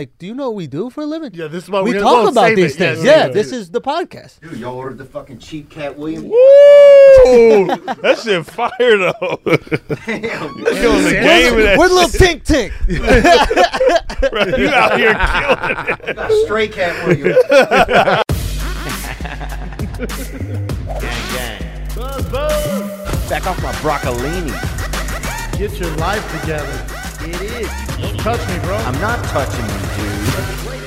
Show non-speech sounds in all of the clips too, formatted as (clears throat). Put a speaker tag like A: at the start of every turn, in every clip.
A: like, do you know what we do for a living?
B: Yeah, this is why
A: we
B: we're gonna
A: talk
B: go
A: about
B: save
A: these
B: it.
A: things.
B: Yes,
A: yeah,
B: yes,
A: this
B: yes.
A: is the podcast.
C: Dude, y'all ordered the fucking cheap cat William.
D: (laughs)
E: Woo! that shit fire though.
C: Damn,
E: You're killing the game with that.
A: We're little tink tink.
E: (laughs) shit. You out here killing it.
C: not stray cat William.
D: Back off my broccolini.
B: Get your life together. It is. Touch me, bro.
D: I'm not touching you, dude.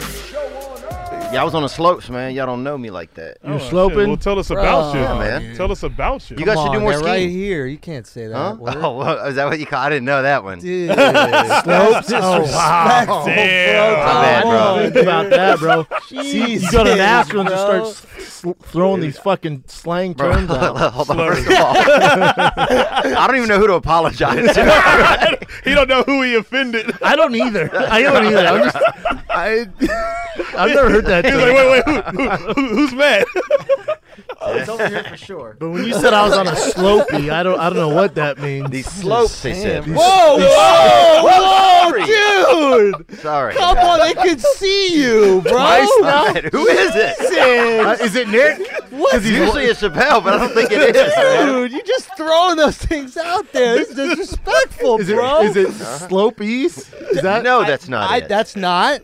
D: Yeah, I was on the slopes, man. Y'all don't know me like that.
B: You
E: Oh, shit.
B: sloping?
E: Well, tell us about you.
D: Yeah, man.
E: Tell us about you.
D: You guys should do more
A: they're right
D: skiing.
A: here. You can't say that.
D: Huh?
A: word.
D: (laughs) Oh, well, is that what you call? I didn't know that
B: (laughs)
D: one.
A: Dude, slopes. Oh, wow.
E: Damn.
D: My bad, bro.
B: Think about
A: (laughs)
B: that, bro. See, you go to
A: Jesus,
B: Nashville and just
A: bro.
B: start s- s- throwing these fucking slang
D: Bro,
B: terms out.
D: (laughs) hold on. First of all, I don't even know who to apologize to.
E: (laughs) He don't know who he offended.
B: I don't either. I don't either. I'm just, I, I've never heard that.
E: He's
B: term.
E: like, wait, wait, who, who, who- who's mad?
C: It's over here for sure.
B: (laughs) But when you said I was on a slopey, I don't, I don't know what that means.
D: These slopes, they said.
A: Whoa,
D: (laughs)
A: whoa,
D: Sorry.
A: whoa, dude!
D: Sorry.
A: Come on,
D: (laughs)
A: they can see you, bro.
D: My bad. Who is it?
B: Uh, is it Nick?
A: What,
D: Usually it's Chappelle, but I don't think it is. man.
A: dude? You just throwing those things out there. It's disrespectful,
B: Is it,
A: bro.
B: is it slopeys? Is that
D: No, that's not
A: I,
D: it.
A: That's
D: (laughs)
A: not.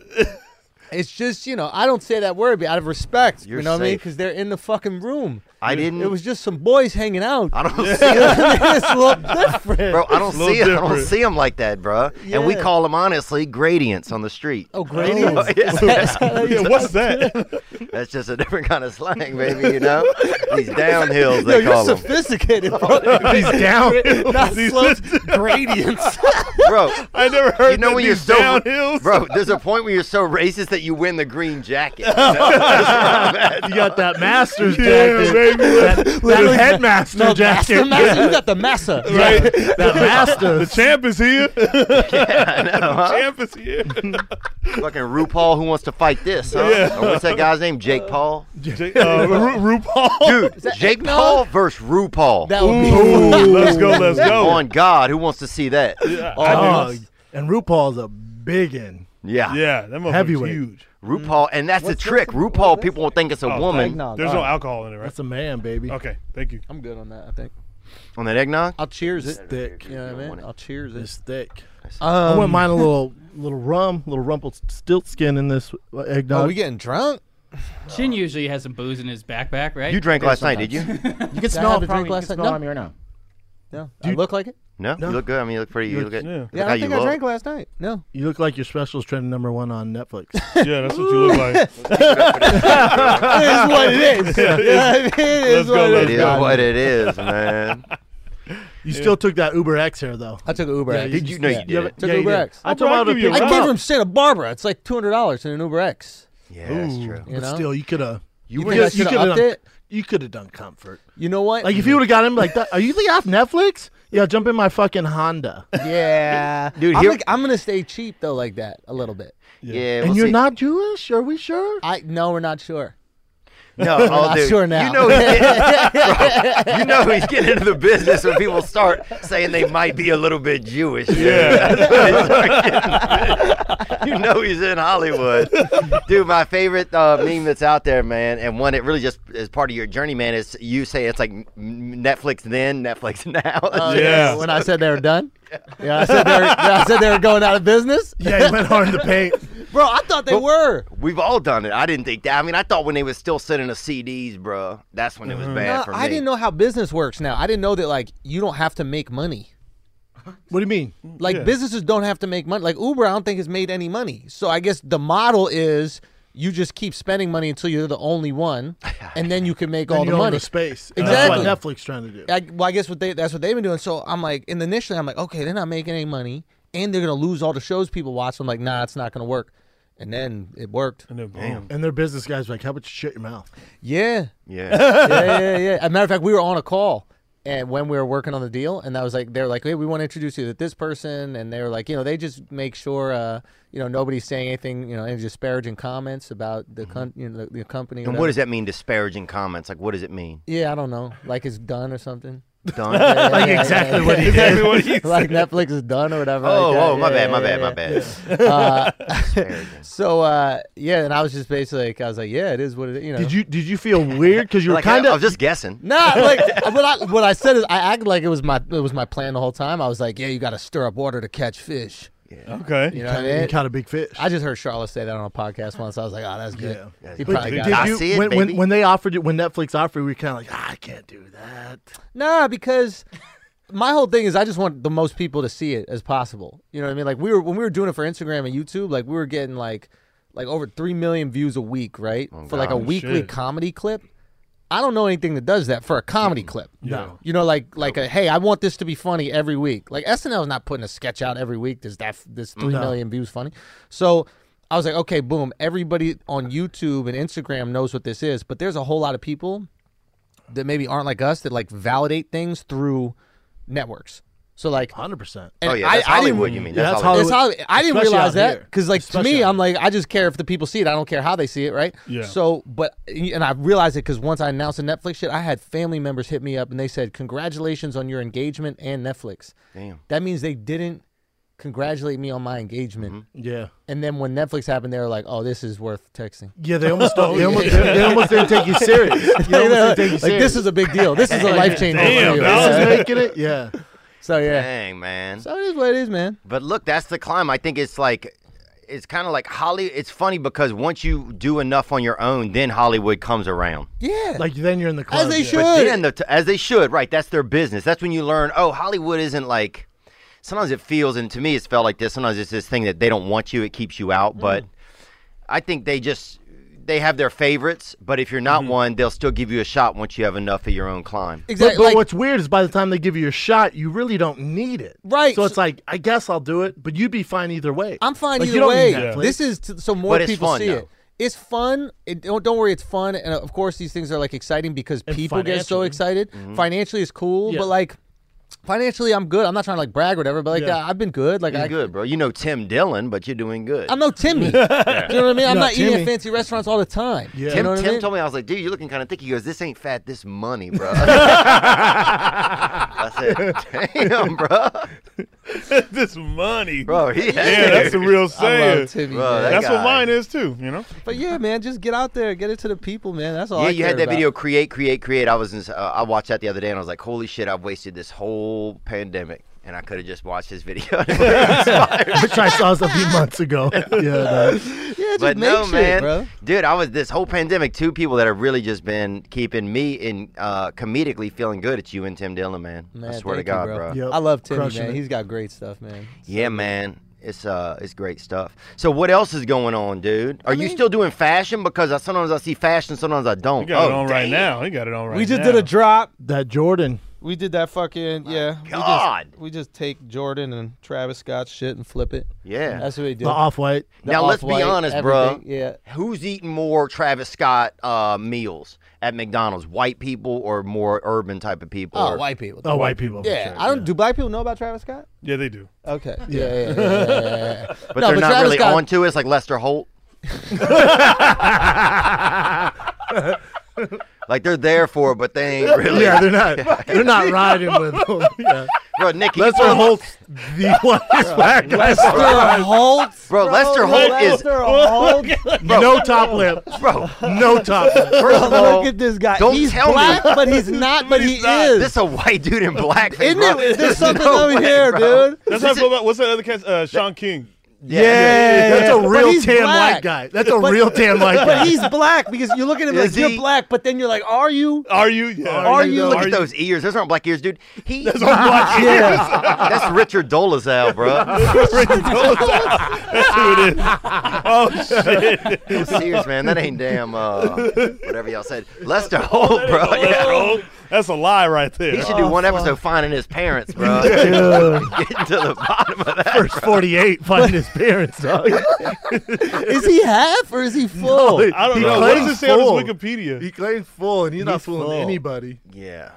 A: It's just you know I don't say that word but out of respect.
D: You're
A: you know what I mean?
D: safe.
A: Because they're in the fucking room.
D: I didn't.
A: It was just some boys hanging out.
D: I don't
B: (laughs)
D: see them,
E: (laughs)
A: it's a little different.
D: bro. I don't
E: a little
D: see. 'em. I don't
E: different.
D: see them like that, bro. And we
A: Yeah.
D: call them honestly gradients on the street. (laughs)
A: Oh, (laughs) gradients.
B: (laughs)
E: (laughs) yeah, what's that?
D: That's just a different kind of slang, baby. You know,
A: (laughs)
D: these downhills
A: Yo,
D: they
A: you're
E: (laughs)
D: call them,
A: sophisticated, bro. (laughs)
B: He's down.
A: Not
B: (laughs)
E: These- (laughs)
A: slopes, (laughs) gradients.
D: (laughs) bro.
E: I never heard
D: You know
E: that
D: when you're
E: these
D: so
E: downhills.
D: bro. There's a point where you're so racist that you win the green jacket.
E: (laughs)
B: You got that master's
E: Yeah,
B: jacket.
E: baby.
B: That,
A: (laughs)
B: that headmaster
A: No, master,
B: jacket.
A: master. You got the massa.
B: (laughs)
E: Right?
B: That
E: The
B: master.
E: champ
A: (laughs)
E: is here.
D: yeah, I know, huh?
E: champ
B: (laughs)
E: is here.
D: Fucking RuPaul, who wants to fight this? Huh?
E: Yeah.
D: Or what's that guy's name? Jake Paul,
E: Jake- uh, Ru- RuPaul.
D: dude. Jake
A: Eggnog?
D: Paul versus RuPaul.
A: That would (laughs)
E: Ooh,
A: be.
E: let's go, let's go.
D: on God, who wants to see that?
E: Yeah, I
B: Oh,
E: do.
B: and RuPaul's a big in.
D: Yeah,
E: yeah, that motherfucker's
B: Heavyweight.
E: huge.
D: RuPaul, and that's the trick. RuPaul, people will think it's a
E: Oh,
D: woman
A: Eggnog.
E: There's
A: All
E: no
A: right.
E: alcohol in it, right?
B: That's a man, baby.
E: Okay, thank you.
A: I'm good on that. I think.
D: on that eggnog.
A: I'll cheers it.
B: Thick.
A: You know what I
D: want
A: mean?
D: it.
A: I'll cheers it.
B: It's thick. I
A: Um,
B: wouldn't
E: (laughs)
B: mind a little, little rum, little rumpled stilt skin in this uh, eggnog.
A: are Oh, we getting drunk?
F: Chin usually has some booze in his backpack, right?
D: You drank last night, did you?
A: You can
B: smell
A: a drink last night. No,
D: here now.
A: no. I look like it.
D: No? you look good. I mean, you look pretty. You look good.
E: yeah.
D: Look
A: Yeah,
D: how
A: I
D: you
A: think I
D: look.
A: drank last night. No.
B: you look like your special's trending number one
A: (laughs)
B: on Netflix.
E: Yeah, that's what you look like.
A: it is what it
B: (laughs)
A: is.
E: (laughs) Yeah, it
A: Yeah, (laughs) it is
E: Let's go,
A: what it
E: let's
D: It
A: is.
D: is
E: go.
D: what it is, man.
B: You still took that Uber X here though.
A: I took an Uber.
B: Yeah,
A: X.
D: Did you know you
A: Yeah,
D: did it?
A: Took
B: Yeah, you
A: Uber
B: did.
A: X.
B: I
E: Oh,
B: told
E: bro,
B: him
E: I'll
B: to
E: give you a
B: pick
A: I
B: him
A: gave
E: round.
B: up.
A: him Santa Barbara. It's like two hundred dollars in an Uber X.
D: Yeah, that's true.
A: You
B: But
A: know,
B: still, you could have. You,
A: think I should've
B: coulda
A: upped
B: done,
A: it?
B: you could have done comfort.
A: you know what?
B: Like if you would have got him like that. Are you the off Netflix? Yeah, jump in my fucking Honda.
A: yeah,
D: Dude,
A: I'm,
D: here-
A: like, I'm gonna stay cheap though, like that a little bit.
D: Yeah,
B: and
D: we'll
B: you're
D: see.
B: not Jewish? Are we sure?
A: I no, we're not sure. (laughs)
D: No, oh,
A: not
D: dude,
A: sure now.
D: You know, he's
A: (laughs)
D: getting, bro, you know (laughs) he's getting into the business when people start saying they might be a little bit Jewish. dude.
E: Yeah.
D: That's when (laughs) they start getting- you know he's in Hollywood, dude. My favorite uh, meme that's out there, man, and one that really just is part of your journey, man, is you say it's like n- Netflix then, Netflix (laughs) now.
E: Yeah.
A: Oh, When I said they were done, yeah, I said they were, I said they were going out of business,
B: Yeah, you went hard in the paint.
A: bro. I thought they were.
D: We've all done it. I didn't think that. I mean, I thought when they was still sending us CDs, bro, that's when it was bad
A: Mm-hmm. No,
D: for me.
A: Uh, I didn't know how business works. Now I didn't know that like you don't have to make money.
B: What do you mean?
A: Like businesses don't have to make money. Like Uber, I don't think has made any money. So I guess the model is you just keep spending money until you're the only
B: (laughs)
A: one, and then you can make all
B: you
A: the
B: own
A: money.
B: the space.
A: Exactly.
B: That's what Netflix trying to do.
A: I, well, I guess what they that's what they've been doing. So I'm like, and initially I'm like, okay, they're not making any money, and they're gonna lose all the shows people watch. I'm like, nah, it's not gonna work. And then it worked.
E: And then boom.
B: And their business guys are like, how about you shut your mouth?
A: Yeah,
D: Yeah.
A: yeah, yeah, yeah. As a matter of fact, we were on a call. And when we were working on the deal, and I was like, they were like, hey, we want to introduce you to this person, and they were like, you know, they just make sure, uh, you know, nobody's saying anything, you know, any disparaging comments about the con- you know, the, the company.
D: And what does that mean? Disparaging comments. Like, what does it mean?
A: Yeah, I don't know, like it's done or something.
D: done. (laughs) Yeah,
B: Like
A: yeah,
B: exactly
A: yeah,
B: what he
A: yeah.
B: did.
D: (laughs)
E: Exactly what he
A: (laughs) like
E: said.
A: Netflix is done or whatever.
D: Oh,
A: like that.
D: oh, my
A: Yeah,
D: bad, my
A: yeah,
D: bad,
A: yeah,
D: my
A: yeah. (laughs) Uh,
D: bad.
A: so uh, yeah, and I was just basically like, I was like, yeah, it is what it is. (laughs) You know,
B: Did you did you feel weird because you were
D: Like, I,
B: kind
D: I was
B: of
D: just guessing.
A: Nah, like what I what I said is I acted like it was my it was my plan the whole time. I was like, yeah, you got to stir up water to catch fish.
E: Okay.
A: You know what I mean?
B: caught a big fish?
A: I just heard Charlotte say that on a podcast once. I was like, oh, that's good.
B: Yeah.
A: He
D: But
A: probably
B: did
A: got it.
D: I
B: you,
D: see it,
B: when,
D: baby.
B: when when they offered it when Netflix offered, we were kind of like, ah, I can't do that.
A: Nah, because my whole thing is I just want the most people to see it as possible. You know what I mean? Like we were when we were doing it for Instagram and YouTube, like we were getting like like over three million views a week, right? for like a
D: God.
A: weekly
E: Shit.
A: comedy clip. I don't know anything that does that for a comedy clip. No. You know, like like a hey, I want this to be funny every week. Like SNL is not putting a sketch out every week. Does that this three million views funny? So I was like, okay, boom. Everybody on YouTube and Instagram knows what this is, but there's a whole lot of people that maybe aren't like us that like validate things through networks. So like,
B: Hundred percent.
A: and
D: oh yeah, that's
A: I, I didn't,
D: Hollywood. you mean?
B: yeah, that's
D: that's Hollywood.
A: That's how I didn't
B: Especially
A: realize
B: out
A: that
B: here.
A: because like
B: Especially
A: to me,
B: out
A: I'm like I just care if the people see it. I don't care how they see it, right?
E: Yeah.
A: So, but and I realized it because once I announced the Netflix shit, I had family members hit me up and they said, "Congratulations on your engagement and Netflix."
D: Damn.
A: That means they didn't congratulate me on my engagement.
D: Mm-hmm.
B: Yeah.
A: And then when Netflix happened, they were like, "Oh, this is worth texting."
B: Yeah, they
A: (laughs)
B: almost don't, they almost, they, they almost didn't take (laughs) you serious. You almost didn't
A: like
B: take you serious.
A: this is a big deal. This is
B: (laughs)
A: a life changer.
E: Damn,
A: for you.
E: dog.
A: Yeah.
B: This is making it. Yeah.
A: So Oh, yeah.
D: Dang man.
A: So it is what it is, man.
D: But look, that's the climb. I think it's like it's kind of like Hollywood. It's funny because once you do enough on your own, then Hollywood comes around.
A: Yeah.
B: Like then you're in the club.
A: as they
B: yeah.
A: should.
D: But then, the t- as they should, right? That's their business. That's when you learn. Oh, Hollywood isn't like. Sometimes it feels, and to me, it's felt like this. Sometimes it's this thing that they don't want you. It keeps you out.
A: Mm.
D: But I think they just they have their favorites. But if you're not
A: Mm-hmm.
D: one, they'll still give you a shot once you have enough of your own climb.
A: exactly.
B: But, but
A: like,
B: what's weird is by the time they give you your shot, you really don't need it.
A: Right.
B: So it's like, I guess I'll do it, but you'd be fine either way.
A: I'm fine
B: Like, you
A: either
B: don't
A: way.
B: need Netflix.
A: This is t- so more
D: But it's
A: people
D: fun,
A: see it.
D: though.
A: It's fun. It, don't don't worry, it's fun, and uh, of course these things are like exciting because people get so
B: financially.
A: excited.
D: Mm-hmm.
A: Financially is cool,
B: Yeah.
A: but like financially, I'm good. I'm not trying to like brag or whatever, but like
B: Yeah.
A: uh, I've been good. Like
D: You're
A: I,
D: good, bro. You know Tim Dillon, but you're doing good.
A: I'm no
B: (laughs)
A: Timmy. You know what I mean? I'm
B: No,
A: not eating at
B: Timmy.
A: fancy restaurants all the time. Yeah.
D: Tim,
A: you know what
D: Tim
A: I mean?
D: told me I was like, dude, you're looking kind of thick. He goes, this ain't fat, this
B: (laughs)
E: (laughs)
D: money, bro. I said,
B: (laughs)
D: damn, bro,
E: this money.
D: bro. He
E: Yeah, that's the (laughs) real
A: I
E: saying.
A: love Timmy.
D: Bro,
A: man.
D: that-
E: That's what
D: guy.
E: mine is too. You know.
A: But yeah, man, just get out there, get it to the people, man. That's all.
D: yeah,
A: I
D: you had
A: care
D: that
A: about.
D: video, create, create, create. I was, in, uh, I watched that the other day, and I was like, holy shit, I've wasted this whole pandemic, and I could have just watched this
B: (laughs)
D: video. (laughs)
B: Which I saw a few months ago. Yeah. no.
A: Yeah, just
D: but
A: make
D: no,
A: shit,
D: man,
A: bro.
D: dude, I was this whole pandemic. Two people that have really just been keeping me in uh, comedically feeling good. It's you and Tim Dillon, man.
A: Man,
D: I swear to
A: thank you,
D: God,
A: bro.
D: bro.
B: Yep.
A: I love Timmy,
B: Crushing
A: man.
B: it.
A: He's got great stuff, man.
D: Yeah, man. It's uh, it's great stuff. So what else is going on, dude? Are you
A: mean-
D: still doing fashion? Because I, sometimes I see fashion, sometimes I don't.
E: He got it
D: Oh,
E: on right now. He got it on Oh, right now.
A: we just did a drop.
B: That
A: (laughs)
B: Uh, Jordan.
A: We did that fucking yeah.
D: God.
A: We just, we just take Jordan and Travis Scott's shit and flip it.
D: Yeah.
A: that's what we do.
B: The off white.
A: The
D: now let's be
A: Off-White,
D: honest, bro.
A: everything, Yeah,
D: Who's eating more Travis Scott uh, meals at McDonald's? White people or more urban type of people?
A: oh,
D: Or-
A: white people.
B: Oh, white people. for
A: yeah,
B: sure,
A: I don't. Do black people know about Travis Scott?
E: Yeah, they do.
A: Okay. Yeah, yeah, yeah. yeah,
D: (laughs)
A: yeah, yeah.
D: But
A: No,
D: they're
A: but
D: not
A: Travis
D: really
A: Scott-
D: onto it. It's like
A: (laughs)
D: Lester Holt.
E: (laughs)
D: like they're there for it, but they (laughs) ain't really.
B: Yeah, they're
D: (laughs)
B: not. They're not riding with them. (laughs) Yeah.
D: Bro, Nick, you
B: Lester
D: put-
B: Holt's
D: (laughs)
B: the whitest black guy.
A: Lester Holt,
D: Bro, Lester Holt is-
A: Lester
B: (laughs)
A: Holt.
B: No
A: (laughs)
B: top lip.
D: bro.
B: No top lip.
D: First of all,
A: Look at this guy.
D: Don't
A: he's
D: tell me.
A: black,
B: (laughs)
A: but
D: (laughs)
A: he's not. But he
E: He's not.
A: is.
D: This is a white dude in blackface.
A: Isn't
D: bro.
A: it? There's something
D: no
A: over
D: way,
A: here,
D: bro.
A: dude.
E: That's how I feel about what's that other cat? Uh, Sean King.
D: Yeah.
B: That's a
A: But
B: real
A: he's
B: tan
A: black.
B: white guy. That's a real tan white guy.
A: But he's
E: (laughs)
A: black because you look at him
D: Is
A: like
D: he?
A: you're black, but then you're like, are you?
E: Are you? Yeah.
A: Are you-
D: Look
A: Are
D: at those ears. Those aren't black ears, dude. He,
E: (laughs)
D: that's, (laughs)
E: black
A: (laughs) Yeah.
D: Richard Dolezal, bro.
E: That's who it is. (laughs) Oh shit.
D: Those ears, man. That ain't damn uh,
E: (laughs)
D: whatever y'all said. Lester Holt, bro.
E: That's
D: Yeah.
E: wrong. That's a lie right there.
D: He should do
A: Oh,
D: one episode finding his parents,
A: (laughs)
D: bro. Getting (laughs) to the bottom of that.
B: First
A: (laughs)
B: 48 fighting his
E: (laughs)
B: parents. dog.
A: Is he half or is he full?
E: I don't
B: He
E: know. What does
B: claims
E: it say on
B: full.
E: his Wikipedia?
B: He
E: (laughs)
B: claims full, and he's, not fooling
E: full.
B: anybody.
A: Oh,
D: Yeah.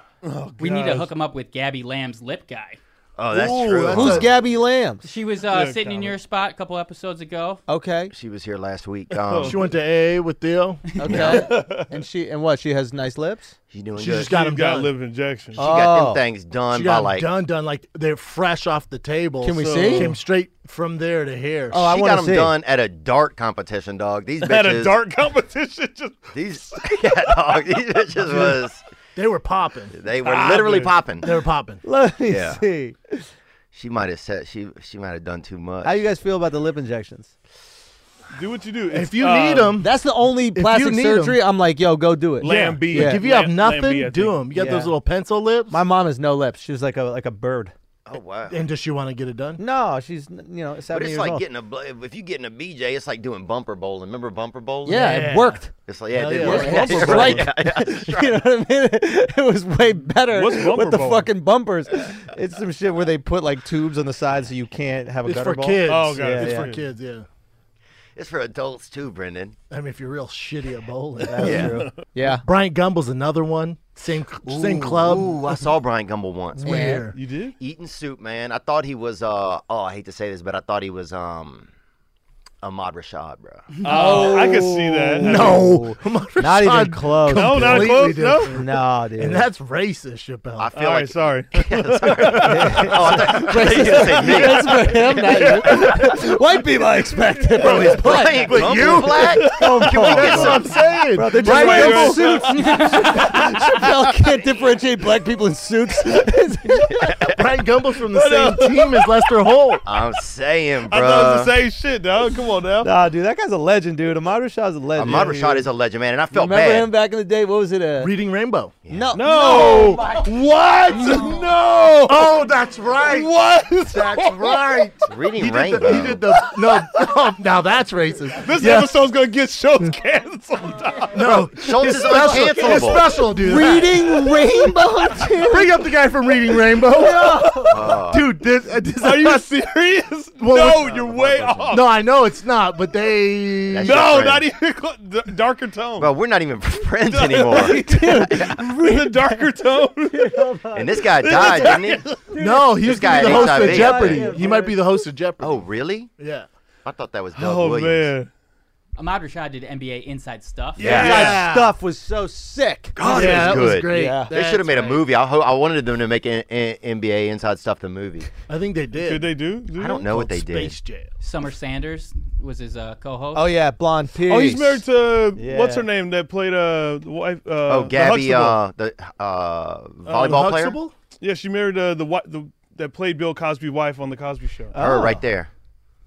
F: We need to hook him up with Gabby Lamb's lip guy.
D: Oh, that's
B: Ooh,
D: true.
B: that's
A: Who's
B: a-
A: Gabby Lambs?
F: She was uh,
E: Yeah,
F: sitting in
E: Connor.
F: your spot a couple episodes ago.
A: Okay,
D: she was here last week. Um,
B: Oh, She went to AA with Theo.
A: (laughs)
B: She
A: okay. and she and what? She has nice lips.
D: she's doing good.
B: just got
E: She
B: them
E: got
B: done.
E: liver injection.
D: she got
A: Oh.
D: them things done
B: She
D: by
B: got 'em
D: like
B: done, done. Like they're fresh off the table.
A: Can we
B: so
A: see?
B: Came straight from there to here.
A: Oh, I
D: she
A: wanna
D: got them
A: see.
D: (laughs) done at a dart competition, dog. These bitches
E: Had a dart competition. Just
B: (laughs)
D: These yeah, dog. These bitches Oh, was
B: they were popping. Ah,
D: they were literally popping.
B: They were popping.
A: (laughs) Let me
D: Yeah.
A: see.
D: She might have said she she might have done too
A: (laughs)
D: much.
A: How you guys feel about the lip injections?
E: do what you do. It's,
B: If you
E: uh,
B: need them,
A: That's the only
B: you
A: plastic
B: need 'em-
A: surgery I'm like, yo, go do it.
E: Lamb B.
A: Yeah.
B: if you
E: Lam-
B: have
E: Lamb B, I
B: nothing, do
E: think.
B: them. You got
A: Yeah.
B: those little pencil lips.
A: My mom has no lips. She's like a like a bird.
D: oh wow.
B: and does she want to get it done?
A: No, she's n- you know
D: But
A: seventy
D: it's
A: years
D: like
A: old.
D: getting a bl- if you get in a BJ, it's like doing bumper bowling. Remember bumper bowling?
A: yeah,
B: Yeah.
A: it worked.
D: It's like yeah,
B: Hell
D: it did
B: yeah.
D: work.
B: What's
D: Yeah,
A: bumper
D: you're right.
A: bowling?
D: Yeah,
A: (laughs)
D: yeah.
A: You know what I mean? (laughs) It was way better
E: What's bumper
A: with the
E: bowling?
A: fucking bumpers. It's some shit where they put like tubes on the side so you can't have a
B: It's
A: gutter
B: for
A: ball.
B: kids.
E: Oh, God,
B: it's
A: yeah,
B: for
E: yeah.
B: kids. Yeah.
D: It's for adults too, Brendan.
B: I mean, if you're real shitty at bowling.
D: (laughs) Yeah.
A: Yeah.
B: Brian Gumbel's another one. Same same club.
D: Ooh, I saw Brian Gumble once.
A: Yeah.
B: Weird.
E: You did?
D: Eating soup, man. I thought he was uh oh, I hate to say this, but I thought he was um Ahmad Rashad, bro.
E: Oh, I could see that.
B: No,
A: Not
D: (laughs)
A: even
B: Rashad
A: close.
E: No, not
B: Oh, completely
E: close. No.
B: different.
A: No, dude.
B: And that's racist, Chappelle.
D: I
E: All
D: feel
E: right,
D: like
E: sorry. (laughs)
D: oh, I thought, I thought you were gonna say me.
A: That's for him, not
E: (laughs)
A: you. White people, I expect it, bro. He's
D: Brian Gumble
E: (laughs)
D: black?
A: Can we
B: That's what I'm saying.
A: They just
E: Right,
A: wear
E: right.
A: suits. (laughs) Chappelle can't differentiate black people in suits.
B: (laughs) Brian Gumbel's from the
A: uh,
B: same team as
A: (laughs)
B: Lester Holt.
D: I'm saying, bro.
E: I thought it was the same shit, dog. Come on now.
A: nah, dude, that guy's a legend, dude. Ahmad Rashad's a legend.
D: Ahmad Rashad is a legend, man, and I felt
A: Remember
D: bad.
A: him back in the day? What was it? Uh,
B: Reading Rainbow.
A: no,
E: No. what? No.
B: Oh, that's right.
E: What?
B: That's right.
D: Reading
B: He did,
D: Rainbow.
B: the, (laughs) he did the no. no, now that's racist.
E: This
B: Yeah,
E: episode's gonna
B: (laughs)
E: get shows canceled. dog.
B: no.
D: Schultz
B: It's
D: is
B: special. It's
D: uncancelable.
B: special, dude.
A: reading Rainbow. Dude.
B: Bring up the guy from Reading Rainbow. (laughs) Dude, this, uh, this
E: Are you serious?
B: (laughs) Well,
E: no, you're way off.
B: No, I know it's not, but they.
D: That's your
E: No,
D: friend.
E: not even clo- d- darker tone.
D: Bro, we're not even (laughs) friends anymore.
E: (laughs) the
A: (laughs)
E: darker tone.
D: and
B: (laughs)
D: this guy died, didn't
B: (laughs)
D: he?
B: No, he was
D: guy
B: gonna be the host
D: had HIV.
B: of Jeopardy.
A: Yeah,
B: he might be the host of Jeopardy.
D: Oh, really?
B: yeah.
D: I thought that was Doug
E: oh
D: Williams.
E: man.
F: Ahmad Rashad did NBA inside stuff.
E: Yeah.
A: That stuff was so sick.
D: God,
B: yeah,
D: it
B: that
D: was
B: was
D: good.
B: great.
A: Yeah.
D: They should have made a movie. I, ho- I wanted them to make an an NBA Inside Stuff the movie.
B: I think they did.
E: Did they do? do
D: I don't
E: they?
D: know what they
B: Space Jam.
F: Summer Sanders was his uh, co-host.
A: Oh yeah, blonde peach.
E: Oh, he's married to
A: Yeah.
E: what's her name that played uh the wife. Uh,
D: Oh,
E: the
D: Gabby,
E: Huxtable.
D: uh, the uh, volleyball player,
B: Huxtable?
E: yeah, she married uh, the wi- the that played Bill Cosby's wife on the Cosby Show.
D: her
A: Oh.
D: right there.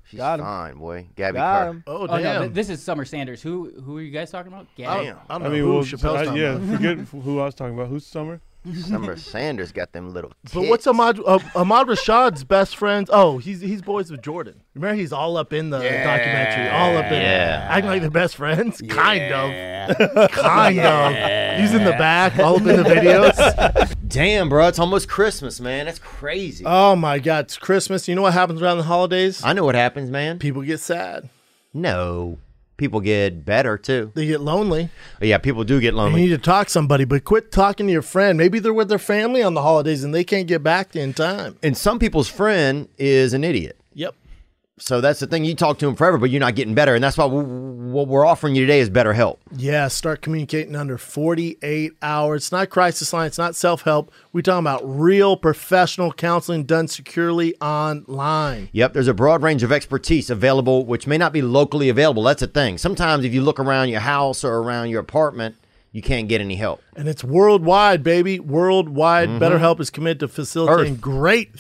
D: She's
A: Got him.
D: fine, boy. Gabby
A: Got
D: Carter.
A: him.
B: Oh,
F: Oh, no,
B: damn. Oh,
F: th- this is Summer Sanders. Who who are you guys talking about? Gabby.
D: Damn,
B: I don't know
E: I mean,
B: who
E: well,
B: Chappelle's
E: I,
B: talking
E: yeah, (laughs)
B: about.
E: forget who I
A: (laughs)
E: was talking about. Who's Summer?
D: (laughs) Summer Sanders got them little.
B: (laughs) But
D: tits.
B: what's Ahmad, uh, Ahmad Rashad's best friends? Oh, he's he's boys with Jordan. Remember, he's all up in the documentary, all up in,
D: Yeah.
B: acting like they're best friends, kind
D: (laughs)
B: of, kind of. He's in the back, all up in the
D: (laughs)
B: videos.
D: Damn, bro, it's almost Christmas, man. That's crazy.
B: oh my God, it's Christmas. You know what happens around the holidays?
D: I know what happens, man.
B: People get sad.
D: No. People get better too.
B: They get lonely.
D: Yeah, people do get
B: You
D: lonely.
B: need to talk to somebody, but quit talking to your friend. Maybe they're with their family on the holidays and they can't get back in time.
D: And some people's friend is an idiot.
B: Yep.
D: So that's the thing. You talk to him forever, but you're not getting better. And that's why w- what we're offering you today is better help.
B: Yeah, start communicating under 48 hours. It's not crisis line, it's not self help. We're talking about real professional counseling done securely online.
D: Yep, there's a broad range of expertise available, which may not be locally available. That's the thing. Sometimes if you look around your house or around your apartment, you can't get any help.
B: And it's worldwide, baby. Worldwide. BetterHelp is committed to facilitating
D: Mm-hmm. Earth.
B: great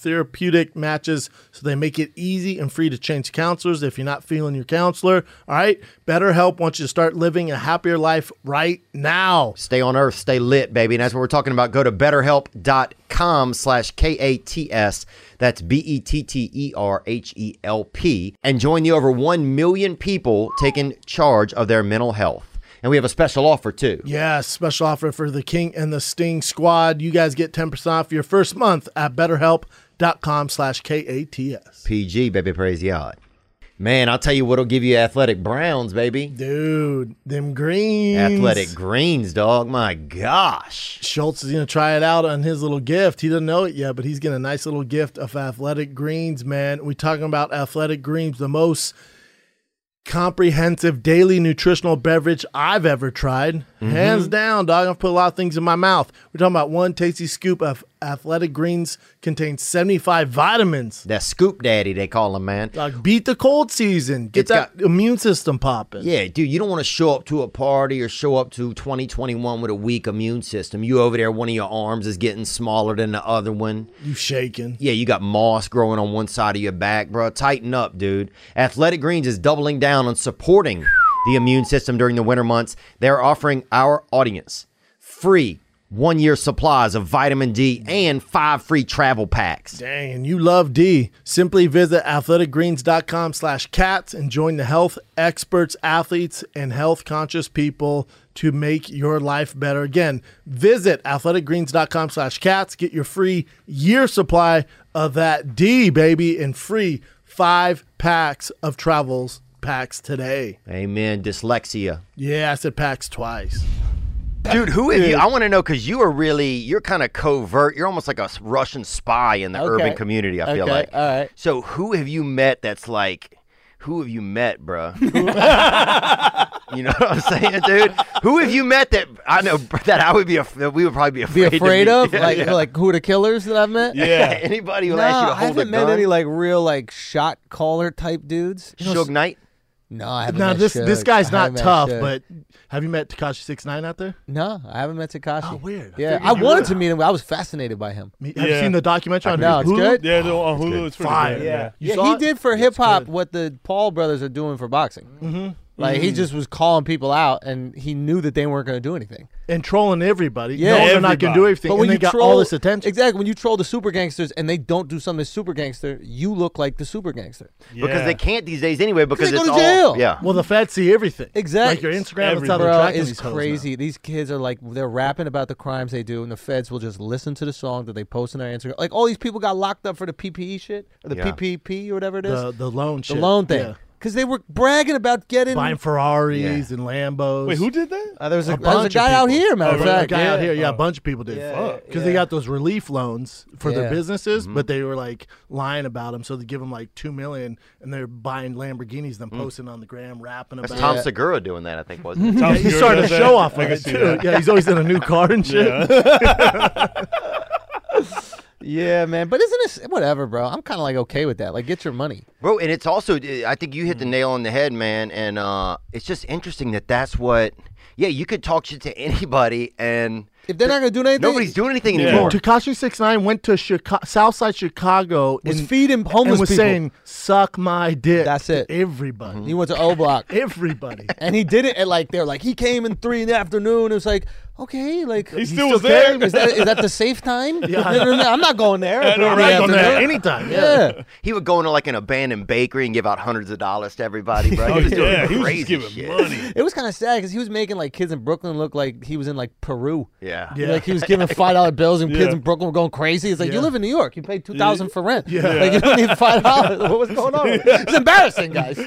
B: therapeutic matches so they make it easy and free to change counselors if you're not feeling your counselor. All right. BetterHelp wants you to start living a happier life right now.
D: Stay on earth, stay lit, baby. And that's what we're talking about. Go to betterhelp.com slash K A T S. That's B E T T E R H E L P. And join the over 1 million people taking charge of their mental health. And we have a special offer too.
B: Yes, special offer for the King and the Sting squad. You guys get 10% off your first month at betterhelp.com slash K-A-T-S.
D: PG, baby, praise God. Man, I'll tell you what'll give you athletic browns, baby.
B: Dude, them greens.
D: Athletic greens, dog. My gosh.
B: Schultz is going to try it out on his little gift. He doesn't know it yet, but he's getting a nice little gift of athletic greens, man. we talking about athletic greens, the most comprehensive daily nutritional beverage I've ever tried.
D: Mm-hmm.
B: Hands down, dog. I've put a lot of things in my mouth. We're talking about one tasty scoop of athletic greens contains 75 vitamins.
D: That scoop daddy they call him, man.
B: Dog, beat the cold season. Get
D: It's
B: that immune system popping.
D: Yeah, dude, you don't want to show up to a party or show up to 2021 with a weak immune system. You over there, one of your arms is getting smaller than the other one.
B: You shaking.
D: Yeah, you got moss growing on one side of your back, bro. Tighten up, dude. Athletic Greens is doubling down on supporting the immune system during the winter months. They're offering our audience free one year supplies of vitamin D and five free travel packs.
B: Dang, and you love D. Simply visit athleticgreens.com slash cats and join the health experts, athletes, and health conscious people to make your life better. Again, visit athleticgreens.com slash cats. Get your free year supply of that D, baby, and free five packs of travels packs today.
D: Amen. Dyslexia.
B: Yeah, I said packs twice.
D: Dude, who is you? I want to know because you are really, you're kind of covert. You're almost like a s- Russian spy in the urban
A: Okay.
D: community, I feel
A: Okay,
D: like.
A: all right.
D: So, who have you met that's like, who have you met,
A: (laughs)
D: bruh? you know what I'm (laughs) saying, dude? Who have you met that I know that I would be, af- that we would probably be
A: Be
D: afraid,
A: afraid
D: to
A: of
D: meet? (laughs) Yeah,
A: like
D: yeah.
A: like who the killers that I've (laughs) met.
E: Yeah.
D: (laughs) Anybody who
A: No,
D: asks you to
A: I
D: hold
A: haven't
D: a
A: met
D: gun?
A: any like real like shot caller type dudes. You know,
D: Suge Knight?
A: No, I haven't.
B: Now
A: met
B: this this
A: Suge.
B: guy's
A: I
B: not
A: haven't met
B: tough,
A: Suge.
B: but have you met Takashi Six Nine out there?
A: no, I haven't met Takashi.
B: Oh, weird. I
A: Yeah,
B: figured
A: I
B: you
A: wanted
B: would.
A: to meet him. I was fascinated by him.
B: Have you
E: Yeah.
B: seen the documentary on
A: No, it's
B: Hulu?
A: good.
E: Yeah, the, on Hulu, it's pretty
B: Fire.
E: good. Yeah.
B: You
A: yeah,
B: saw
A: he
B: it?
A: did for hip hop what the Paul brothers are doing for boxing. Mm-hmm. Like
B: Mm.
A: he just was calling people out, and he knew that they weren't going to do anything.
B: and trolling everybody.
A: Yeah.
B: Yeah, no, they're not going to do
E: Everybody.
B: everything. and they got all this attention.
A: exactly when you troll the super gangsters and they don't do something as super gangster, you look like the super gangster.
D: Because they can't these days anyway because
A: they go
D: it's
A: to
D: all.
A: jail.
D: Yeah.
B: Well, the feds see everything.
A: Exact-
B: Like your Instagram and stuff.
E: Everything.
B: they're
A: Bro,
B: tracking
A: it's
B: these hoes now.
A: crazy. These kids are like they're rapping about the crimes they do, and the feds will just listen to the song that they post on their Instagram. Like all these people got locked up for the PPE shit, or the
D: Yeah.
A: PPP or whatever it is,
B: The, the loan
A: the
B: shit.
A: loan thing,
B: Yeah.
A: because they were (laughs) bragging about getting.
B: Buying Ferraris and Lambos.
E: Wait, who did that?
A: Uh, there was a,
B: A
A: there was a
B: bunch of
A: guy out
B: people.
A: here, matter
E: Oh,
A: of
E: really?
B: That
A: fact.
B: guy out
E: Yeah.
B: here, yeah,
E: Oh.
B: a bunch of people did. Fuck. Because
C: yeah.
B: they got those relief loans for
A: Yeah. Mm-hmm.
B: their businesses, but they were like lying about them. So they give them like two million, and they're buying Lamborghinis, then
A: Mm.
B: posting on the gram, rapping
D: That's
B: about.
D: Tom
B: it.
D: Segura doing that, I think,
B: (laughs)
D: wasn't it?
E: Tom
B: He's
E: Segura
B: starting to
E: does that?
B: show off
E: I
B: with
E: can
B: it
E: see
B: too.
E: that.
B: Yeah, he's always in a new car
E: (laughs)
B: and shit.
A: Yeah, man. But isn't this whatever, bro? I'm kind of like okay with that. Like, get your money.
D: Bro, and it's also, uh, I think you
B: Mm-hmm.
D: hit the nail on the head, man. And uh, it's just interesting that that's what, yeah, you could talk shit to anybody and
A: If (laughs) they're not gonna do anything,
D: nobody's doing anything
E: Yeah.
D: anymore.
B: Takashi Six Nine went to Chicago, Southside Chicago,
A: was
B: and,
A: feeding homeless
B: and was
A: people.
B: saying "suck my dick."
A: That's
B: to
A: it.
B: Everybody,
A: he went to O Block.
B: (laughs) everybody.
A: And he did it at like they're like he came in three in the afternoon. It was like okay, like
E: He still was there.
A: Is that is that the safe time? (laughs)
B: (laughs) Yeah.
A: No, no, no, I'm not going there. at
E: (laughs) I know,
A: three in
E: right?
A: the
E: On
B: Done that
A: afternoon.
B: anytime. Yeah.
A: Yeah,
D: He would go into like an abandoned bakery and give out hundreds of dollars to everybody,
B: (laughs)
D: bro.
E: Oh,
D: He was
E: (laughs)
D: doing
E: yeah, he was
D: crazy
E: just giving
D: shit.
E: money.
A: it was kind of sad because he was making like kids in Brooklyn look like he was in like Peru.
D: Yeah.
B: Yeah.
A: Like he
E: (laughs)
A: was giving five dollar bills and kids
E: Yeah.
A: in Brooklyn were going crazy. It's like you
B: Yeah.
A: live in New York, you pay two thousand for rent. Like you don't need five
B: (laughs)
A: dollars. what was going on? It's embarrassing, guys.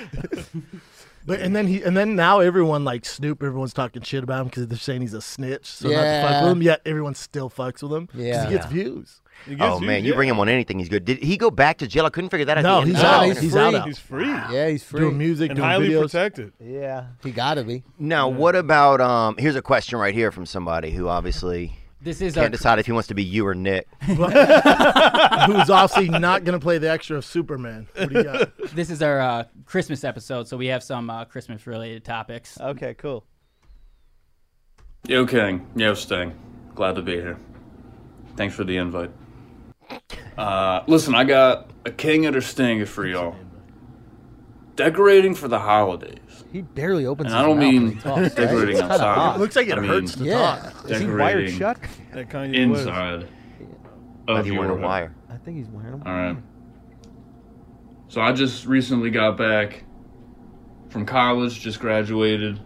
B: But and then he and then now everyone like Snoop, everyone's talking shit about him because they're saying he's a snitch. So not to
A: Yeah.
B: fuck with him. Yet everyone still fucks with him.
A: (laughs)
B: 'cause
A: Yeah.
B: he gets views.
E: He gets
D: Oh, man, you
E: yeah.
D: bring him on anything, he's good. Did he go back to jail? I couldn't figure that out.
B: No,
D: at the end.
B: he's
A: No,
B: out.
A: he's
B: He's,
A: free.
B: out. out.
E: (laughs) He's free
A: Yeah, he's free.
B: Doing music,
E: and
B: doing
E: highly
B: videos.
E: protected.
A: Yeah, he gotta be.
D: Now, what about, um, here's a question right here from somebody who obviously
F: This is our
D: can't decide if he wants to be you
E: (laughs)
F: (laughs)
D: or Nick.
B: (laughs) Who's obviously not going to play the extra of Superman? What do you got?
F: this is our uh, Christmas episode, so we have some uh, Christmas related topics.
A: Okay,
B: (laughs)
A: cool.
G: Yo, King. Yo, Sting. Glad to be here. Thanks for the invite. Uh, listen, I got a King and a Sting for y'all. Decorating for the holidays.
A: He barely opens.
G: And
A: his
G: I don't
A: mouth when
G: mean
A: he talks, right?
G: decorating
A: It's kinda
G: outside.
A: odd.
B: It looks like it
G: I mean,
B: hurts to
A: Yeah.
B: talk.
A: Is he wired
G: Decorating.
A: shut?
E: That Kanye West.
G: Inside.
D: If
G: Of
D: you
G: your
D: wonder
G: wonder
D: why.
A: I think he's wearing them.
G: All right. So I just recently got back from college, just graduated,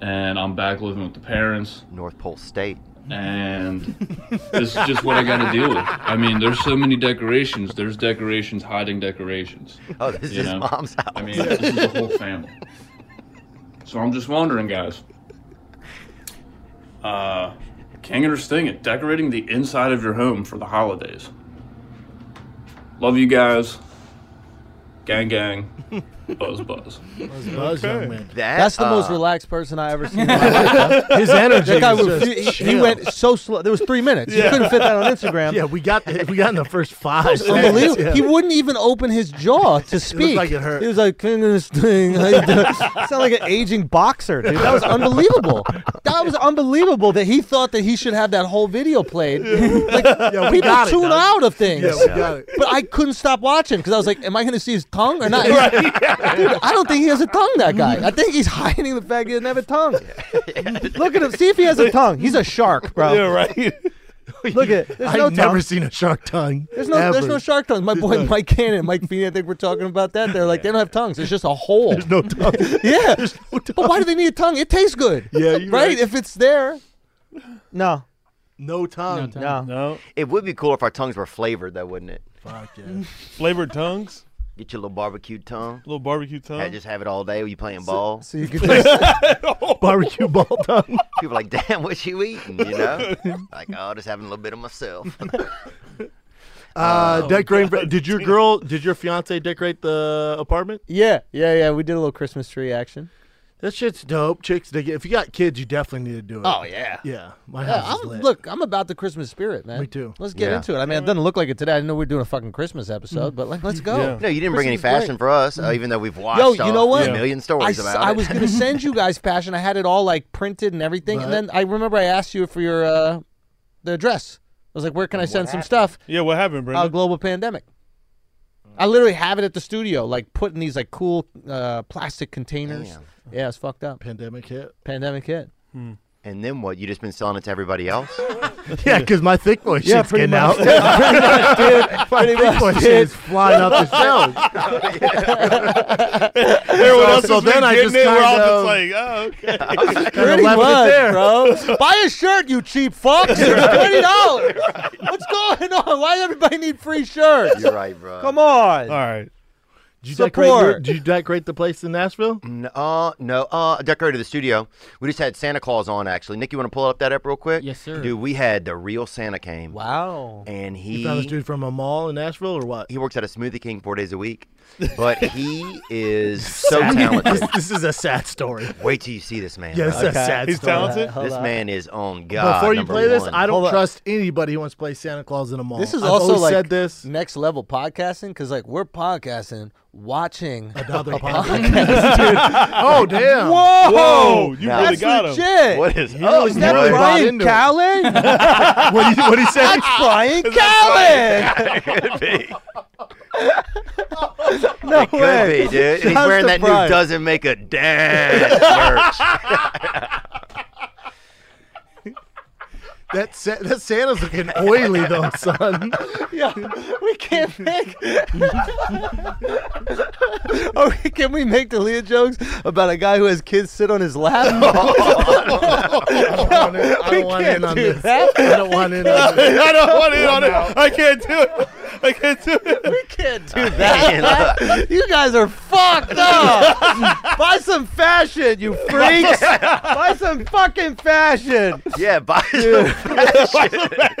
G: and I'm back living with the parents.
D: North Pole State.
G: and
B: (laughs)
G: this is just what I got to deal with. I mean, there's so many decorations. There's decorations hiding decorations.
D: Oh, this is
G: You
D: his
G: know?
D: mom's house.
G: I mean, this is the whole family. So I'm just wondering, guys. Uh, King it or Sting it, decorating the inside of your home for the holidays. Love you guys. Gang,
A: (laughs)
G: gang. Buzz, buzz.
B: Buzz, young man.
D: That,
A: That's the most
D: uh,
A: relaxed person I ever
B: (laughs)
A: seen. in my life.
B: His energy.
A: That guy
B: is
A: was,
B: just
A: he, he
B: chill.
A: went so slow. There was three minutes. (laughs) You couldn't fit that on Instagram.
B: Yeah, we got we got in the first five. seconds.
A: Unbelievable.
B: (laughs) Yeah.
A: He wouldn't even open his jaw to speak.
B: like (laughs) it hurt.
A: He was like, "King of this thing." (laughs) how you doing?" Sound like an aging boxer, dude. That was
E: (laughs)
A: unbelievable. That was unbelievable that he thought that he should have that whole video played. Like,
B: Yeah, we
A: people
B: got it,
A: tune
B: Doug.
A: out of things.
B: Yeah, we got it.
A: But I couldn't stop watching because I was like, "Am I going to see his tongue or
B: (laughs)
A: not?" Dude, I don't think (laughs) he has a tongue. That guy. I think he's (laughs) hiding the fact he doesn't have a tongue. Look at him. See if he has a tongue. He's a shark, bro.
E: Yeah, right.
A: Look at. There's
B: I've
A: no tongue.
B: never seen a shark tongue.
A: There's no,
B: ever.
A: there's no shark tongues. My boy Mike Cannon, and Mike Feeney, I think we're talking about that. They're like, they don't have tongues. It's just a hole.
B: There's no tongue.
A: (laughs) yeah.
B: no
A: But why do they need a tongue? It tastes good.
B: Yeah, you're right.
A: If it's there. No.
B: No tongue.
F: tongue.
A: No.
E: No
D: It would be cool if our tongues were flavored, though, wouldn't it?
B: Fuck yeah.
E: flavored tongues,
D: Get your little barbecue tongue.
E: little barbecue tongue.
D: I just have it all day. when You playing ball?
A: So you could just,
B: (laughs) Barbecue ball tongue.
D: People are like, damn, what you eating?
B: (laughs)
D: You know, like, oh, just having a little bit of myself. (laughs)
E: Oh.
B: Uh, decorating. did your girl? Did your fiance decorate the apartment?
A: yeah, yeah, yeah. We did a little Christmas tree action.
B: That shit's dope. Chicks dig it. If you got
E: (laughs)
B: kids, you definitely need to do it.
D: oh yeah.
B: yeah. My
A: Yeah,
B: house is
A: I'm,
B: lit.
A: look, I'm about the Christmas spirit, man.
B: Me too.
A: Let's get
D: Yeah.
A: into it. I mean, it doesn't look like it today. I didn't know we were doing a fucking Christmas
B: Mm.
A: episode, but like,
B: (laughs)
A: let's go.
E: Yeah.
D: No, you didn't bring any
A: Christmas is
D: fashion for us, uh, even though we've watched.
A: Yo, you
D: uh,
A: know what?
D: A million stories
A: I, s-
D: about
A: I
D: it.
A: was gonna send you guys fashion. I had it all like printed and everything, and then I remember I asked you for your uh, the address. I was like, "Where can I send some stuff?"
E: yeah, what happened,
A: Uh,
E: Brendan?
A: global pandemic. I literally have it at the studio, like putting these like cool uh, plastic containers.
D: Damn.
A: Yeah, it's fucked up.
B: Pandemic hit.
A: Pandemic hit.
E: Hmm.
D: and then what? You just been selling it to everybody else?
B: (laughs) Yeah, because my thick boy
A: Yeah,
B: shit's
A: (laughs) pretty
B: getting
A: much,
B: out.
A: dude.
D: (laughs)
B: my
A: Pretty
B: thick boy
A: much,
B: shit
A: dude.
B: is flying
E: (laughs)
B: up the
D: (laughs)
B: shelves.
A: (laughs)
B: (laughs)
E: Everyone
B: so-
E: else
B: so
E: has been
B: then I
E: getting
B: just
E: it. We're all
B: kind of-
E: just like,
B: (laughs)
E: oh, okay.
A: Pretty
B: left it
A: much,
B: there. (laughs)
A: bro. Buy a shirt, you cheap fucks. It's twenty dollars. What's going on? Why does everybody need free shirts?
D: You're right, bro.
A: Come on.
E: all right.
B: Did you decorate your,
A: Support.
B: Did you decorate the place in Nashville?
D: No, uh, no, uh, I decorated the studio. We just had Santa Claus on, actually. Nick, you want to pull up that up real quick?
F: Yes, sir.
D: Dude, we had the real Santa came.
A: Wow.
D: And
B: You
D: he
B: found this dude from a mall in Nashville or what?
D: he works at a Smoothie King four days a
B: (laughs)
D: week, but he is so talented.
B: this, this is a sad story.
D: Wait till you see this man.
B: Yeah, this
D: bro.
B: is a sad
E: He's
B: story. Uh,
E: talented.
A: Hold
D: This
A: on.
D: man is on God.
B: Before you
D: number
B: play this,
D: one.
B: I don't
A: Hold up.
B: trust anybody who wants to play Santa Claus in a mall.
A: This is
B: I've
A: also
B: always
A: like
B: said this.
A: next level podcasting because like we're podcasting watching.
B: Another podcast.
D: (laughs)
B: dude. (laughs) Oh damn!
A: Whoa,
E: Whoa, you
D: Nah.
E: really
A: that's
E: got
A: (laughs)
E: him.
A: legit.
D: What is
B: He really
D: up,
A: Is that
B: Really
D: bro?
B: bought
A: Brian
B: into it.
A: Callen?
B: (laughs) What do you, what do you say? (laughs)
A: That's Brian Callen.
D: (laughs) Could be.
A: No
D: Could
A: way.
D: be, dude. And he's
A: Shouts
D: wearing
A: to
D: that new
A: Brian.
D: doesn't make a damn merch.
B: (laughs) That, Sa- that Santa's looking oily though, son.
A: (laughs) Yeah, we can't make.
B: (laughs)
A: oh, can we make the Leah jokes about a guy who has kids sit on his
B: (laughs)
A: lap?
B: I don't want in, I
A: (laughs) we
B: don't want
A: can't
B: in on
A: do
B: this.
A: that.
B: I don't want in
E: (laughs)
B: on this.
A: (laughs)
E: I don't want in on it. I can't do it. I can't do it.
A: We can't do
E: (laughs)
A: that. you guys are fucked
E: (laughs)
A: up. Buy some fashion, you freaks. Buy some fucking fashion.
D: Yeah, buy some (laughs) fashion.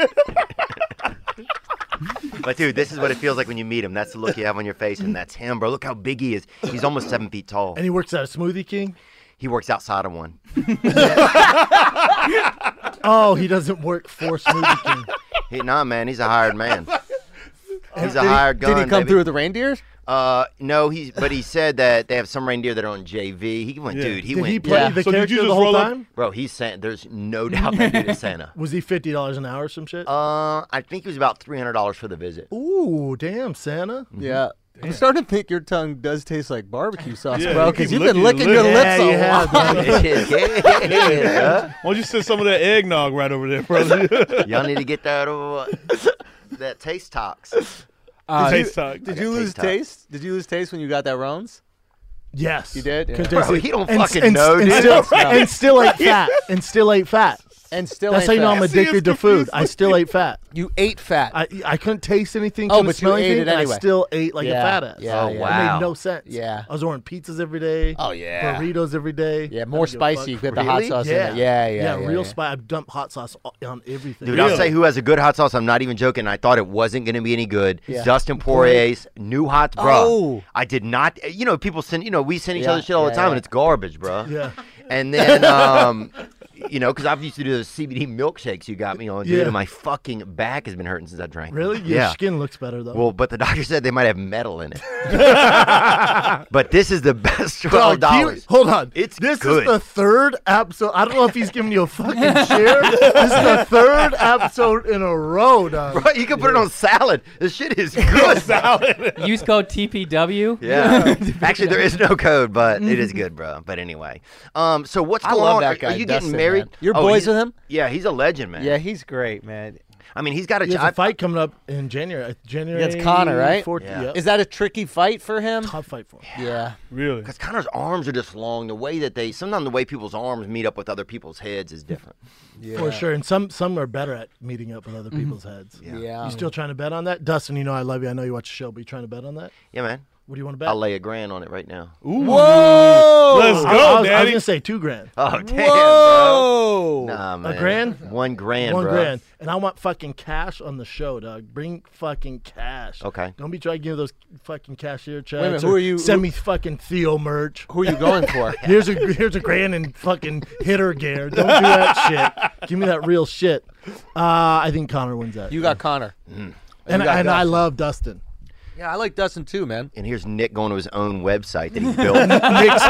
D: But dude, this is what it feels like when you meet him. That's the look you have on your face, and that's him, bro. Look how big he is. He's almost seven feet tall.
B: And he works at a Smoothie King.
D: He works outside of one.
B: Oh, he doesn't work for Smoothie King.
D: He, nah, man, he's a hired man. He's a hired gun.
A: Did he come
D: baby.
A: through with the reindeers?
D: Uh, no, he's but he said that they have some reindeer that are on JV. He went,
E: Yeah.
D: dude. He
B: Did
D: went,
B: he play
A: Yeah.
B: the
E: So did
B: character
E: you just
B: the whole
E: roll up-
B: time?
D: bro. He's Santa. There's no doubt that dude
B: (laughs)
D: is Santa.
B: Was he fifty dollars an hour or some shit?
D: Uh, I think he was about three hundred dollars for the visit.
B: Ooh, damn, Santa.
A: Yeah. I'm starting to think your tongue does taste like barbecue sauce,
E: Yeah,
A: bro,
E: you
A: because
E: keep
A: you've been
E: licking-
A: licking your
E: licking.
A: lips
B: Yeah,
A: a
B: you
A: lot.
B: have,
A: (laughs)
B: man.
D: Yeah,
E: Why don't you send some of that eggnog right over there, brother?
D: huh? Y'all need to get that uh,
E: (laughs)
A: (laughs)
D: that
B: (laughs)
D: taste tox.
A: Uh,
E: Taste talk.
A: Did
D: got
A: you
D: taste
A: lose
D: talk.
A: taste? Did you lose taste when you got that Rones?
B: Yes,
A: You did? Yeah.
B: Couldn't
D: Bro,
B: taste it.
D: he don't
B: And-
D: fucking
A: (laughs)
B: and-
D: know,
B: and Still,
D: dude.
B: and still ate fat. And still ate fat.
A: and still
B: That's how
A: ain't
B: you know
A: fat.
B: I'm addicted to food. I still ate fat.
A: (laughs) You ate fat.
B: I I couldn't taste anything.
A: Oh,
B: couldn't
A: but you
B: smell
A: ate it
B: anything, and I
A: anyway.
B: still ate like
A: Yeah,
B: a fat ass.
A: yeah, Oh, yeah.
D: wow.
B: It made no sense.
A: Yeah.
B: I was ordering pizzas every day.
A: Oh, yeah.
B: burritos every day.
A: yeah, more spicy. Get the hot
D: Really?
A: sauce
B: Yeah.
A: in it. Yeah, yeah, yeah.
B: real
A: yeah.
B: spice. I dump hot sauce o- on everything.
D: Dude, I'll say who has a good hot sauce. I'm not even joking. I thought it wasn't going to be any good.
A: Yeah.
D: Dustin Poirier's new hot, bruh.
A: Oh.
D: I did not. You know, people send. You know, we send each
A: Yeah,
D: other shit all
A: yeah,
D: the time,
A: yeah.
D: and it's garbage,
B: (laughs)
D: bruh.
B: Yeah.
D: And then, um, you know, because I've used to do those CBD milkshakes you got me on, dude.
B: Yeah.
D: And my fucking back has been hurting since I drank. them.
B: Really? Your
D: Yeah.
B: skin looks better though.
D: Well, but the doctor said they might have
B: (laughs)
D: metal in it. but this is the best twelve
B: Dog, you-
D: dollars.
B: hold on.
D: It's
B: this
D: good.
B: is the third episode. I don't know if he's giving you a fucking share. this is
D: (laughs)
B: the third episode in a row, dog.
D: Bro, you can put it on salad. This shit is (laughs) good.
F: (laughs) Use code TPW. (laughs)
D: Yeah. Actually, there is no (laughs) code, but
B: (laughs)
D: it is good, bro. But anyway, um, so what's
A: I
D: going
A: love
D: on?
A: that
D: Are-
A: guy,
D: Are you
A: Dustin,
D: getting married?
A: man. You're
D: Oh,
A: boys
D: he's-
A: with him?
D: Yeah, he's a legend, man.
A: Yeah, he's great, man.
D: I mean, he's got a.
B: He
D: j-
B: has
D: I-
B: a fight coming up in January. uh, January
A: Against Connor, right?
B: 14th.
D: Yeah.
B: Yep.
A: Is that a tricky fight for him?
B: tough fight for him.
A: Yeah.
E: Really?
D: Because Connor's arms are just long. The way that they sometimes the way people's arms meet up with other people's heads
B: (laughs)
D: is different.
B: for sure. And some some are better at meeting up with other people's heads.
D: Yeah.
A: Mm-hmm. Yeah.
B: You still trying to bet on that, Dustin? You know I love you. I know you watch the show, but you trying to bet on that?
D: Yeah, man.
B: What do you want to bet?
D: I'll lay a grand on it right now.
A: Whoa!
E: Let's
B: I, I was,
E: go,
B: I was
E: Daddy.
B: gonna say two grand,
D: Oh damn,
A: Whoa!
D: bro. Nah, man.
B: grand?
D: One grand,
B: one
D: bro.
B: grand, and I want fucking cash on the show, dog. Bring fucking cash.
D: Okay.
B: Don't be trying to give those fucking cashier checks.
A: minute,
B: or
A: who are you-
B: Send
A: who-
B: me (laughs) fucking Theo merch.
A: Who are you (laughs) going for?
B: Here's a here's a grand and fucking hitter gear. Don't do that shit. Give me that real shit. Uh, I think Connor wins that.
A: You got Connor.
B: and
D: you got
B: and I
D: Dustin.
B: love Dustin.
A: Yeah, I like Dustin too, man.
D: And here's Nick going to his own
A: (laughs)
D: website that he built
B: Nick's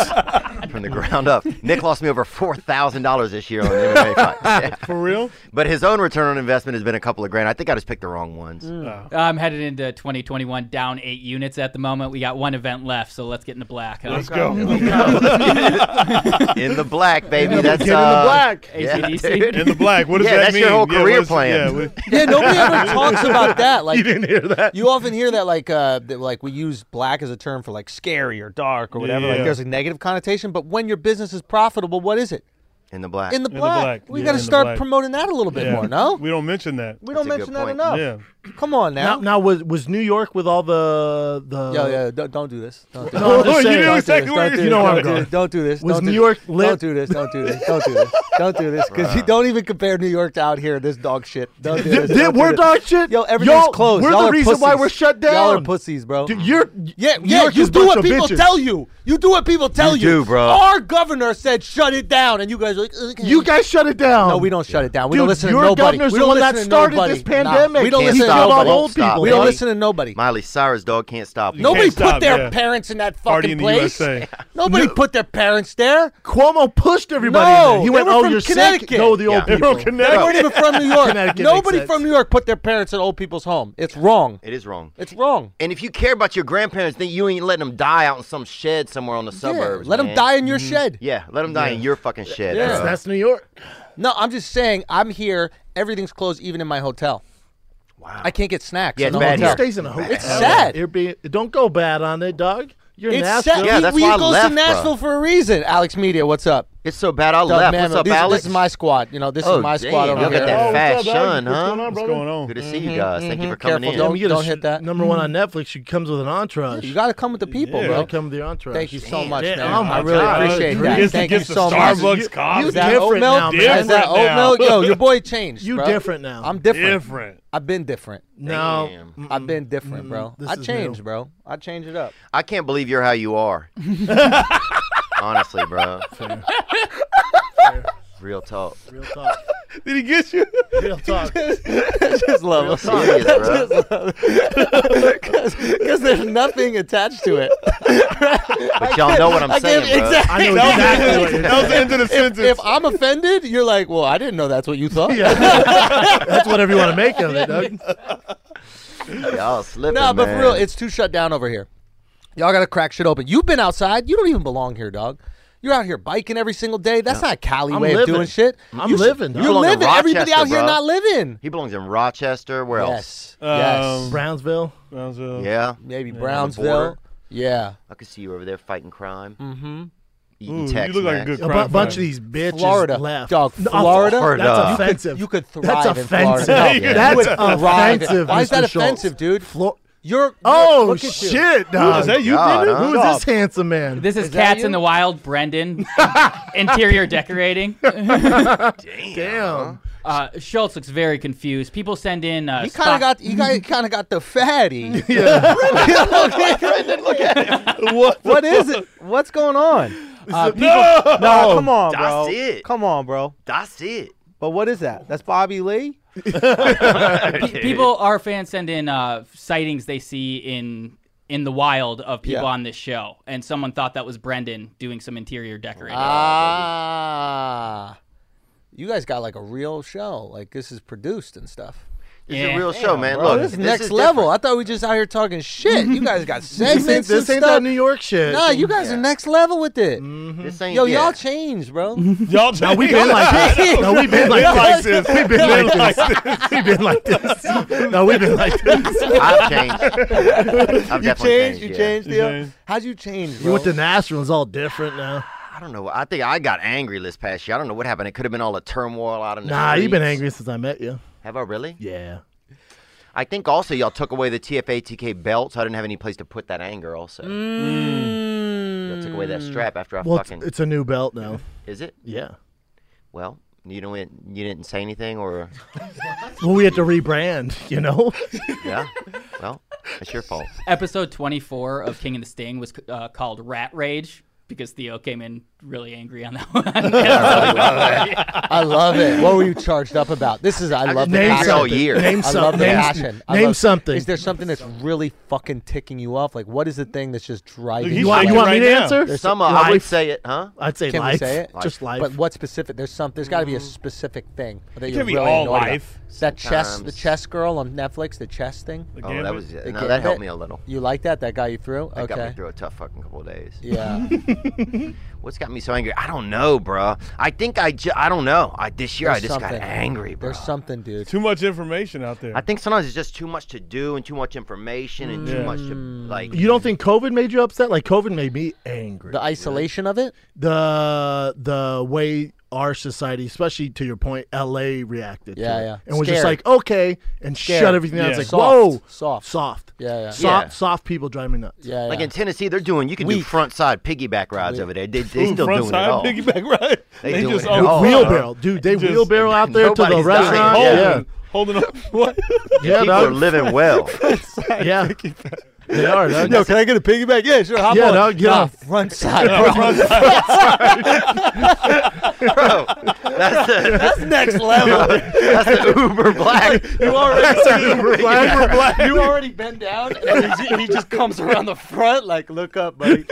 B: picks.
D: (laughs) from the ground up. Nick lost me over four thousand dollars this year on
A: (laughs)
D: MMA fights. Yeah.
E: For real?
D: But his own return on investment has been a couple of grand. I think I just picked the wrong ones.
B: Oh.
F: I'm headed into 2021 down eight units at the moment. We got one event left, so let's get in the black. Huh?
E: Let's (laughs)
D: (laughs)
E: go.
D: In the black, baby.
B: Get
D: That's
B: in the
D: uh,
B: black.
D: Yeah,
F: ACDC.
D: dude.
E: In the black. What does
D: Yeah,
E: that
D: that's
E: mean?
D: your whole
E: Yeah, what
D: career
E: is-
D: plan.
E: yeah, what-
A: Yeah, nobody
E: (laughs)
A: ever talks about that. Like
B: You didn't hear that.
A: You often hear that, like, uh, that, like we use black as a term for like scary or dark or whatever. Like,
E: Yeah.
A: there's a negative connotation. But when your business is profitable, what is it?
D: In the black.
A: In the black.
E: black.
A: We
E: Yeah,
A: got to
E: in the
A: start
E: black.
A: promoting that a little bit
E: yeah.
A: more. No, we,
E: We don't mention that.
A: don't
D: That's a
A: mention
D: good
A: that
D: point.
A: enough.
E: Yeah.
A: Come on
B: Now,
A: now.
B: now was was New York with all the the
A: Yo, yeah, don't, don't do this. Don't do this.
B: No,
A: (laughs)
B: I'm just
E: (laughs) Oh, you
B: saying.
E: knew
B: Don't do
E: exactly
B: this.
E: where
B: Don't do
E: you- you
B: this.
E: know where
B: Don't
E: I'm
B: do
E: going.
B: this.
A: Don't do this.
B: Was
A: don't
B: New
A: do
B: York
A: this.
B: lit?
A: Don't do this. Don't do this. Don't do this. Don't do this. Because you don't even compare New York to out here. This dog shit. Don't do this.
B: Did-
A: don't do
B: we're
A: this.
B: dog shit?
A: Yo, everything's
B: Y'all-
A: closed.
B: we're
A: Y'all
B: the
A: are
B: reason why
A: pussies.
B: we're shut
A: Y'all are
B: down.
A: pussies, bro.
B: Dude, you're
A: yeah,
B: New
A: yeah.
B: York
A: You
B: is a
A: do
B: bunch
A: what
B: of
A: people
B: bitches.
A: tell you. You do what people tell you,
D: You do, bro.
A: Our governor said shut it down, and you guys are like, okay.
B: You guys shut it down.
A: No, we don't shut it down. We
B: Dude,
A: don't listen to
B: your
A: nobody.
B: governor's
A: we
B: the
A: don't
B: one that
A: listen to
B: started
A: nobody.
B: this pandemic.
A: Nah, we don't
D: Can't
A: listen to
D: stop
A: nobody.
D: it. Old people.
A: We don't
D: Nobody.
A: listen to nobody.
D: Miley Cyrus dog can't stop. you.
A: Nobody
E: can't
A: put
E: stop,
A: their
E: yeah.
A: parents in that fucking
E: Party in the
A: place.
E: USA.
A: Nobody put their parents there.
B: Cuomo pushed everybody.
A: No,
B: in there. he
A: they
B: went,
A: were
B: "Oh,
A: from
B: you're sick."
A: Connecticut.
B: Go the old
D: Yeah.
E: They were
B: people.
A: They
E: connected.
A: weren't even from
B: (laughs)
A: New York.
B: Connecticut
A: Nobody
B: makes
A: from
B: sense.
A: New York put their parents in old people's home. It's wrong.
D: It is wrong.
A: It's wrong.
D: And if you care about your grandparents, then you ain't letting them die out in some shed somewhere on the suburbs.
A: Yeah, let them
D: man.
A: die in your shed.
D: Yeah, let them die in your fucking shed.
A: Yeah.
D: bro.
B: That's, that's New York.
A: No, I'm just saying. I'm here. Everything's closed, even in my hotel.
D: Wow.
A: I can't get snacks.
D: Yeah,
A: in
D: it's
A: the
D: bad
A: hotel.
D: here.
B: Stays in a hotel.
A: It's sad.
B: Airbnb- don't go bad on it, dog. You're an
A: It's
B: Nashville.
A: sad.
D: Yeah,
A: He-
D: that's
A: he
D: why I
A: goes
D: left,
A: to
D: bro.
A: Nashville for a reason. Alex Media, what's up?
D: It's so bad I
A: Doug
D: left.
A: Mammon,
D: What's up,
A: these-
D: Alex?
A: This is my squad. You know, this
D: Oh,
A: is my
D: dang,
A: squad over
D: look
A: here. Mm-hmm,
D: at that
E: Oh,
D: fat
E: what's up, dog?
D: shun,
E: What's
D: huh?
E: going on,
D: What's
E: brother?
D: going
E: on?
D: Good to see you guys. Thank you for coming
A: Careful,
D: in.
A: don't-
B: You get a
A: hit that. Mm-hmm.
B: Number one on Netflix. She comes with an entourage.
A: You got to come with the people,
E: Yeah.
A: bro.
B: Gotta come with the entourage.
A: Thank you so much,
B: Yeah,
A: man.
B: oh my
A: I really
B: God.
A: appreciate
E: Dude,
A: that.
E: gets to
A: Thank
E: get
A: you
E: the
A: so much.
E: Starbucks
A: You-
E: coffee.
A: Is that
B: different
A: oat milk?
B: now,
A: Is
E: man.
A: that oat
E: Different now.
A: milk? Yo, your boy changed.
B: You
A: bro.
B: different now.
A: I'm different.
E: Different.
A: I've been different.
B: No,
D: Damn.
B: mm-mm.
A: I've been different, bro.
B: this
A: I
B: is new.
A: changed, bro. I changed it up.
D: I can't believe you're how
A: (laughs)
D: you are. Honestly, bro. Real talk.
B: Real talk.
E: Did he get you?
B: (laughs) Real
A: (laughs)
B: talk.
D: (laughs)
A: Just love it. (laughs)
D: Serious,
A: Because
D: bro.
A: there's nothing attached to it.
D: But y'all know what I'm
A: I
D: saying,
A: can't,
D: bro.
A: exactly. (laughs)
B: I know
E: That
B: exactly
E: was
B: what
E: the-
B: you're
E: that was the end of the sentence.
A: If I'm offended, you're like, well, I didn't know that's what you thought.
B: Yeah. (laughs) That's whatever you want to make
A: (laughs)
B: of it, Doug.
D: Y'all slipping,
A: No, but for
D: man.
A: real, it's too shut down over here. Y'all gotta crack shit open. You've been outside. You don't even belong here, dog. You're out here biking every single day. That's not a Cali
B: I'm
A: way
B: living.
A: of doing shit.
B: I'm
A: You should-
B: living, dog.
A: You're
D: Belong in
A: living. Everybody out
D: Rochester,
A: here
D: bro.
A: not
D: (laughs)
A: living.
D: He belongs in Rochester. Where else?
A: Yes. yes.
E: Um,
B: Brownsville.
E: Brownsville.
D: Yeah.
A: Maybe
D: border.
B: (laughs)
A: Brownsville. Yeah.
D: I could see you over there fighting crime. Mm-hmm. eating
E: Ooh,
D: text.
E: you look like
D: man.
E: a good
B: A
E: crime
B: bu- bunch of
E: fighter.
B: these bitches
A: Florida,
B: left.
A: dog,
B: No,
A: Florida?
D: Florida.
B: That's
D: You
A: could-
B: offensive.
A: You could thrive
B: That's
A: in Florida.
B: offensive.
A: dog.
E: Yeah.
A: You
B: (laughs) That's
A: would thrive in-
B: offensive.
A: Why is that
B: Mr. Schultz.
A: offensive, dude?
B: Flo-
A: You're
B: oh
A: look at you.
B: shit,
E: Ooh,
B: dog.
E: is that you,
D: God,
E: Brendan?
D: huh?
B: Who is this handsome man?
F: This is,
A: Is that
F: Cats in
A: you?
F: the
A: (laughs)
F: Wild, Brendan. Interior decorating.
B: Damn.
F: Uh, Schultz looks very confused. People send in. Uh,
A: He kind of
F: stock-
A: got he kind of got the
F: (laughs)
A: fatty. (laughs)
E: What?
A: what is it? What's going on?
E: No!
A: No, come on,
D: That's
A: bro.
D: it.
A: Come on, bro.
D: That's it.
A: But what is that? That's Bobby (laughs)
D: (laughs)
A: Lee.
F: people our fans send in uh, sightings they see in in the wild of people
A: Yeah.
F: on this show and someone thought that was brendan doing some interior decorating
A: Ah, you guys got like a real show. Like this is produced and stuff.
D: It's
F: Yeah.
D: a real show, man.
A: Bro,
D: Look,
A: this is
D: this
A: next
D: is
A: level. I thought we just out here talking shit. You guys
B: (laughs)
A: got
B: This ain't,
A: segments
B: this
A: and
B: ain't
A: stuff.
B: that New York shit.
A: Nah, you guys are next level with it.
D: different. This ain't,
A: Yo,
D: yeah.
A: y'all changed,
B: (laughs)
A: bro.
E: Mm-hmm. Y'all
B: No, we've been (laughs) like
E: (laughs)
B: this. No, we've been like
E: like
B: this.
E: this.
B: We've been like this. We've been like (laughs)
F: (laughs)
B: this. No, we've been like this.
D: I've changed. I've
A: you
D: definitely
A: changed. You
D: yeah.
A: changed, Theo.
E: changed.
A: How'd you change? Bro?
B: You went to Nashville. It's all different now.
D: I don't know. I think I got angry this past year. I don't know what happened. It could have been all the turmoil out in the
B: Nah, you've been
D: streets.
B: angry since I met you.
D: Have I really?
B: Yeah.
D: I think also y'all took away the TFATK belt, so I didn't have any place to put that anger. Also,
A: Mm.
D: y'all took away that strap after I
B: Well, it's,
D: fucking.
B: it's a new belt now.
D: is it?
B: Yeah.
D: Well, you know, it, you didn't say anything, or
B: Well, we had to rebrand, (laughs) you know?
D: (laughs) yeah. well, it's your fault.
F: episode 24 of king of the sting was uh, called rat rage because theo came in really angry on (laughs) that
D: (laughs)
F: one
A: (laughs) I love it. What were you charged up about? This is I love the
B: Name
A: passion.
D: all
B: something.
D: year.
B: Name
A: I love
B: something.
A: the
B: Name-
A: passion. I
B: Name
A: love-
B: something.
A: Is there something that's really fucking ticking you off? Like, what is the thing that's just driving
E: Look,
A: you?
B: you want,
E: Like
B: you want me
E: right
B: to
E: now.
B: answer?
D: Some uh, I would
B: Life.
D: say it, huh?
B: I'd say
A: Can we
B: life.
A: say it?
B: Just life.
A: But what specific? There's some. There's got to be a
D: Mm.
A: specific thing that you're
E: can't be
A: really
E: all
A: annoyed about.
E: life.
A: That chess, the
D: Sometimes.
A: chess girl on Netflix, the chess thing.
D: Oh, that was no,
A: get
D: that helped
A: it.
D: me a little.
A: You like that? That got you through?
D: That
A: okay.
D: got me through a tough fucking couple of days.
A: Yeah.
D: (laughs) What's got me so angry? I don't know, bruh. I think I ju- I don't know. I this year I
A: There's
D: just
A: something.
D: got angry, bro.
A: There's something, dude.
E: too much information out there.
D: I think sometimes it's just too much to do and too much information and too much to
A: Mm.
D: like.
B: You don't think COVID made you upset? Like COVID made me angry.
A: The isolation of it.
B: The the way our society, especially to your point, LA reacted.
A: Yeah,
B: to it
A: yeah.
B: and was just
A: Scared.
B: like okay, and shut
A: Scared.
B: everything down.
E: Yeah.
B: It's
A: Soft.
B: like whoa,
A: Soft.
B: soft,
A: Yeah, yeah.
B: soft,
D: Yeah.
B: soft. People drive me nuts.
A: Yeah.
D: Like
A: yeah.
D: in Tennessee, they're doing. You can do
A: Weak.
D: front side piggyback rides over there. They,
E: (laughs)
D: they
E: Ooh,
D: still
E: front
D: doing
E: side,
D: it all.
E: piggyback ride.
D: They doing
E: just
D: it all.
E: all-
D: Oh,
B: wheelbarrow, dude. They
E: Just-
B: wheelbarrow out there to the
D: Nobody's dying.
B: restaurant.
E: holding,
B: Yeah,
E: holding on.
A: (laughs)
E: What?
B: yeah,
D: People are
B: dog.
D: living well.
B: yeah. They are. Dog.
A: Yo, can I get a piggyback? Yeah, sure. Hop
B: Yeah,
A: on.
B: dog, get
A: Nah,
B: on. (laughs)
A: front side, bro.
D: Bro, that's the,
A: Next level.
D: that's the Uber Black. You already
B: Black, black.
A: you already bend down, and he, he just comes around the front, like, look up, buddy.
B: (laughs)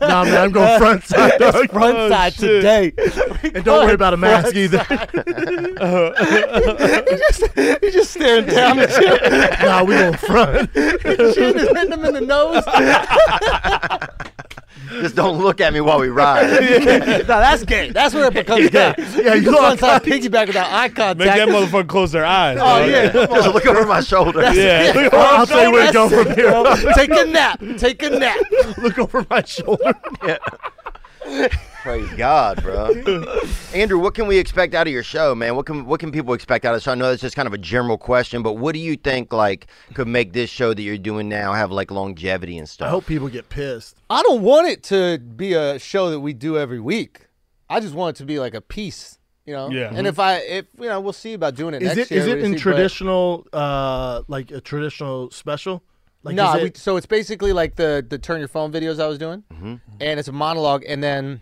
B: Nah, man,
A: (laughs)
B: I'm going front side, (laughs) dog.
A: Front
E: Oh,
A: side
E: shit.
A: today.
B: And don't worry about a mask either. (laughs)
A: (laughs) He's just staring down at you.
B: (laughs) nah, we going front.
A: Chin is hitting him in the nose.
B: (laughs)
D: Just don't look at me while we ride.
B: (laughs)
A: no, that's gay. That's where it becomes gay.
B: Yeah, you go
A: Front side
B: outside.
A: piggyback without eye
E: Make
A: contact.
E: that motherfucker close their eyes.
A: oh,
E: dog.
A: yeah.
D: Just look over my shoulder.
E: Yeah. Look at
B: I'll
E: our
B: tell you where to
E: shoulders.
B: go from here.
A: Bro, Take a nap. Take a
E: (laughs)
A: nap.
B: Look over my shoulder.
D: Praise God, bro. Andrew, what can we expect out of your show, man? What can what can people expect out of the show? I know that's just kind of a general question, but what do you think like could make this show that you're doing now have like longevity and
B: I
D: stuff?
B: hope people get pissed.
A: I don't want it to be a show that we do every week. I just want it to be like a piece, you know.
E: Yeah.
A: And if I, if you know, we'll see about doing it
B: Is
A: next
B: it
A: year.
B: is it
A: we'll
B: in
A: see, but-
B: traditional uh like a traditional special? Like
A: no,
B: is
A: we,
B: it-
A: so it's basically like the the turn your phone videos I was doing,
E: Mm-hmm.
A: and it's a monologue, and then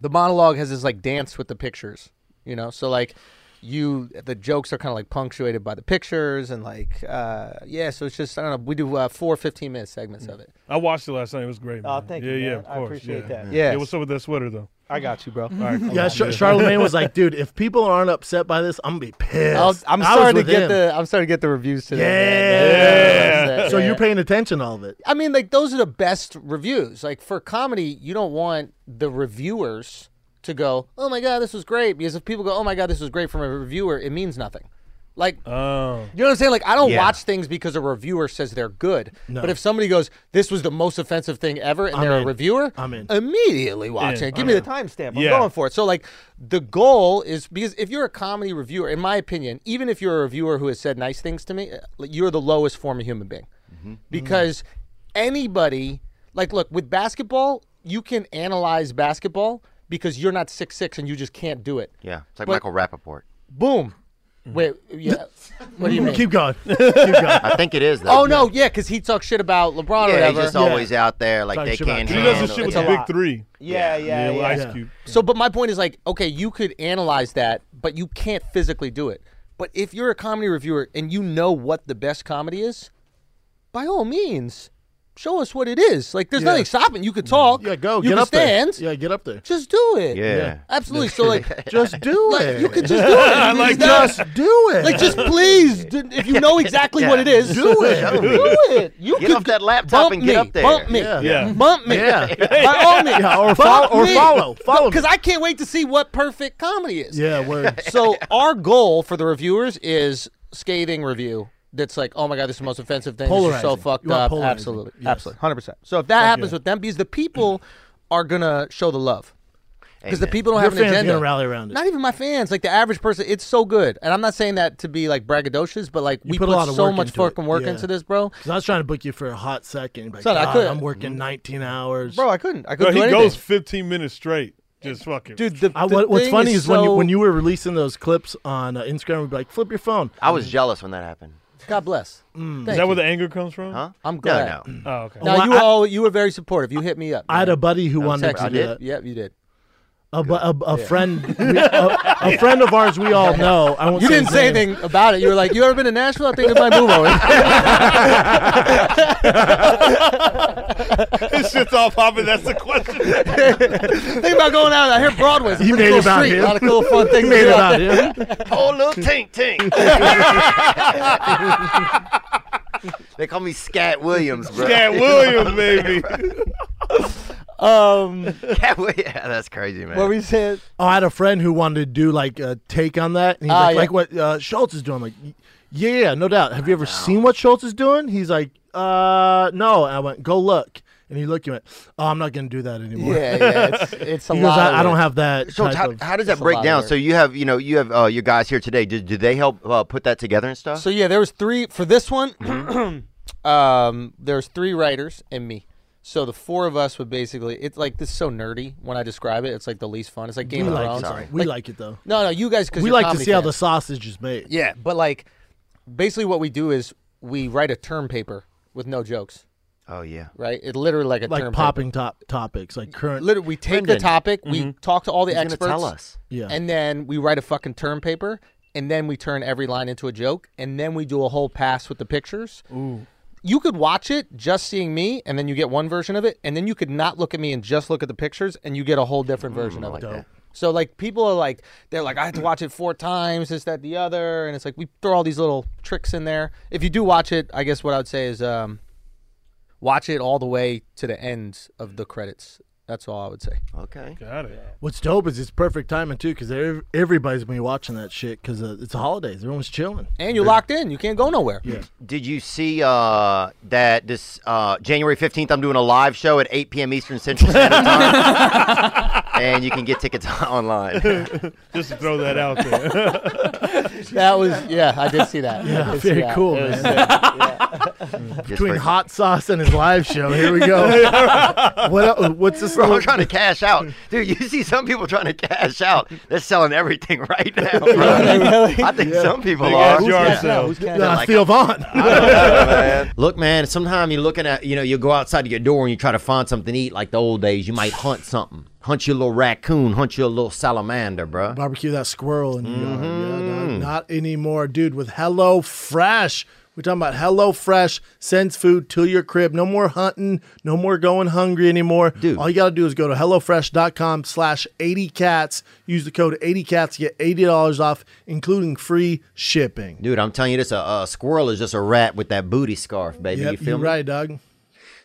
A: the monologue has this like dance with the pictures, you know. So like you, the jokes are kind of like punctuated by the pictures, and like uh yeah. So it's just I don't know. We do uh, four 15 minute segments of it.
E: I watched it last night. It was great. Man.
H: Oh, thank
E: yeah,
H: you,
E: Yeah,
H: man.
E: of
H: I
E: course.
H: appreciate
E: yeah.
H: that.
A: Yeah.
E: Yeah, what's up with that sweater though? Mm-hmm.
H: I got you, bro.
E: All right,
B: yeah, Char- Charlemagne was
A: (laughs)
B: like, dude, if people aren't upset by this, I'm gonna be pissed.
A: I was, I'm
B: I was
A: starting
B: with
A: to get
B: him.
A: the I'm starting to get the reviews today.
B: Yeah.
A: man. That's-
B: So
A: yeah.
B: you're paying attention to all of it.
A: I mean, like those are the best reviews. Like for comedy, you don't want the reviewers to go, "Oh my god, this was great," because if people go, "Oh my god, this was great" from a reviewer, it means nothing. Like,
B: Oh.
A: you know what I'm saying? Like, I don't
D: Yeah.
A: watch things because a reviewer says they're good. But if somebody goes, "This was the most offensive thing ever," and they're
B: in.
A: a reviewer,
B: I'm in.
A: Immediately watch
B: In.
A: it. Give
B: I'm
A: me
B: in.
A: the timestamp. I'm
B: Yeah.
A: going for it. So, like, the goal is because if you're a comedy reviewer, in my opinion, even if you're a reviewer who has said nice things to me, uh, you're the lowest form of human being
C: Hmm?
A: because anybody, like, look with basketball, you can analyze basketball because you're not six six and you just can't do it.
D: Yeah, it's like
A: But-
D: Michael Rappaport.
A: Boom. Wait, yeah. (laughs) What do you mean?
B: Keep
D: (laughs)
B: going.
D: I think it is though.
A: Oh no, yeah, because he talks shit about LeBron or
D: Yeah, he's
A: whatever.
D: just always out there like
B: Talking
D: they
B: shit about
D: can't
B: He
E: He
D: handle.
E: does this shit with
D: it.
E: the big three.
C: Yeah, yeah,
E: with
C: yeah.
E: Ice Cube.
A: So, but my point is like, okay, you could analyze that, but you can't physically do it. But if you're a comedy reviewer and you know what the best comedy is, by all means, show us what it is. Like, there's nothing stopping. You could talk.
B: Yeah, go.
A: You
B: get
A: can
B: up
A: stand.
B: there. Yeah, get up there.
A: Just do it.
D: Yeah.
A: Absolutely. So
D: (laughs)
A: like,
B: Just do
A: like
B: it.
A: you could just do it. I
E: like
B: just do it.
A: Like just please, d- if (laughs) you
B: (laughs)
A: know exactly what it is, (laughs) do
B: it.
A: Do it. You
D: Get
A: could
D: off that laptop
A: bump
D: and get
A: me,
D: up there.
A: Bump me.
B: Yeah.
E: Yeah.
A: Bump me. (laughs)
B: Yeah.
A: By all means.
B: Yeah, or follow- or follow. Follow me.
A: Because I can't wait to see what perfect comedy is.
B: yeah,
A: (laughs)
B: word.
A: So our goal for the reviewers is scathing review. That's like, oh my god, this is the most offensive thing. This is so
B: Polarizing.
A: fucked
B: You want
A: up.
B: polarizing.
A: Absolutely,
B: Yes.
A: absolutely, hundred percent. So if that happens with them, because the people are gonna show the love, because the
D: Amen.
A: people don't
B: Your
A: have an
B: fans
A: agenda.
B: gonna rally around it.
A: Not even my fans, like the average person. It's so good, and I'm not saying that to be like braggadocious, but like we
B: put a lot of
A: so
B: work
A: much
B: into it.
A: fucking work
B: Yeah.
A: into this, bro.
B: 'Cause I was trying to book you for a hot second. But
A: Son, I couldn't.
B: I'm working 19 hours.
A: Bro, I couldn't. I
E: Bro,
A: couldn't
E: he
A: do anything.
E: goes 15 minutes straight. Just fucking.
A: Dude, the,
B: I,
A: the
B: what, what's
A: thing
B: funny is, when you
A: so-
B: when you were releasing those clips on uh, Instagram, we'd be like, "Flip your phone."
D: I was jealous when that happened.
A: God bless.
E: is that where the anger comes from?
D: Huh?
A: I'm (laughs) glad.
D: No, no.
E: Oh, okay.
A: Now
B: Well,
A: you
B: I-
A: were all, you were very supportive. You hit me up.
B: I had a buddy who
A: man. Texted
B: wanted to
A: you.
B: do that.
A: Yep, you did.
B: A, bu- a,
A: (laughs)
B: a friend, we- a, a friend of ours, we all know. I won't
A: You didn't
B: his
A: say
B: name.
A: anything about it. You were like, "You ever been to Nashville? I think it might move
B: (laughs)
A: over."
E: this shit's all popping. That's the question.
A: (laughs) think about going out. I hear Broadway's. A
B: You
A: pretty
B: made
A: cool
B: it about
A: street.
B: him.
A: A lot of cool, fun things.
B: Made
A: to
B: it
A: do out
B: out
A: there. (clears throat)
B: here.
D: Oh, little tink tink. (laughs) they call me Scat Williams, bro.
E: Scat Williams,
D: (laughs)
E: baby.
A: Um,
D: Scat Wi- (laughs) yeah, that's crazy, man.
A: what were you saying?
B: Oh, I had a friend who wanted to do like a take on that, and he's
A: Ah,
B: like,
A: yeah.
B: like what uh, Schultz is doing. I'm like, "Y- yeah, yeah, no doubt. Have you ever seen what Schultz is doing? He's like, uh, no. And I went, go look, and he looked. He went, oh, I'm not gonna do that anymore.
A: Yeah, yeah.
B: (laughs)
A: It's, it's a
B: He goes,
A: lot.
B: I, I
A: of
B: don't
A: it.
B: have that
D: so
B: type
D: how,
B: of.
D: how does that
A: a lot
D: break
A: of
D: down?
A: work.
D: So you have you know you have uh, your guys here today. Do, do they help uh, put that together and stuff?
A: So yeah, there was three for this one. um, there's three writers and me. So the four of us would basically. It's like this is so nerdy when I describe it. It's like the least fun. It's like Game
B: we
A: of
B: like
A: Thrones.
B: it.
D: Sorry.
B: We like it though.
A: No, no, you guys because
B: We like to see how the sausage is made.
A: Yeah, but like, basically, what we do is we write a term paper with no jokes,
D: oh yeah.
A: right? It literally like a
B: like
A: term
B: popping top topics, like current. Mm-hmm.
A: Paper. Literally, we take the
D: Brendan.
A: topic,
D: Mm-hmm.
A: we talk to all the
D: He's gonna
A: experts,
D: tell us.
B: Yeah.
A: and then we write a fucking term paper, and then we turn every line into a joke, and then we do a whole pass with the pictures. Ooh. You could watch it just seeing me, and then you get one version of it, and then you could not look at me and just look at the pictures, and you get a whole different version of it.
D: that.
A: So like people are like they're like I had to watch it four times this that the other and it's like we throw all these little tricks in there. If you do watch it, I guess what I would say is um, watch it all the way to the end of the credits. That's all I would say.
D: Okay.
E: Got it.
B: What's dope is it's perfect timing too, because everybody's gonna be watching that shit because uh, it's the holidays. Everyone's chilling.
A: And you're locked in. You can't go nowhere. Yeah.
D: Did you see uh, that this uh, January 15th? I'm doing a live show at 8 p.m. Eastern Central
A: (laughs)
D: Standard Time. and you can get tickets (laughs) online.
E: (laughs) Just to throw that out there.
A: (laughs)
D: (laughs)
A: That was yeah. I did see that. I did see
B: very
A: that.
B: cool,
A: It was
B: man.
A: sick.
B: (laughs)
D: Just
B: Between
D: for-
B: hot sauce and his live show, Oh, here we (laughs)
D: (laughs)
B: go. what el- what's this?
D: Bro,
B: little-
D: I'm trying to cash out. Dude, you see some people trying to cash out. They're selling everything right
B: (laughs)
D: now, bro. I think some people
E: Big
D: are.
E: ass yard sale.
B: Uh, Theo Vaughn. (laughs)
D: Look, man, sometimes you're looking at, you know, you go outside to your door and you try to find something to eat like the old days. You might hunt something. Hunt you a little raccoon, hunt you a little salamander, bro.
B: Barbecue that squirrel in your yard. Yeah, dog.
D: Mm.
B: not anymore, dude. With Hello Fresh, we're talking about Hello Fresh sends food to your crib. No more hunting. No more going hungry anymore.
D: Dude.
B: all you gotta do is go to hellofresh.com/80cats. slash 80 cats. Use the code 80cats to get eighty dollars off, including free shipping.
D: Dude, I'm telling you this, a, a squirrel is just a rat with that booty scarf, baby. you
B: Yep,
D: feel
B: you're
D: me?
B: right, dog.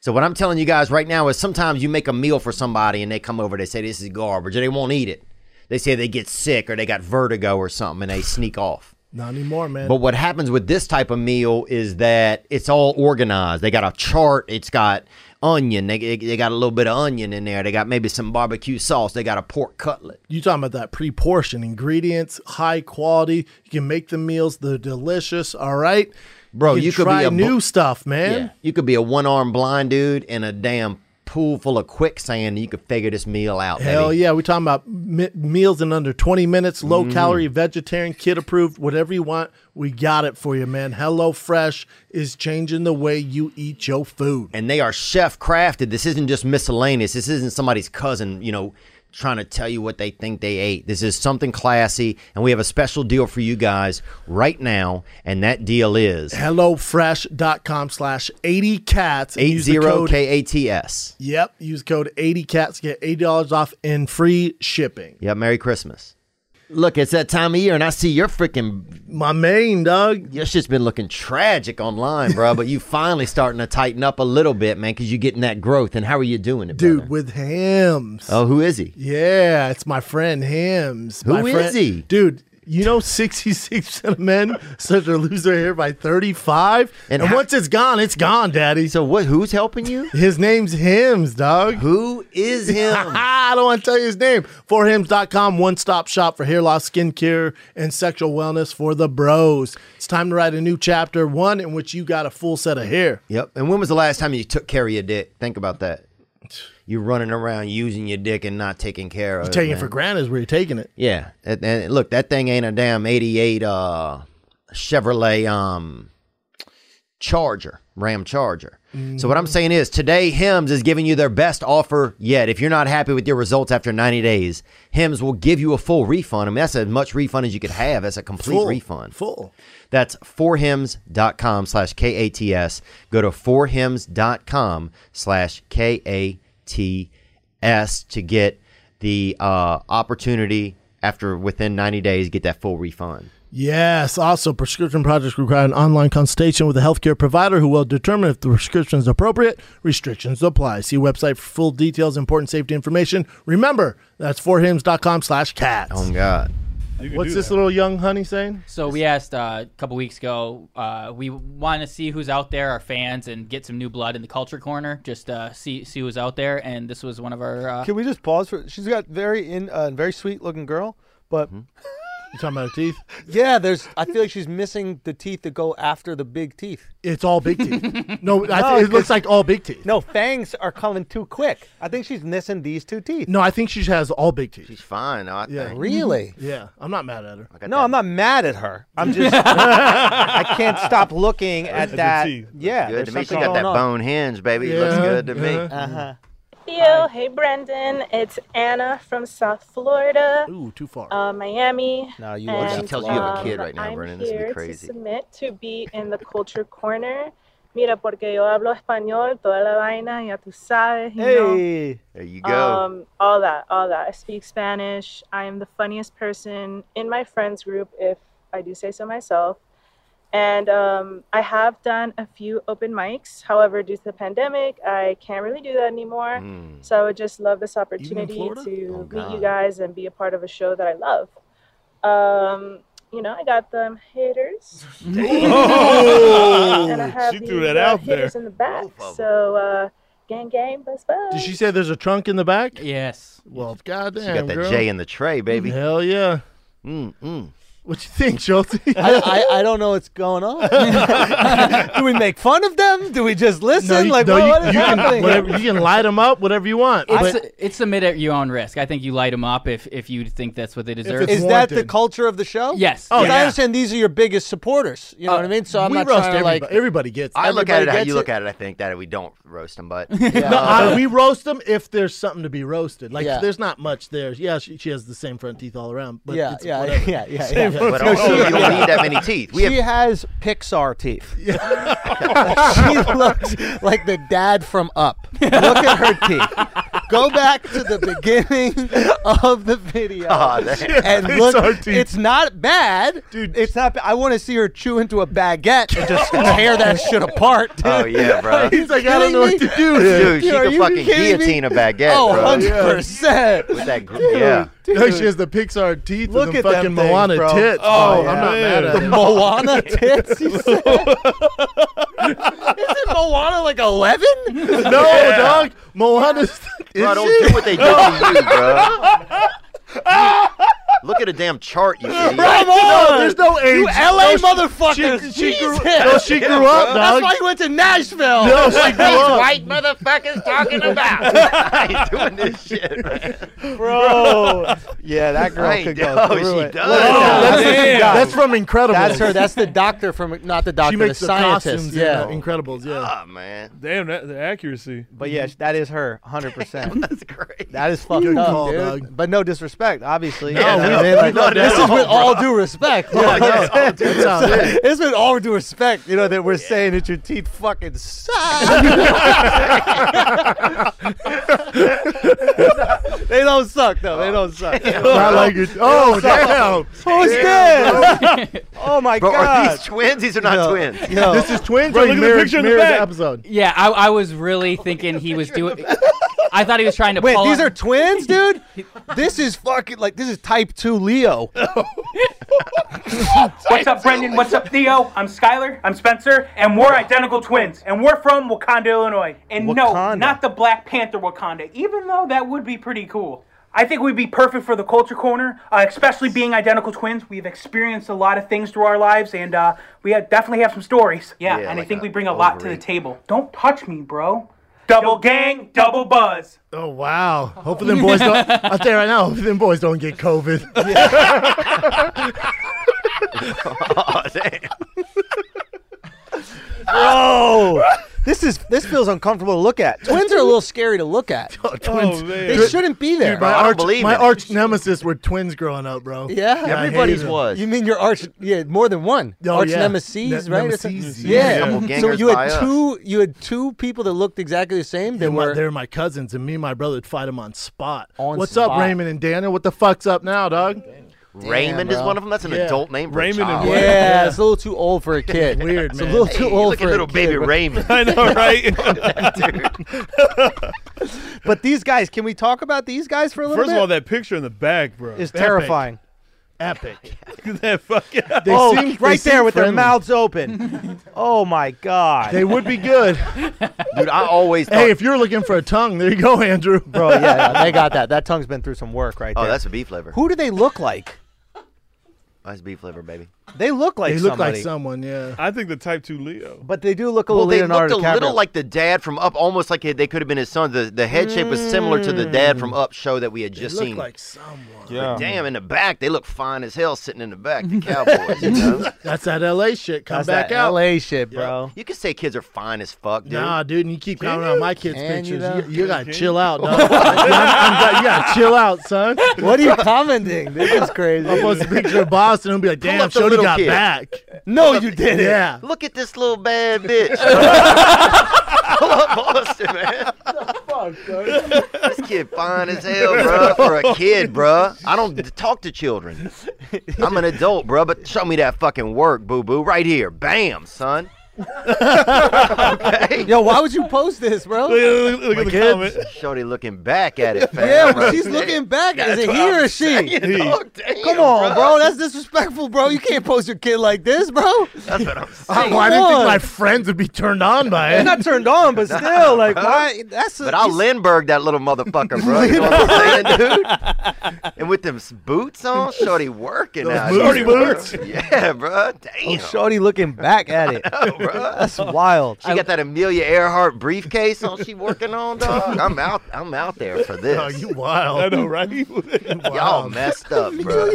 D: So what I'm telling you guys right now is sometimes you make a meal for somebody and they come over, they say this is garbage, or they won't eat it. They say they get sick or they got vertigo or something and they sneak off.
B: Not anymore, man.
D: But what happens with this type of meal is that it's all organized. They got a chart. It's got onion. They, they, they got a little bit of onion in there. They got maybe some barbecue sauce. They got a pork cutlet.
B: you talking about that pre-portioned ingredients, high quality. You can make the meals. They're delicious. All right,
D: Bro, you could be
B: try
D: a bu-
B: new stuff, man.
D: You could be a one armed blind dude in a damn pool full of quicksand and you could figure this meal out.
B: Hell
D: baby.
B: yeah, we're talking about me- meals in under 20 minutes, low
D: Mm.
B: calorie, vegetarian, kid approved, whatever you want, we got it for you, man. Hello Fresh is changing the way you eat your food.
D: and they are chef crafted. This isn't just miscellaneous. This isn't somebody's cousin, you know, trying to tell you what they think they ate. This is something classy, and we have a special deal for you guys right now, and that deal is
B: HelloFresh.com slash 80 cats. and use the
D: 80
B: code-
D: KATS.
B: Yep, use code 80 cats, get $80 off and free shipping.
D: Yep, Merry Christmas. Look, it's that time of year, and I see your freaking
B: My main dog.
D: your shit's been looking tragic online, bro. but you finally starting to tighten up a little bit, man, because you're getting that growth. And how are you doing it,
B: Dude,
D: brother?
B: with hams.
D: Oh, who is he?
B: Yeah, it's my friend Hims.
D: Who
B: my
D: is
B: friend-
D: he?
B: Dude, you know 66% (laughs) of men start to lose their hair by 35?
D: And
B: And,
D: how-
B: once it's gone, it's gone, daddy. So
D: So what? Who's helping you?
B: (laughs) his name's Hims, dog.
D: who is him?
B: (laughs) I don't want to tell you his name. Forhims.com, one stop shop for hair loss, skin care, and sexual wellness for the bros. It's time to write a new chapter, one in which you got a full set of hair.
D: Yep. And when was the last time you took care of your dick? Think about that. You're running around using your dick and not taking care of it.
B: Taking
D: man.
B: it for granted is where you're taking it.
D: Yeah. And, and look, that thing ain't a damn 88 uh, Chevrolet um, Charger, Ram Charger. So what I'm saying is today Hims is giving you their best offer yet. If you're not happy with your results after 90 days, Hims will give you a full refund. I mean, that's as much refund as you could have. That's a complete
B: Full
D: refund.
B: Full.
D: That's forhims.com slash K-A-T-S. Go to forhims.com slash K-A-T-S to get the uh, opportunity after within 90 days, get that full refund.
B: Yes. Also, prescription products require an online consultation with a healthcare provider who will determine if the prescription is appropriate. Restrictions apply. See website for full details, important safety information. Remember, that's forhims.com slash cats.
D: Oh, God.
E: You can
B: What's
E: do
B: this
E: that.
B: little young honey saying?
F: So we asked uh, a couple weeks ago. Uh, we want to see who's out there, our fans, and get some new blood in the culture corner. Just uh, see see who's out there. And this was one of our.
H: (laughs)
F: Uh,
H: Can we just pause for? She's got very in, uh, very sweet looking girl, but
D: Mm-hmm.
B: You talking about her teeth?
H: (laughs) yeah, there's. I feel like she's missing the teeth that go after the big teeth.
B: It's all big
D: (laughs)
B: teeth. no,
H: No,
B: I think it
H: it's-
B: looks like all big teeth.
H: No, fangs are coming too quick. I think she's missing these two teeth.
B: No, I think she has all big teeth.
D: She's fine. I
B: (laughs) Yeah.
D: think.
H: Really?
B: Yeah, I'm not mad at her.
D: Got
H: No,
D: that-
H: I'm not mad
B: (laughs)
H: at her. I'm
A: (laughs)
H: just I can't stop looking at
E: the
H: that.
E: teeth.
H: Yeah,
D: Good
H: there's
D: to me. She
H: something
D: got that
H: going on.
D: bone hinge, baby. It Looks
B: Yeah,
D: good to me.
B: yeah.
H: Uh-huh.
I: Theo, hey Brendan, it's Anna from South Florida,
B: Ooh, too far.
I: uh, Miami.
H: No, you
D: look-
H: look
D: she
I: And,
D: tells you you have a
I: um,
D: kid right now,
I: I'm
D: Brendan. This would be
I: here to
D: crazy.
I: submit to be in the culture corner. Mira, porque yo hablo español, toda la vaina, ya tú sabes, you
A: Mm-hmm.
I: know.
H: Hey.
D: There you go.
I: Um, all that, all that. I speak Spanish. I am the funniest person in my friends group, if I do say so myself. And um, I have done a few open mics. However, due to the pandemic, I can't really do that anymore.
D: Mm.
I: So I would just love this opportunity
B: Florida?
I: to
D: Oh,
I: meet
D: God.
I: you guys and be a part of a show that I love. Um, you know, I got them
D: (laughs)
I: haters. (laughs) and I have
E: she
I: these,
E: threw that
I: uh,
E: out
I: haters
E: there.
I: in the back.
D: Both of 'em.
I: So uh, gang, gang, buzz, buzz.
B: Did she say there's a trunk in the back?
F: yes.
B: Well, goddamn,
D: She got that
B: girl.
D: J in the tray, baby.
B: Hell yeah.
D: Mm, mm.
B: What you think, Schulte?
H: (laughs) I, I, I don't know what's going
D: (laughs)
H: on. Do we make fun of them? Do we just listen?
B: you-
H: like, what-
B: you-
H: what is
B: you,
H: happening?
B: can, whatever, you can light them up, whatever you want.
F: It's,
B: But
F: it's submit at your own risk. I think you light them up if, if you think that's what they deserve.
B: it's-
H: is that the
B: wanted.
H: culture of the show?
F: Yes.
H: Oh,
F: Oh,
H: I
B: yeah. Uh,
H: understand these are your biggest supporters. You know what I mean? So I'm
B: we
H: not
B: roast
H: trying to
B: everybody.
H: like.
B: everybody gets.
D: I look at it
H: Everybody
D: how
H: gets
D: you
H: it.
D: look at it. I think that we don't roast
H: (laughs)
D: them, but
B: no,
A: (laughs)
B: I- we roast them if there's something to be roasted. Like
H: Yeah.
B: there's not much there. Yeah, she, she has the same front teeth all around. But
H: Yeah,
B: it's
H: yeah, yeah,
B: whatever.
H: yeah, yeah,
B: Same
H: yeah.
B: front
D: but
B: teeth.
D: also, you don't need that
B: (laughs)
D: many teeth. We
H: she
D: have
H: has Pixar teeth.
A: (laughs)
H: she looks like the dad from Up. Look at her teeth.
A: Go back to the beginning of the video
D: Oh, damn.
A: and
B: It's
A: look.
B: our
A: It's,
B: team.
A: not bad,
B: Dude. Oh.
A: It's not. ba- I want to see her chew into a baguette and
B: (laughs)
A: just tear that shit apart. Dude.
D: Oh
A: (laughs)
D: yeah, bro.
B: He's like, I don't know what to do here.
D: Dude, she
A: Are
D: could
A: you
D: fucking
A: kidding me?
D: guillotine a baguette,
A: Oh,
D: bro.
A: 100%.
D: With that, gr- yeah.
B: No, she has the Pixar teeth
H: Look
B: and the
H: at them
B: fucking
H: things,
B: Moana
H: bro.
B: tits.
E: Oh,
B: I'm not mad (laughs)
E: man.
B: at it.
E: (laughs)
A: Moana tits. You said? Isn't Moana like eleven?
B: No, dog. Moana's. Is
D: Bro,
B: she?
D: don't do what they did to
A: (laughs)
B: (laughs)
D: you, bro. Look at a damn chart, you idiot.
A: Come on,
B: There's no age.
A: you LA
B: no,
A: motherfuckers.
B: she- she grew-
A: Jesus.
B: No, she grew up,
A: That's
B: dog.
A: why you went to Nashville.
B: No, she grew up.
D: White motherfuckers talking about. I ain't doing this shit, man. (laughs)
H: bro. yeah, that girl
D: Right,
H: could go
D: oh,
H: through
D: she
H: it.
D: does.
B: That's- that's,
E: damn.
B: that's from Incredibles.
A: That's her. That's the doctor from not the doctor,
B: she makes
A: the
B: the,
A: scientist.
B: costumes. Yeah,
A: Yeah.
B: in, uh, Incredibles. Yeah.
D: Oh, man.
E: Damn, that, the accuracy.
H: Ah, But yeah, that is her, 100. percent
D: That's great.
H: That is fucked
B: Good
H: up,
B: call,
H: dude.
B: dog.
H: But no disrespect, obviously.
A: uh,
D: Yeah,
H: You know
D: no,
H: what I mean?
D: we
H: Like,
D: love
A: "Oh, this
D: that.
A: is with all due respect. you know what I'm (laughs) saying?
B: That's how it is.
A: It's with all due respect, you know, that we're saying that your teeth fucking suck. they don't suck though. They don't suck.
B: Not like it. Oh, damn.
H: Who's this? oh my
D: Bro, are
H: god.
D: these twins? These are not
A: Yo,
D: twins.
A: yo,
B: This is twins.
E: Bro,
B: or
E: look at the
B: mirror-
E: picture in the
B: mirror
E: back.
B: episode.
F: Yeah, I, I was really thinking he was doing. (laughs) I thought he was trying
A: (laughs)
F: to
A: wait,
F: pull.
A: these
F: up-
A: are twins,
B: (laughs)
A: dude. This is (laughs) fucking like this is type two Leo.
J: (laughs) What's up, Brendan? What's up, Theo? I'm Skyler. I'm Spencer. And we're identical twins. And we're from Wakanda, Illinois. And no,
H: Wakanda.
J: not the Black Panther Wakanda, even though that would be pretty cool. I think we'd be perfect for the Culture Corner, uh, especially being identical twins. We've experienced a lot of things through our lives, and uh, we have, definitely have some stories. Yeah,
D: Yeah,
J: and
D: like
J: I think
D: a
J: we bring a lot to the
D: Wolverine.
J: table. Don't touch me, bro. Double gang, double buzz.
A: (laughs)
J: (laughs)
B: Oh wow! Hopefully them boys don't. I'll tell you right now. Hopefully them boys don't get COVID.
D: Oh, damn.
H: Bro, this is this feels uncomfortable to look at.
A: twins are a little scary to look
B: (laughs)
A: at.
B: (laughs) Oh, twins.
E: man.
A: They
B: Dude,
A: shouldn't be there.
B: my
D: I don't
B: arch,
D: believe
B: my
D: it.
B: arch nemesis were twins growing up, bro.
A: yeah,
B: I hated
D: Everybody's
B: them.
D: was.
A: You mean your arch? Yeah, more than one.
B: Oh,
A: arch
B: yeah.
A: nemesis,
B: Ne-
A: right? It's a-
B: nemesis.
A: Yeah.
D: Yeah.
A: So you had
D: Doppelgangers by
A: two. You had two people that looked exactly the same. They
B: They were,
A: were.
B: my, they were my cousins, and me and my brother would fight them on spot.
A: On
B: What's up,
A: spot.
B: Raymond and Daniel? What the fuck's up now, dog?
D: Raymond is
A: bro.
D: one of them. That's an
B: Yeah.
D: adult name for
E: Raymond
D: a
E: and
D: child.
A: yeah,
E: Blaine.
A: it's a little too old for a kid.
B: Weird,
A: It's a
B: man.
A: little
D: Hey,
A: too old
D: look
A: for
D: at little
A: a kid,
D: baby
A: bro.
D: Raymond.
E: I
D: (laughs)
E: know, right?
H: But these guys, can we talk about these guys for a little
E: First of all, that picture in the back, bro.
H: bit? Is terrifying.
B: Epic.
E: (laughs) that fucking?
B: They
H: oh,
B: seem- they
H: right
B: seem
H: there with their
B: friendly.
H: mouths
B: (laughs)
H: open. oh my god.
B: (laughs) They would be good.
D: (laughs) Dude, I always thought.
B: hey, if you're looking for a tongue, there you go, Andrew.
H: Bro,
B: (laughs)
H: yeah, yeah, they got that. That tongue's been through some work right
D: oh,
H: there.
D: that's a beef flavor.
H: Who do they look like?
D: That's beef flavor, baby.
H: They look like
B: They look
H: somebody.
B: like someone, yeah.
E: I think the type two Leo.
H: But they do look a
D: Well,
H: little
D: they looked
H: Leonardo
D: a little
H: DiCaprio.
D: like the dad from Up, almost like they could have been his son. The, the head shape was similar to the dad from Up show that we had
B: They
D: just
B: look
D: seen.
B: like someone.
E: Yeah.
D: Damn, in the back, they look fine as hell sitting in the back, the Cowboys. you know?
B: That's that LA shit. Come
A: That's
B: back
A: that
B: out.
A: LA shit, bro.
D: You can say kids are fine as fuck, dude.
B: Nah, dude, and you keep commenting on my kids'
A: Can you
B: pictures.
A: though?
B: You, you gotta chill out,
D: (laughs)
B: dog. I'm- I'm- you gotta chill out, son.
A: What are you commenting? This is
B: I
A: crazy.
B: post a picture of Boston and be like, damn,
D: up the
B: Shody
D: little
B: got
D: kid."
B: back.
D: (laughs)
A: no, you didn't.
B: Yeah.
D: Look at this little bad bitch. Pull up Boston,
E: (laughs)
D: man. This kid fine as hell, bruh. For a kid, bruh. I don't d- talk to children. I'm an adult, bruh, but show me that fucking work, boo boo. Right here. Bam, son. okay.
A: (laughs) Yo, why would you post this, bro?
E: Look, look- look at the
B: kids.
E: comment.
D: Shorty looking back at it, fam.
A: Yeah,
D: bruh.
A: but she's looking back. Is
D: That's
A: it
D: what
A: he
D: I'm
A: or she?
D: saying, dog. Damn,
A: Come on, bro. That's disrespectful, bro. You can't post your kid like this, bro.
D: That's what I'm saying.
B: Why I didn't think
A: on.
B: my friends would be turned on by
D: (laughs)
H: They're
B: it.
H: not turned on, but still, like, why? That's a,
D: But I'll Lindbergh that little motherfucker, bro. You know what I'm saying, dude? And with them s- boots on, shorty working out.
E: booty
D: here, bro.
E: boots.
D: Yeah, bro. Damn.
H: oh, Shorty looking back at
D: (laughs)
H: it.
D: bro.
H: That's wild.
D: She got that Amelia Earhart briefcase on. She working on, dog. I'm out. I'm out there for
B: Oh,
D: this.
B: you
E: I
B: wild.
E: know, right? Look
D: Y'all
B: Wow.
D: messed up, bro.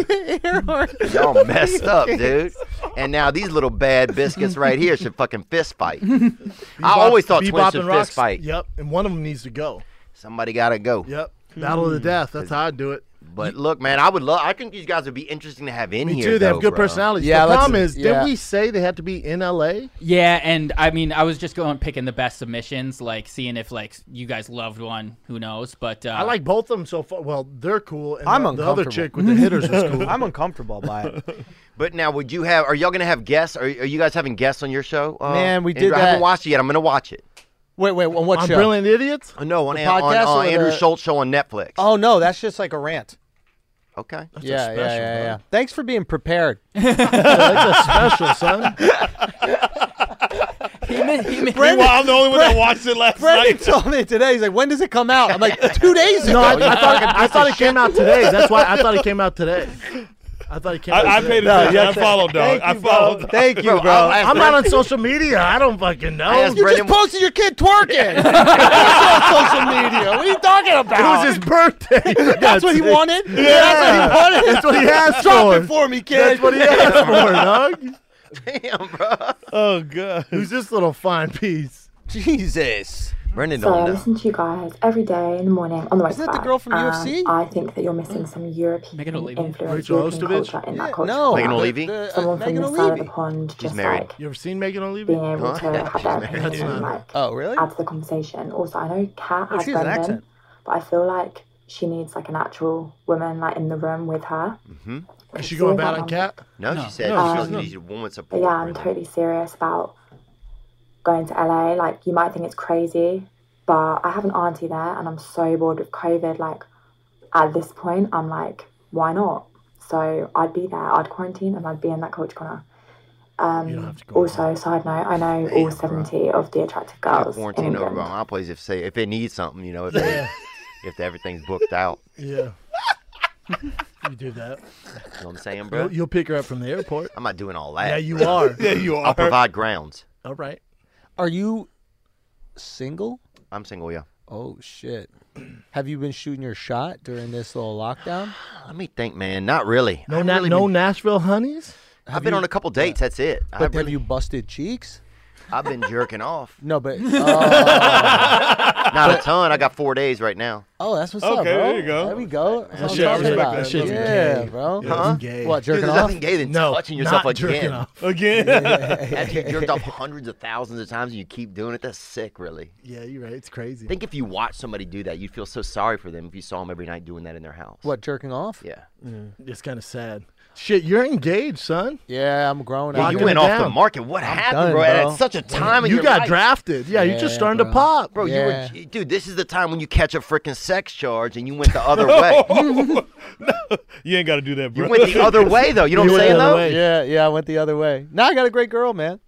D: Y'all messed up, dude. And now these little bad biscuits right here should fucking fist fight. I always thought
B: Bebop
D: twins should
B: and Rox-
D: fist fight.
B: Yep, and one of them needs to go.
D: Somebody gotta go.
A: Hmm.
B: Yep. Battle of the death. That's how I do it.
D: But look, man, I would love. I think these guys would be interesting to have in
B: Me
D: here.
B: too. They have
D: though,
B: good
D: bro.
B: personalities. the problem is, did we say they had to be in LA?
F: Yeah, and I mean, I was just going picking the best submissions, like seeing if like you guys loved one. Who knows? But uh,
B: I like both of them so far. Well, they're cool. And
F: I'm
B: the, the other
F: uncomfortable.
B: chick with the hitters
A: (laughs)
B: is cool.
D: I'm
A: uncomfortable by
B: (laughs)
A: it.
D: But now, would you have? Are y'all gonna have guests? Are, are you guys having guests on your show? Uh,
A: Man, we
D: Andrew,
A: did
D: I haven't
A: that-
D: watched it yet. I'm gonna watch it.
A: Wait, wait. On what
D: On
A: show?
D: Brilliant
B: Idiots.
D: Oh, no, on,
A: The
D: An- on,
A: podcast
D: on
A: or
D: Andrew
A: the-
D: Schultz show on Netflix.
A: Oh no, that's just like a rant.
D: Okay.
A: yeah, yeah,
D: special,
A: yeah,
D: bro.
A: yeah. Thanks for being prepared.
B: that's a special, son.
A: (laughs)
E: Meanwhile, I'm the only one that watched it last
A: Brendan
E: night.
A: told me today. He's like, "When does it come out?" I'm like, two days ago."
B: No, I,
A: you
B: I thought,
A: fucking
B: I
A: piece
B: thought
A: of
B: it came
A: shit."
B: out today. That's why I thought it came
A: (laughs)
B: out today. I thought it came out
E: I, I
B: today.
E: paid
B: No,
E: attention. I
B: that's-
E: followed, dog.
B: thank
E: I
B: you, bro.
E: followed. dog.
A: Thank you,
E: (laughs)
B: Bro,
A: bro.
B: I- I'm not on social media. I don't fucking know.
D: I asked
A: you
D: Brendan-
A: just posted your kid twerking. It's
E: (laughs)
A: on social media. What are you talking
B: It was
A: about?
B: his birthday.
A: (laughs) That's
B: (laughs)
A: what he wanted.
B: Yeah,
A: that's what he wanted.
B: That's
A: (laughs)
B: what he asked
A: Drop
B: for.
A: it for me, kid.
B: That's what he asked
A: (laughs)
B: for, dog.
D: Damn, bro.
B: Oh god. Who's this little fine piece?
D: Jesus. Brendan
K: So I
D: don't know.
K: listen to you guys every day in the morning on the way
A: Isn't
K: to
A: that the
K: bed,
A: girl from
K: and
A: UFC?
K: I think that you're missing some European influence,
B: Rachel
K: European
B: Ostovich?
K: culture in that culture.
A: No,
D: Megan
A: the-
D: O'Leavy?
A: the, uh,
K: Someone from
A: Megan
K: the side of
A: O'Leavy.
K: the pond just
D: married.
K: like
B: You ever seen Megan O'Leary?
K: being able
D: Huh?
K: to have their
D: She's
K: opinions and like
A: Oh, really?
K: add to the conversation. Also, I know Kat
A: Oh,
K: has
A: she has an
K: Brendan,
A: accent.
K: but I feel like she needs like an actual woman like in the room with her.
B: Is she going
K: Sorry
B: bad
K: about
B: on
K: that.
B: cat?
D: Mm-hmm. No, she said
K: No,
D: she
K: she's
D: doesn't
K: not.
D: need woman
K: But
D: support.
K: yeah, I'm
D: Brendan.
K: totally serious about going to LA. Like, you might think it's crazy, but I have an auntie there and I'm so bored with COVID. Like, at this point, I'm like, why not? So I'd be there, I'd quarantine and I'd be in that culture corner. Um, also, side note, I know all 70 of the attractive
D: I'll
K: girls. in
D: quarantine over
K: England.
D: by my place if say if it needs something, you know, if they, (laughs) if everything's booked out.
B: Yeah. (laughs) you do that.
D: You know what I'm saying, bro?
B: You'll, you'll pick her up from the airport.
D: I'm not doing all that.
B: Yeah, you
A: (laughs)
B: are.
E: Yeah, you
D: I'll
E: are.
D: provide grounds.
B: All right.
A: Are you single?
D: I'm single, yeah.
A: Oh shit! Have you been shooting your shot during this little lockdown?
D: Let me think, man. Not really.
B: No,
D: I've
B: na-
D: really
B: no
D: been,
B: Nashville honeys.
D: I've been on a couple dates. That's it.
A: But
D: I've,
A: have
D: really,
A: you busted cheeks?
D: I've been jerking off.
A: (laughs) No,
D: (laughs)
A: but uh, oh,
D: Not a ton. I got four days right now.
A: oh, that's what's up,
E: Okay,
A: bro.
E: there you go.
A: There we go. That's what I'm
E: shit, I
A: talking
E: respect
A: about.
E: that shit.
A: Yeah,
B: Gay.
A: bro.
B: Yeah,
D: Huh?
B: I'm gay. (laughs)
A: What
D: Dude,
A: jerking
D: there's
A: off?
D: nothing gay than
B: No,
D: touching yourself
B: not jerking
A: (laughs)
D: again.
B: off.
E: Again.
D: After you jerked off hundreds of thousands of times and you keep doing it, that's sick, really.
B: Yeah, you're right. It's crazy.
D: Think if you watch somebody do that, you'd feel so sorry for them if you saw them every night doing that in their house.
A: What jerking off?
D: Yeah.
B: Mm, It's kind of sad. Shit, you're engaged, son.
A: Yeah, I'm growing
D: Yeah,
A: up.
D: you
B: Locking
D: went
B: it
D: off the
B: down.
D: market. What happened,
A: done,
D: bro?
A: bro.
D: At such a time in
B: You
D: your
B: got
D: life.
B: drafted. Yeah, you're just
A: Yeah,
B: starting
A: bro.
B: to pop.
D: Bro,
A: Yeah.
D: you were, dude. This is the time when you catch a freaking sex charge and you went
B: (laughs)
D: the other way.
E: you ain't got to do that, bro.
D: You went the other way though. You know
B: You
D: what I'm
B: went
D: saying
B: the other
D: though?
B: way.
A: Yeah, yeah, I went the other way. Now I got a great girl, man.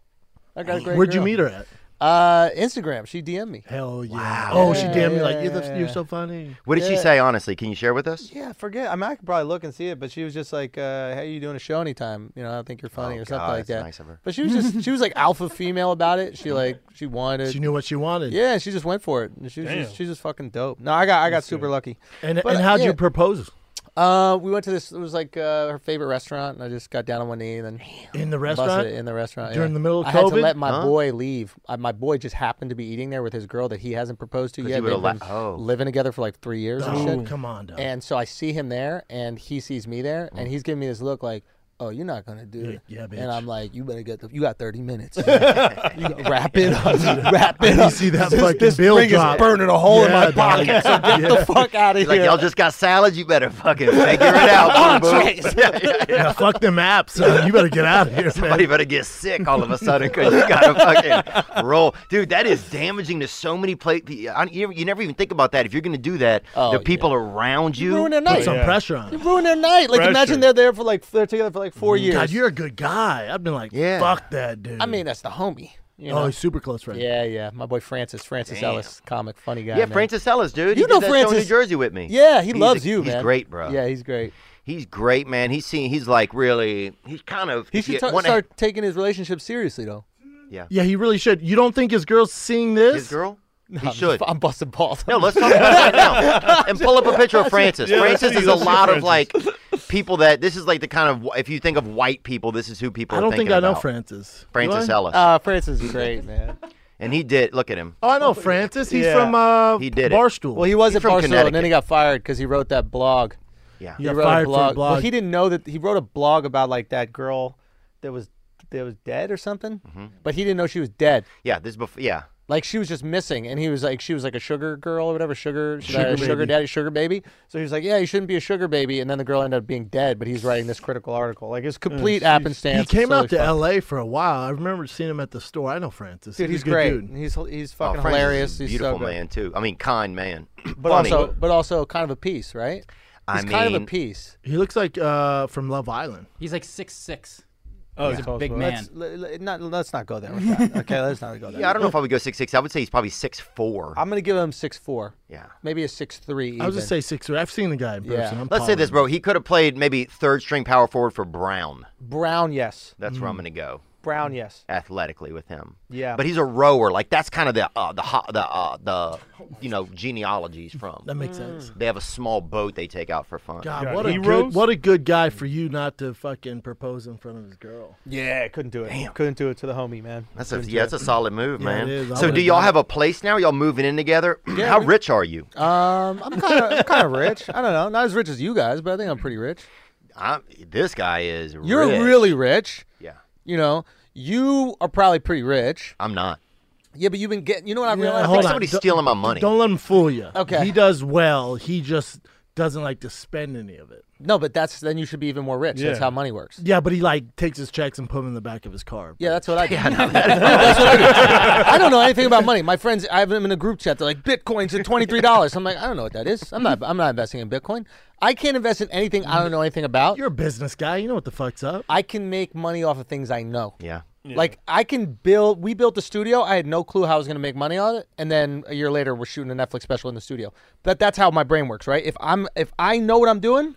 A: I got a great.
B: Where'd you
A: girl.
B: meet her at?
A: Uh, Instagram. She DM'd me.
B: Hell yeah. Oh, she damn me like, you're, the-
A: Yeah.
B: you're so funny.
D: What did she
A: Yeah.
D: say? Honestly, can you share with us?
A: Yeah, I forget. I mean, I could probably look and see it, but she was just like, uh, "Hey, you doing a show anytime? You know, I think you're funny
D: Oh,
A: or something
D: God,
A: like
D: that's
A: that."
D: nice of her.
A: But she was just she was like alpha female about it. She like she wanted.
B: She knew what she wanted.
A: yeah, and she just went for it. And she was
E: Damn.
A: just, she's just fucking dope. No, I got I got super lucky.
B: And,
A: But,
B: and how'd
A: yeah.
B: you propose?
A: Uh, we went to this. It was like uh, her favorite restaurant, and I just got down on one knee and then
B: In the
A: busted
B: restaurant?
A: it in the restaurant
B: During
A: yeah.
B: the middle of
A: I had to
B: COVID?
A: let my
D: Huh?
A: boy leave. I, my boy just happened to be eating there with his girl that he hasn't proposed to
D: 'Cause
A: yet.
D: you would've
A: They've been
D: la- oh.
A: living together for like three years. and
B: Oh,
A: shit.
B: come on, dog.
A: And so I see him there, and he sees me there, and he's giving me this look like, "Oh, you're not gonna do it."
B: Mm. yeah, bitch.
A: And I'm like, "You better get the. You got 30
B: (laughs)
A: minutes. you gotta wrap it up. (laughs) wrap it up.
B: see that
A: this,
B: fucking
A: this
B: bill
A: ring
B: drop.
A: is burning a hole in
B: Yeah,
A: my
B: dog.
A: pocket. So get
B: Yeah.
A: the fuck out of
D: Like
A: here."
D: y'all just got salad. You better fucking figure it out, boo boo. (laughs) Yeah, yeah, yeah.
B: yeah, fuck them apps. son. You better get out of here, man.
D: Somebody better get sick all of a sudden because you gotta fucking roll, dude. That is damaging to so many play. I, you, you never even think about that. If you're gonna do that,
A: Oh,
D: the people around you.
A: You ruin their
B: Put
A: night.
B: some
E: Yeah.
B: pressure on
A: You
B: it.
A: ruin their night. Like
E: Pressure.
A: imagine they're there for like they're together for like four years.
B: Mm. God, you're a good guy. I've been like,
D: Yeah.
B: fuck that dude.
A: I mean, that's the homie. You
B: oh,
A: know?
B: he's super close friend.
A: yeah, yeah. My boy Francis, Francis Ellis, comic, funny guy.
D: yeah,
A: man.
D: Francis Ellis, dude.
A: You
D: he
A: know
D: did that show in
A: Francis-
D: New Jersey with me.
A: Yeah, he
D: He's a-
A: loves you,
D: he's
A: man.
D: great, bro.
A: Yeah, he's great.
D: He's great, man. He's seen. He's like really. He's kind of.
A: He
D: if
A: should
D: you
A: ta-
D: wanna-
A: start taking his relationship seriously, though.
B: Yeah, he really should. You don't think his girl's seeing this?
D: His girl. He
A: I'm-
D: should.
A: I'm busting balls.
D: (laughs) No, let's talk about it right now. And pull up a picture of Francis.
E: Yeah, let's
D: Francis
E: see-
D: is a
E: let's see
D: lot of like
E: Francis.
D: people that this is like the kind of if you think of white people, this is who people.
B: I don't
D: are
B: think
D: thinking
B: I know
D: about.
B: Francis. Do
D: Francis
B: I?
D: Ellis,
A: Uh, Francis is great, man.
D: and he did. Look at him.
B: Oh, I know Francis. He's
E: Yeah.
B: from uh,
D: He did it.
B: Barstool.
A: Well, he was
D: He's
A: at
D: from
A: Barcelona, and then
D: Connecticut.
A: he got fired because he wrote that blog.
D: Yeah.
A: he
B: You got
A: wrote
B: fired
A: a
B: for a
A: blog. Well,
B: blog.
A: he didn't know that he wrote a blog about like that girl that was that was dead or something, but he didn't know she was dead.
D: Mm-hmm. Yeah, this before. Yeah,
A: like she was just missing, and he was like she was like a sugar girl or whatever, sugar
D: Sugar
A: sugar, sugar
D: baby.
A: daddy, sugar baby. So he was like, yeah, you shouldn't be a sugar baby, and then the girl ended up being dead, but he's writing this critical article. Like it's (laughs) complete
B: Yeah,
A: happenstance.
B: He
A: It's
B: came out
A: totally
B: to
A: fucked.
B: L.A. for a while. I remember seeing him at the store. I know Francis.
A: Dude, he's,
B: a good
A: great.
B: dude.
A: He's he's fucking
D: Oh, Francis is a
A: hilarious. He's
D: beautiful
A: so good.
D: man too. I mean, kind man.
A: But
D: Funny.
A: also, but also kind of a piece, right?
D: I
A: He's kind of a
D: mean-
A: piece.
B: He looks like uh, from Love Island.
F: He's like six six.
B: Oh,
F: he's
B: yeah.
F: a big man.
A: Let's, let, let- not, let's not go there. With that. Okay, let's not go there.
D: yeah, I don't know if I would go six six. I would say he's probably six four.
A: I'm gonna give him six four.
D: Yeah.
A: Maybe a six three.
B: I was gonna say six three. I've seen the guy in person.
A: Yeah.
B: I'm
D: Let's say
B: taller.
D: this, bro. He could have played maybe third string power forward for Brown.
A: Brown, yes.
D: That's
B: Mm.
D: where I'm gonna go.
A: Hmm. Brown, yes.
D: Athletically with him.
A: Yeah.
D: But he's a rower. Like that's kind of the uh, the ho- the uh, the you know genealogy he's from.
B: Hmm. That makes sense.
D: They have a small boat they take out for fun.
B: God, what a good, what a good guy for you not to fucking propose in front of his girl.
A: Yeah, couldn't do it. Couldn't do it to the homie, man.
D: That's a
A: Couldn't
D: yeah,
A: do
D: that's a solid move,
B: Yeah,
D: man.
B: it is. I
D: So do
B: would've
D: y'all
B: done
D: have a place now? Y'all moving in together? How rich are you?
A: it. Um, I'm kind of kind of rich. I don't know, not as rich as you guys, but I think I'm pretty rich.
D: I'm, this guy is.
A: You're
D: rich.
A: really rich.
D: Yeah.
A: You know, you are probably pretty rich.
D: I'm not.
A: Yeah, but you've been getting. You know what I
B: Yeah,
A: realized?
B: hold on.
D: somebody's
B: Don't-
D: stealing my money.
B: Don't let him fool you.
A: Okay.
B: He does well. He just doesn't like to spend any of it.
A: No, but that's then you should be even more rich. That's
B: Yeah.
A: how money works.
B: Yeah, but he like takes his checks and put them in the back of his car.
A: Yeah, that's
B: (laughs)
A: what I do. (laughs) that's what I do. I don't know anything about money. My friends, I have them in a group chat. They're like, "Bitcoin's at twenty three dollars." I'm like, I don't know what that is. I'm not. I'm not investing in Bitcoin. I can't invest in anything I don't know anything about.
B: You're a business guy. You know what the fuck's up.
A: I can make money off of things I know.
D: Yeah.
A: Like I can build. We built the studio. I had no clue how I was going to make money on it, and then a year later, we're shooting a Netflix special in the studio. But that's how my brain works, right? If I'm if I know what I'm doing,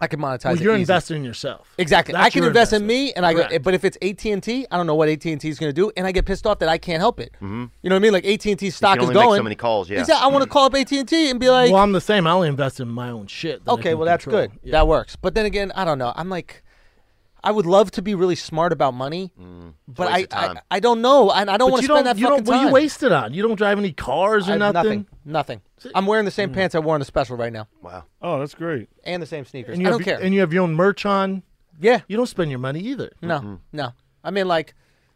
A: I can monetize.
B: Well,
A: it
B: you're
A: easy.
B: investing in yourself.
A: Exactly.
B: That's
A: I can
B: your
A: invest in me, and I go.
B: Correct.
A: But if it's AT and T, I don't know what AT and T is going to do, and I get pissed off that I can't help it.
D: Mm-hmm.
A: You know what I mean? Like AT and T stock is
D: only make so
A: going.
D: many calls, yeah.
A: Exactly. I
D: (clears throat)
A: want to call up AT and T and be like,
B: well, I'm the same. I only invest in my own shit. that I
A: okay,
B: can
A: well that's
B: control.
A: good. That works. But then again, I don't know. I'm like, I would love to be really smart about money, but I,
D: Mm, waste of
A: I
D: time.
A: I don't know, and I don't
B: But
A: want to
B: you
A: spend that
B: you
A: fucking
B: don't, What
A: time.
B: you waste it on? You don't drive any cars
A: I
B: or
A: have
B: nothing? Mm.
A: nothing. Nothing. I'm wearing the same pants I wore in the special right now,
D: Wow.
E: Oh, that's great.
A: and the same sneakers.
B: And you
A: I
B: have,
A: don't care.
B: And you have your own merch on.
A: Yeah.
B: You don't spend your money either.
A: No,
D: Mm-hmm.
A: no. I mean, like,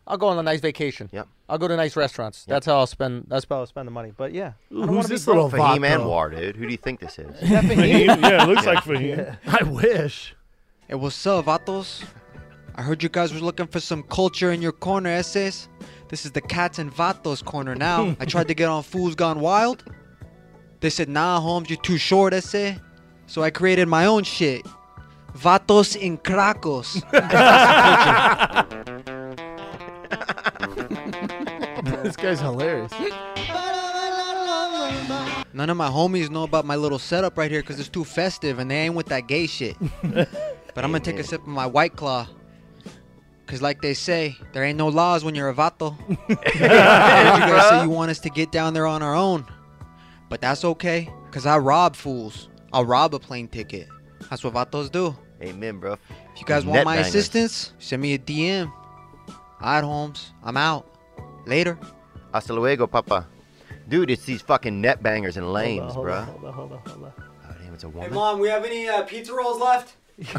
A: I'll go on a nice vacation.
D: Yep.
A: I'll go to nice restaurants. That's how I'll spend. That's how I'll spend the money. But yeah, I don't
B: Ooh, who's
A: wanna be
B: this
A: broke.
B: little
D: Fahim
B: vato?
D: Anwar, dude. Who do you think this is?
B: (laughs)
E: Fahim? Yeah, it
A: (laughs)
E: looks like Fahim.
B: I wish.
L: Hey, what's up, Vatos? I heard you guys were looking for some culture in your corner essays. This is the Cats and Vatos
B: (laughs)
L: corner now. I tried to get on Fools Gone Wild. They said, nah, Holmes, you're too short, essay. So I created my own shit. Vatos in (laughs) Krakos.
B: (laughs) this guy's hilarious.
L: None of my homies know about my little setup right here because it's too festive and they ain't with that
E: (laughs)
L: gay shit. but I'm gonna take a sip of my White Claw. Because, like they say, there ain't no laws when you're a vato. I heard you guys say you want us to get down there on our own. But that's okay because I rob fools. I'll rob a plane ticket. That's what vatos do.
D: Amen, bro.
L: If you guys want
D: Net
L: my
D: bangers.
L: assistance, send me a DM. All right, Holmes, I'm out. Later.
D: Hasta luego, papa. Dude, it's these fucking net bangers and lanes, bro.
A: Hold on, hold on, hold on.
D: Oh, damn, it's a woman.
L: Mom, we have any uh, pizza rolls left? (laughs)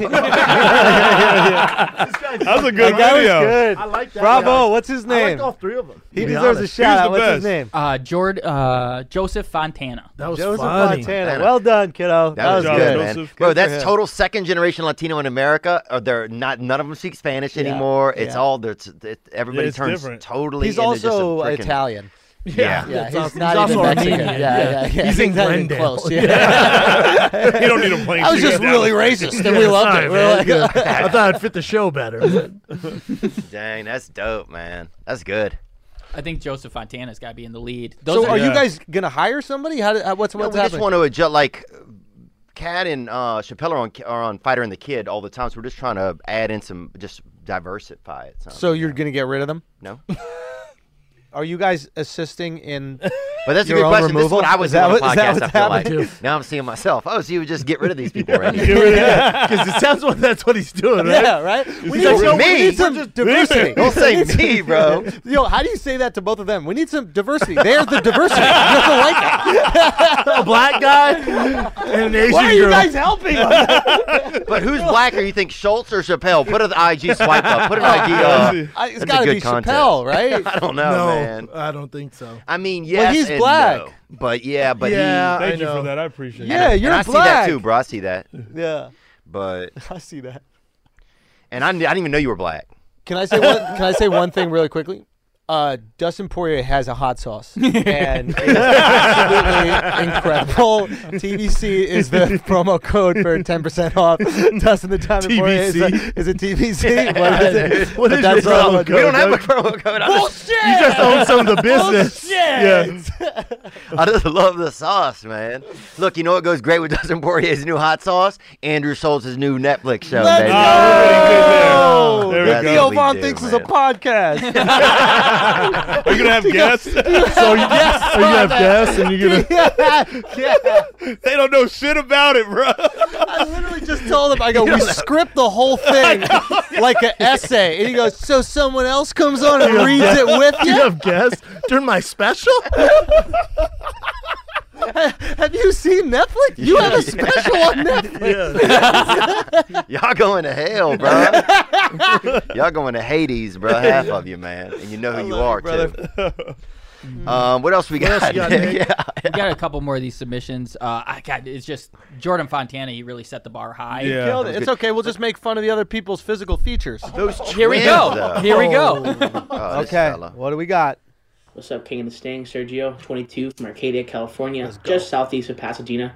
E: That was a good video.
B: I like that.
A: Bravo.
B: guy.
A: What's his
B: I like
A: name?
B: all three of them.
A: he
B: to be
A: deserves a
B: honest.
A: shout
E: the
A: out. What's
E: best.
A: his name?
F: Uh, Jord, uh, Joseph Fontana.
B: That was
A: Joseph
B: funny.
A: Montana. Well done, kiddo.
D: That was
E: job,
D: good,
E: Joseph.
D: man.
E: Good
D: Bro,
E: for
D: that's
A: him.
D: total second generation Latino in America. Or they're not. None of them speak Spanish anymore. It's
A: yeah.
D: all. they're- It's, it, everybody
E: it's
D: turns
E: different.
D: totally.
A: He's
D: into
A: also
D: just a frickin',
A: Italian.
D: Yeah.
A: Yeah,
B: That's
A: he's
B: awesome.
A: not
B: He's
A: even
B: also
A: Mexican. Yeah,
B: Armenian,
A: yeah,
B: yeah.
A: yeah.
B: He's in
A: not even
B: Glendale.
A: Close. Yeah. (laughs)
E: You don't need a plane
A: I was
E: ticket
A: just
E: down
A: really
E: there.
F: (laughs)
A: racist, and we loved
B: Sorry,
A: it. We
B: man.
A: were like, (laughs)
B: Yeah. I thought I'd fit the show better.
F: (laughs)
B: but-
D: (laughs) Dang, that's dope, man. That's good.
F: I think Joseph Fontana's got to be in the lead. Those
A: so
F: are,
A: are you
E: Yeah.
A: guys gonna hire somebody? How? did- uh, What's
D: No,
A: what's
D: we just want
A: happening?
D: to adjust. Like, Cad and uh, Chappelle are on, are on Fighter and the Kid all the time, so we're just trying to add in some, just diversify it. Some,
A: So you're gonna get rid of them?
D: no,
A: Are you guys assisting in
D: (laughs) But that's a
A: Your
D: good
A: own
D: question. This is
A: removal?
D: when I was
A: Is that
D: doing a
A: what- is that
D: podcast. I
A: what's
D: feel like
A: happened
D: now I'm seeing myself. Oh, so you would just get rid of these people,
B: (laughs)
D: right? (laughs)
B: Because it sounds like that's what he's doing, right?
A: Yeah, right? We
D: He's
A: need, some, Oh,
D: like, "Me?
A: we need some
D: We're just-
A: diversity.
D: (laughs) Don't say
A: We need
D: me,
A: some-
D: bro.
A: Yo, how do you say that to both of them? We need some diversity. There's the diversity. You're the white guy. (laughs)
B: A black guy and an Asian
A: Why are you
D: girl.
A: guys helping?
B: (laughs)
D: but who's blacker? You think Schultz or Chappelle? Put an IG swipe
B: (laughs)
D: up.
B: Oh,
D: Put an IG up.
A: I- it's
D: That'd
A: gotta
D: good
A: be
D: content. (laughs)
A: Chappelle, right?
D: I don't know,
B: no,
D: man.
B: I don't think so.
D: I mean,
A: Well,
D: yes,
A: he's
D: and
A: black.
D: no. but yeah, but
B: Yeah,
D: he,
B: Thank I you for know. that. I
D: And
B: appreciate
D: I-
B: it. Yeah,
D: and
B: you're
D: I see that
B: black.
D: too, bro. I see that.
A: Yeah.
D: But
A: (laughs) I see that.
D: and I, I didn't even know you were black.
A: Can I say one? Can I say one thing really quickly? Uh, Dustin Poirier has a hot
B: (laughs)
A: sauce, and it's absolutely incredible. TBC is
B: (laughs)
A: the promo code for ten percent off. Dustin the Diamond Poirier is,
B: TBC?
A: a, is it (laughs)
B: (laughs)
A: TBC? what is it?
B: Dude, (laughs) what
A: But
B: is
A: that's
B: your
A: all
B: promo
A: it-
B: code, We don't have a dude?
D: promo code.
A: Bullshit!
B: You just own
A: (laughs)
B: some of the business.
A: Bullshit! (laughs)
D: I just love the sauce, man. Look, you know what goes great with (laughs) Dustin Poirier's new hot sauce? Andrew Schultz's new Netflix show.
A: Let's
D: baby.
E: Oh,
A: go!
D: There we
A: The
D: go.
A: Theo
D: We
A: Von
D: do,
A: thinks is a
D: man. (laughs)
A: podcast.
E: Are you
A: (laughs)
E: gonna have guests?
B: So you, so you have guests and you're gonna.
E: They don't know shit about it, bro.
A: I literally just told him, I
B: (laughs)
A: go, we script the whole thing like an essay. And he goes, so someone else comes on and
B: You have
A: reads it
B: guests?
A: with
B: You
A: you?
B: have guests during
A: (laughs)
B: my special.
A: Have you seen Netflix? You have a special on Netflix.
D: Y'all going to hell, bro. (laughs) Y'all going to Hades, bro. Half of you, man, and you know who you are (laughs) too. (laughs) Um, what else we got? (laughs) yeah.
F: (laughs) we got a couple more of these submissions. Uh, I got it's just Jordan Fontana. He really set the bar high.
A: You killed it. It's okay. We'll just make fun of the other people's physical features.
D: Those
F: Here we go. Here we (laughs) go.
D: Oh, this
A: okay.
D: fella.
A: What do we got?
M: What's up, King of the Sting? Sergio, 22 from Arcadia, California, just southeast of Pasadena.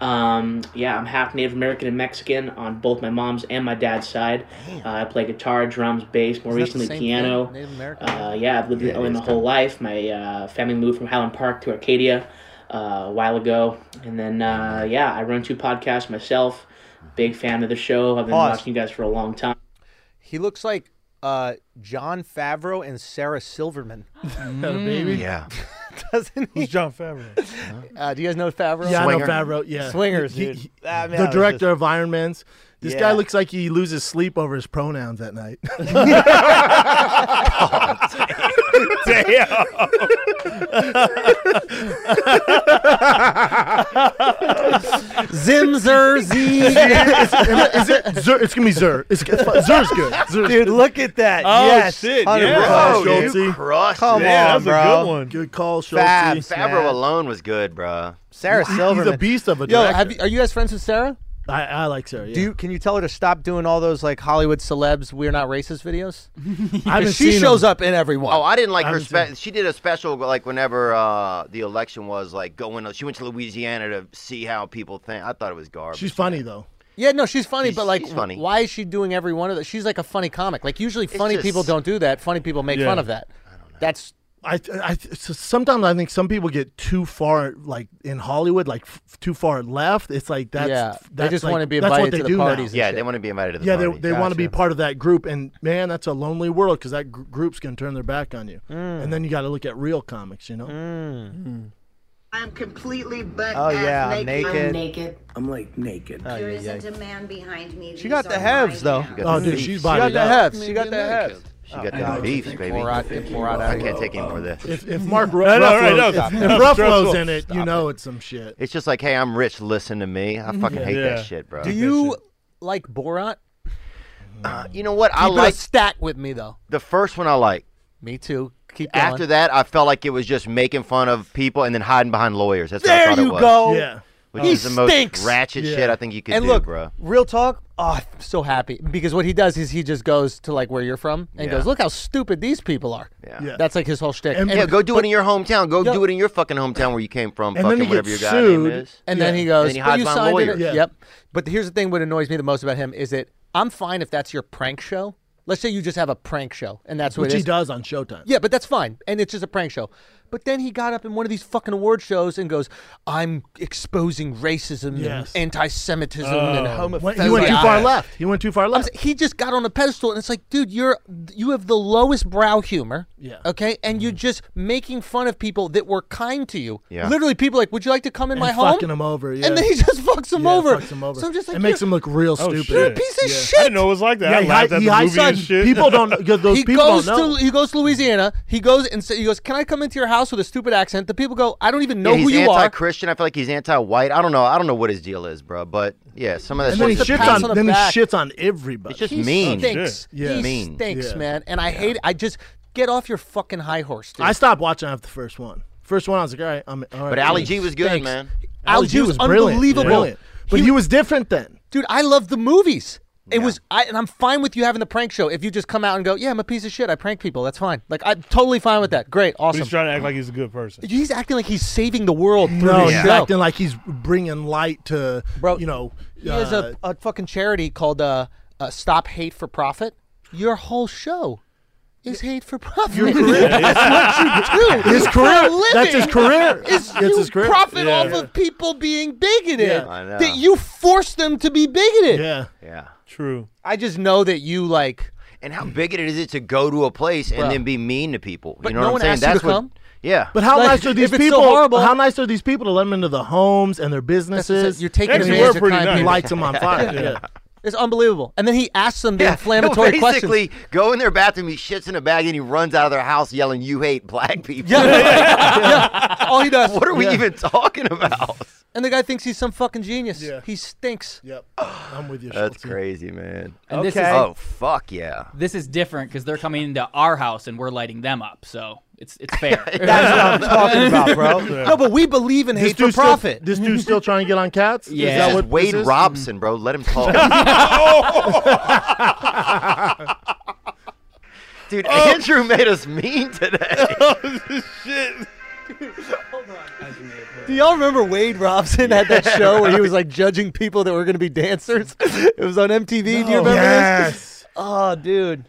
M: Um, yeah, I'm half Native American and Mexican on both my mom's and my dad's side. Uh, I play guitar, drums, bass, more
A: Isn't that the
M: recently
A: same
M: piano.
A: thing? Native American?
M: Uh, yeah, I've lived
A: Yeah,
M: in LA
A: it
M: my
A: is
M: whole life. My uh, family moved from Highland Park to Arcadia uh, a while ago. And then, uh, yeah, I run two podcasts myself. Big fan of the show. I've been
A: Pause.
M: watching you guys for a long time.
A: He looks like uh, John Favreau and Sarah (laughs) Silverman.
B: baby.
D: Yeah.
A: (laughs) Doesn't he?
B: Who's John Favreau?
A: Uh, do you guys know Favreau?
B: Yeah, I know
A: Swinger.
B: Favreau. Yeah,
A: Swingers,
B: He-
A: dude.
B: he-
A: Ah, man,
B: the
A: I was
B: director of Iron Man's. This guy
A: Yeah.
B: looks like he loses sleep over his pronouns
A: (laughs)
B: at night. (laughs)
E: Damn.
A: Zimzer
B: is, is it Zer? It's gonna be Zer. It's, it's fine. Zer's good. Zer's
A: Dude, look at that.
B: Oh,
A: yes.
B: shit,
A: 100%.
B: yeah. Oh,
D: Bro,
E: Oh,
B: Bro,
D: you
B: Schulte.
D: crushed
A: Come
D: it.
A: on, bro.
B: Good call, Schultz.
A: Fabs,
D: Favreau
A: man.
D: alone was good, bro.
A: Sarah
B: He's a
A: Silverman.
B: beast of a
A: Yo,
B: director.
A: have you, are you guys friends with Sarah?
B: I, I like Sarah. Yeah.
A: Do you, can you tell her to stop doing all those like Hollywood celebs we're not racist videos?
B: (laughs) I haven't
A: 'Cause she
B: seen
A: shows
B: him.
A: up in every one.
D: Oh, I didn't like
B: I
D: her.
B: haven't
D: Spe- she did a special like whenever uh, the election was like going. She went to Louisiana to see how people think. I thought it was garbage.
B: She's funny though.
A: yeah, no, she's funny,
D: She's-
A: but like,
D: she's funny.
A: why is she doing every one of those? She's like a funny comic. Like usually, funny
D: just-
A: people don't do that. Funny people make
B: Yeah.
A: fun of that. That's
B: I, I so sometimes I think some people get too far like in Hollywood, like f- too far left. It's like that's
A: yeah. They
B: that's
A: just
B: like-
A: want to be
B: that's what
A: invited
B: they
A: to the
B: do now.
A: parties. and
D: yeah,
A: shit.
D: they want to be invited to the
B: yeah,
D: party.
B: they, they want to be
D: Gotcha.
B: part of that group, and man, that's a lonely world because that gr- group's gonna turn their back on you,
A: Mm.
B: and then you got to look at real comics, you know.
C: Mm.
N: I'm completely butt
A: Oh, yeah,
N: ass
A: I'm
N: naked.
A: naked. I'm
N: naked.
C: I'm like naked.
A: Oh,
N: There
A: yeah, yeah.
N: isn't a man behind me.
A: She got the halves though.
D: She got
B: Oh,
D: the
B: dude,
D: beef.
B: she's
A: She got
B: bodied
A: the
B: up.
A: halves. She got the halves.
D: She got the beef, baby.
A: Pour out- pour out
D: I
A: out.
D: can't take any more of this.
B: If, if Mark (laughs) Ru-
E: I know,
B: Ruffalo,
E: right, no,
B: if,
E: stop
B: if
E: it.
B: Ruffalo's
E: Stressful.
B: in it, you know it's some shit.
D: (laughs) It's just like, hey, I'm rich. Listen to me. I fucking hate
B: Yeah.
D: that shit, bro.
A: Mm-hmm. Do you like Borat?
D: Uh, you know what?
A: Keep
D: I
A: it a
D: like
A: stat with me though.
D: the first one. I like.
A: Me too. Keep going.
D: After that, I felt like it was just making fun of people and then hiding behind lawyers. That's
A: There
D: what I thought
A: you
D: it was.
A: go.
B: Yeah,
D: Which
A: He
D: is the most
A: stinks.
D: ratchet
B: Yeah.
D: shit I think you could
A: and
D: do,
A: look,
D: bro.
A: real talk. Oh, I'm so happy because what he does is he just goes to like where you're from and
D: Yeah.
A: goes, "Look how stupid these people are."
D: Yeah.
B: yeah.
A: That's like his whole shtick.
B: And-
A: And,
D: Yeah, go do it in your hometown. Go
A: Yo-
D: do it in your fucking hometown where you came from.
B: And then
D: fucking
B: he
D: whatever your
B: gets
D: guy name
B: sued.
D: is.
A: and then
B: Yeah.
A: he goes,
D: Then he
A: "But
D: hides
A: you
D: behind
A: signed it."
D: lawyers.
B: Yeah.
A: Yep. But here's the thing: what annoys me the most about him is that I'm fine if that's your prank show. Let's say you just have a prank show, and that's what
B: which
A: it
B: he
A: is.
B: does on Showtime.
A: Yeah, but that's fine, and it's just a prank show. But then he got up in one of these fucking award shows and goes, "I'm exposing racism,
B: Yes.
A: and anti-Semitism, and
B: Oh.
A: homophobia."
B: He went too far left. He went too far left.
A: He just got on a pedestal, and it's like, dude, you're you have the lowest brow humor,
B: Yeah. Mm-hmm.
A: okay, and you're just making fun of people that were kind to you.
B: Yeah.
A: Literally, people are like, would you like to come in
B: And
A: my home?
B: fucking 'em over, yeah.
A: And then he just fucks them
B: Yeah,
A: over.
B: fucks 'em over.
A: So I'm just like,
B: It makes
A: you're- (laughs)
B: him look real
A: Oh,
B: stupid.
A: You're a piece of
B: (laughs) Yeah.
A: shit.
B: I didn't know it was like that. I
A: he
B: laughed
A: hi-
B: at
A: he
B: the
A: high
B: movie and
A: sided-
B: shit. People (laughs) don't- 'cause those
A: he
B: people don't
A: goes
B: know.
A: To, he goes to Louisiana. He goes and sa- he goes, "Can I come into your house with a stupid accent?" The people go, "I don't even know
D: yeah,
A: who
D: he's
A: you are."
D: anti-Christian. I feel like he's anti-white. I don't know. I don't know what his deal is, bro. But yeah, some of that.
A: And then
D: shit
A: he
D: is-
A: shits on- On the then he back.
B: shits on everybody.
D: It's just
A: he
D: mean.
A: Stinks.
D: Yeah.
A: He
D: mean.
A: stinks,
B: Yeah.
A: man. And I hate. I just get off your fucking high horse, dude.
B: I stopped watching after the first one. First one, I was like, all right, I'm. All right,
A: But Ali G was good,
B: Thanks.
A: man.
B: Ali G was brilliant,
A: unbelievable.
B: brilliant. But he, was different then.
A: dude. I love the movies. It was, I, and I'm fine with you having the prank show. If you just come out and go, yeah, I'm a piece of shit. I prank people. That's fine. Like I'm totally fine with that. Great,
E: But
A: awesome.
E: he's trying to act like he's a good person.
A: He's acting like he's saving the world through
B: No,
A: his
B: he's
A: show.
B: acting like he's bringing light to, Bro, you know. uh,
A: He has a, a fucking charity called uh, uh, Stop Hate for Profit. Your whole show is hate for profit.
B: Your career-
A: that's what
B: (laughs)
A: you do.
B: His
A: for a
B: career-
A: living
B: that's his career.
A: Is
B: That's
A: you
B: his career.
A: profit
B: Yeah.
A: off of people being bigoted.
B: Yeah. I know.
A: That you force them to be bigoted.
B: Yeah.
D: Yeah.
B: True.
A: I just know that you like.
D: And how bigoted is it to go to a place and
A: Bruh.
D: then be mean to people?
A: But
D: you know
A: no
D: what I'm
A: one
D: saying?
A: asked you
D: That's
A: to
D: what.
A: come.
D: Yeah.
B: But how
A: Like,
B: nice are these
A: if it's so
B: people?
A: horrible-
B: how nice are these people to let them into the homes and their businesses?
A: You're taking
B: Actually,
A: advantage
B: we're
A: of
B: pretty
A: kind
B: nice.
A: people.
B: Lights them on
A: (laughs)
B: fire. yeah.
A: It's unbelievable. And then he asks them the inflammatory
D: He'll
A: questions.
D: basically go in their bathroom, he shits in a bag, and he runs out of their house yelling, "You hate black people." (laughs)
A: All he does.
D: What are we
A: Yeah.
D: even (laughs) talking about?
A: And the guy thinks he's some fucking genius.
B: Yeah.
A: He stinks.
B: Yep. I'm with you.
D: That's crazy, man.
F: And this is-
D: oh fuck yeah.
F: This is different because they're coming into our house and we're lighting them up, so it's it's
D: (laughs)
F: fair. (laughs)
B: (laughs)
A: No, but we believe in
B: This
A: hate for
B: dude's still-
A: profit.
B: this dude's still trying to get on cats. Is
D: Yeah,
B: that what
D: Wade
B: this is?
D: Robson, bro.
B: (laughs)
D: Let him talk.
B: (laughs)
D: Dude,
B: Oh.
D: Andrew made us mean today.
A: (laughs)
E: Shit.
A: Do y'all remember Wade Robson had that show where he was like judging people that were going to be dancers? (laughs) It was on MTV. Do you
B: No.
A: remember
B: Yes.
A: this? (laughs) Oh, dude.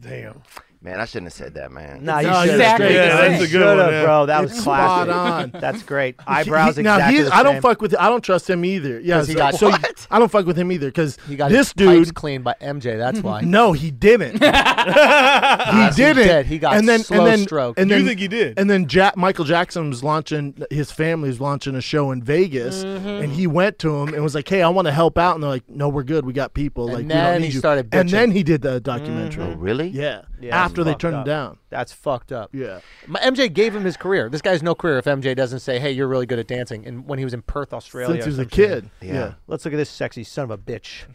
E: Damn.
D: Man, I shouldn't have said that, man.
O: Nah, you
B: No,
O: should
B: it's
O: have.
B: great. Yeah, that's a good
O: should
B: one,
O: have,
B: yeah.
O: bro. That
B: It's
O: was classic.
B: spot on.
O: That's great. Eyebrows
B: He-
O: exactly
B: he-
O: the
B: I don't
O: same.
B: fuck with. I don't trust him either. Yeah,
A: 'Cause he
B: so-
A: got-
B: so
A: What?
B: I don't fuck with him either because
A: He got his
B: this
A: pipes
B: dude.
A: cleaned by MJ. That's why.
B: (laughs) No, he didn't. he
A: Yes, he
B: didn't.
A: did. He got
B: and then,
A: slow
B: and then,
A: stroke.
B: And
A: You
B: then,
A: think
E: he did?
B: And then Jack, Michael Jackson was launching. His family was launching a show in Vegas,
A: Mhm.
B: and he went to him and was like, "Hey, I want to help out." And they're like, "No, we're good. We got people." like, we don't
A: then
B: need
A: he
B: you."
A: started
B: And
A: bitching. Mm-hmm.
B: then he did the documentary.
D: Oh, really?
B: Yeah.
A: Yeah, that's
B: After they
A: fucked
B: turned him
A: up.
B: down.
A: That's fucked up.
B: Yeah.
A: My, MJ gave him his career. This guy's no career if MJ doesn't say, "Hey, you're really good at dancing." And when he was in Perth, Australia,
B: Since
A: or
B: he was a
A: some shit.
B: kid. Yeah. Yeah.
A: Let's look at this sexy son of a bitch.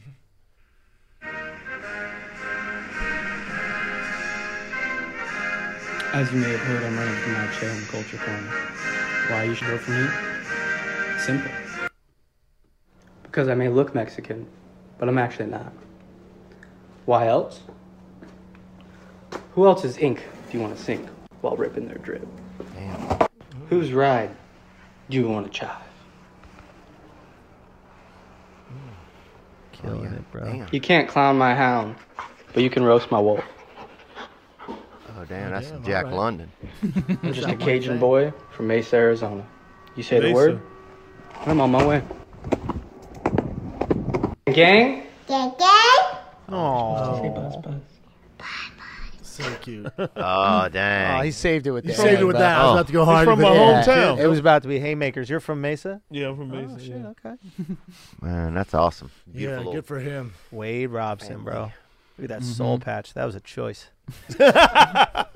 P: As you may have heard, I'm running for my chair in the Culture Corner. Why you should vote for me? Simple. Because I may look Mexican, but I'm actually not. Why else? Who else is ink if you want to sink while ripping their drip? Whose ride do you want to chive?
A: Killing it, bro.
P: You can't clown my hound, but you can roast my wolf.
D: Oh damn, that's Jack London.
P: I'm (laughs) just a Cajun boy from Mesa, Arizona. You say the
D: Mesa.
P: word, I'm on my way. Gang?
A: Oh,
B: So cute.
D: Oh dang.
A: Oh, he saved it with
B: He
A: that.
B: saved it with that. I was about to go Oh. He's hard from with my it. hometown.
O: It was about to be haymakers. You're from Mesa.
E: Yeah, I'm from Mesa.
O: okay.
D: Man, that's awesome.
B: Oh, Yeah,
O: Beautiful.
B: good for him.
O: Wade Robson, bro. Look at
B: Mm-hmm.
O: that
A: Mm-hmm.
O: soul patch. That was a choice.
B: (laughs)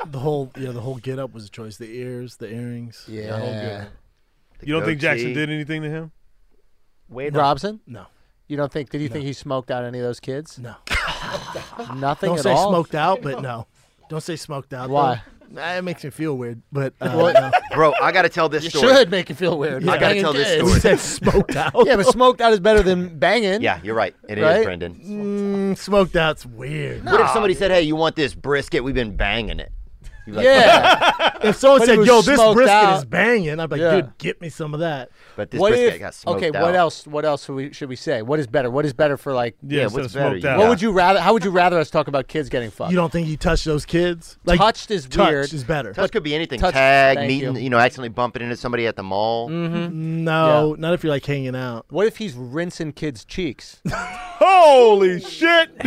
B: The whole yeah, the whole get up was a choice. The ears, the earrings. Yeah. The whole
A: Yeah.
B: get-up.
E: You don't think Jackson
B: goatee.
E: did anything to him?
A: Wade Robson?
B: No.
A: You don't think? Did you think he smoked out any of those kids?
B: No.
A: (laughs) Nothing
B: Don't
A: at
B: say
A: all.
B: smoked
A: (laughs)
B: out, but no. Don't say smoked out.
A: Why?
B: though. Nah, it makes me feel weird. But uh,
A: Well,
B: no.
D: Bro, I gotta tell this
A: You
D: story.
A: should make you feel weird.
D: I gotta
A: Banging
D: tell this
A: kids.
D: story.
B: smoked out.
A: yeah, but smoked out is better than banging.
D: Yeah, you're right. It is,
A: Right?
D: Brendan.
B: Mm, smoked out's weird.
D: What if somebody said, "Hey, you want this brisket? We've been banging it." You'd be like,
B: (laughs) if someone
D: But it
B: said,
D: was
B: "Yo, this
D: smoked
B: brisket
D: out.
B: is banging," I'd be like,
A: Yeah.
B: "Dude, get me some of that."
D: But
A: okay, what else? What else should we, should we say? What is better? What is better for like?
B: Yeah, Yeah, instead what's of better, smoked yeah. out.
A: What would you rather? How would you rather us talk about kids getting fucked?
B: You don't think you touch those kids?
A: Touched is
B: touched
A: weird.
B: Is better.
A: Touch
D: could be anything.
A: Touch-
D: Tag,
A: thank
D: meeting,
A: you.
D: you. know, accidentally bumping into somebody at the mall.
B: No, not if you're like hanging out.
A: What if he's rinsing kids' cheeks?
B: Holy shit!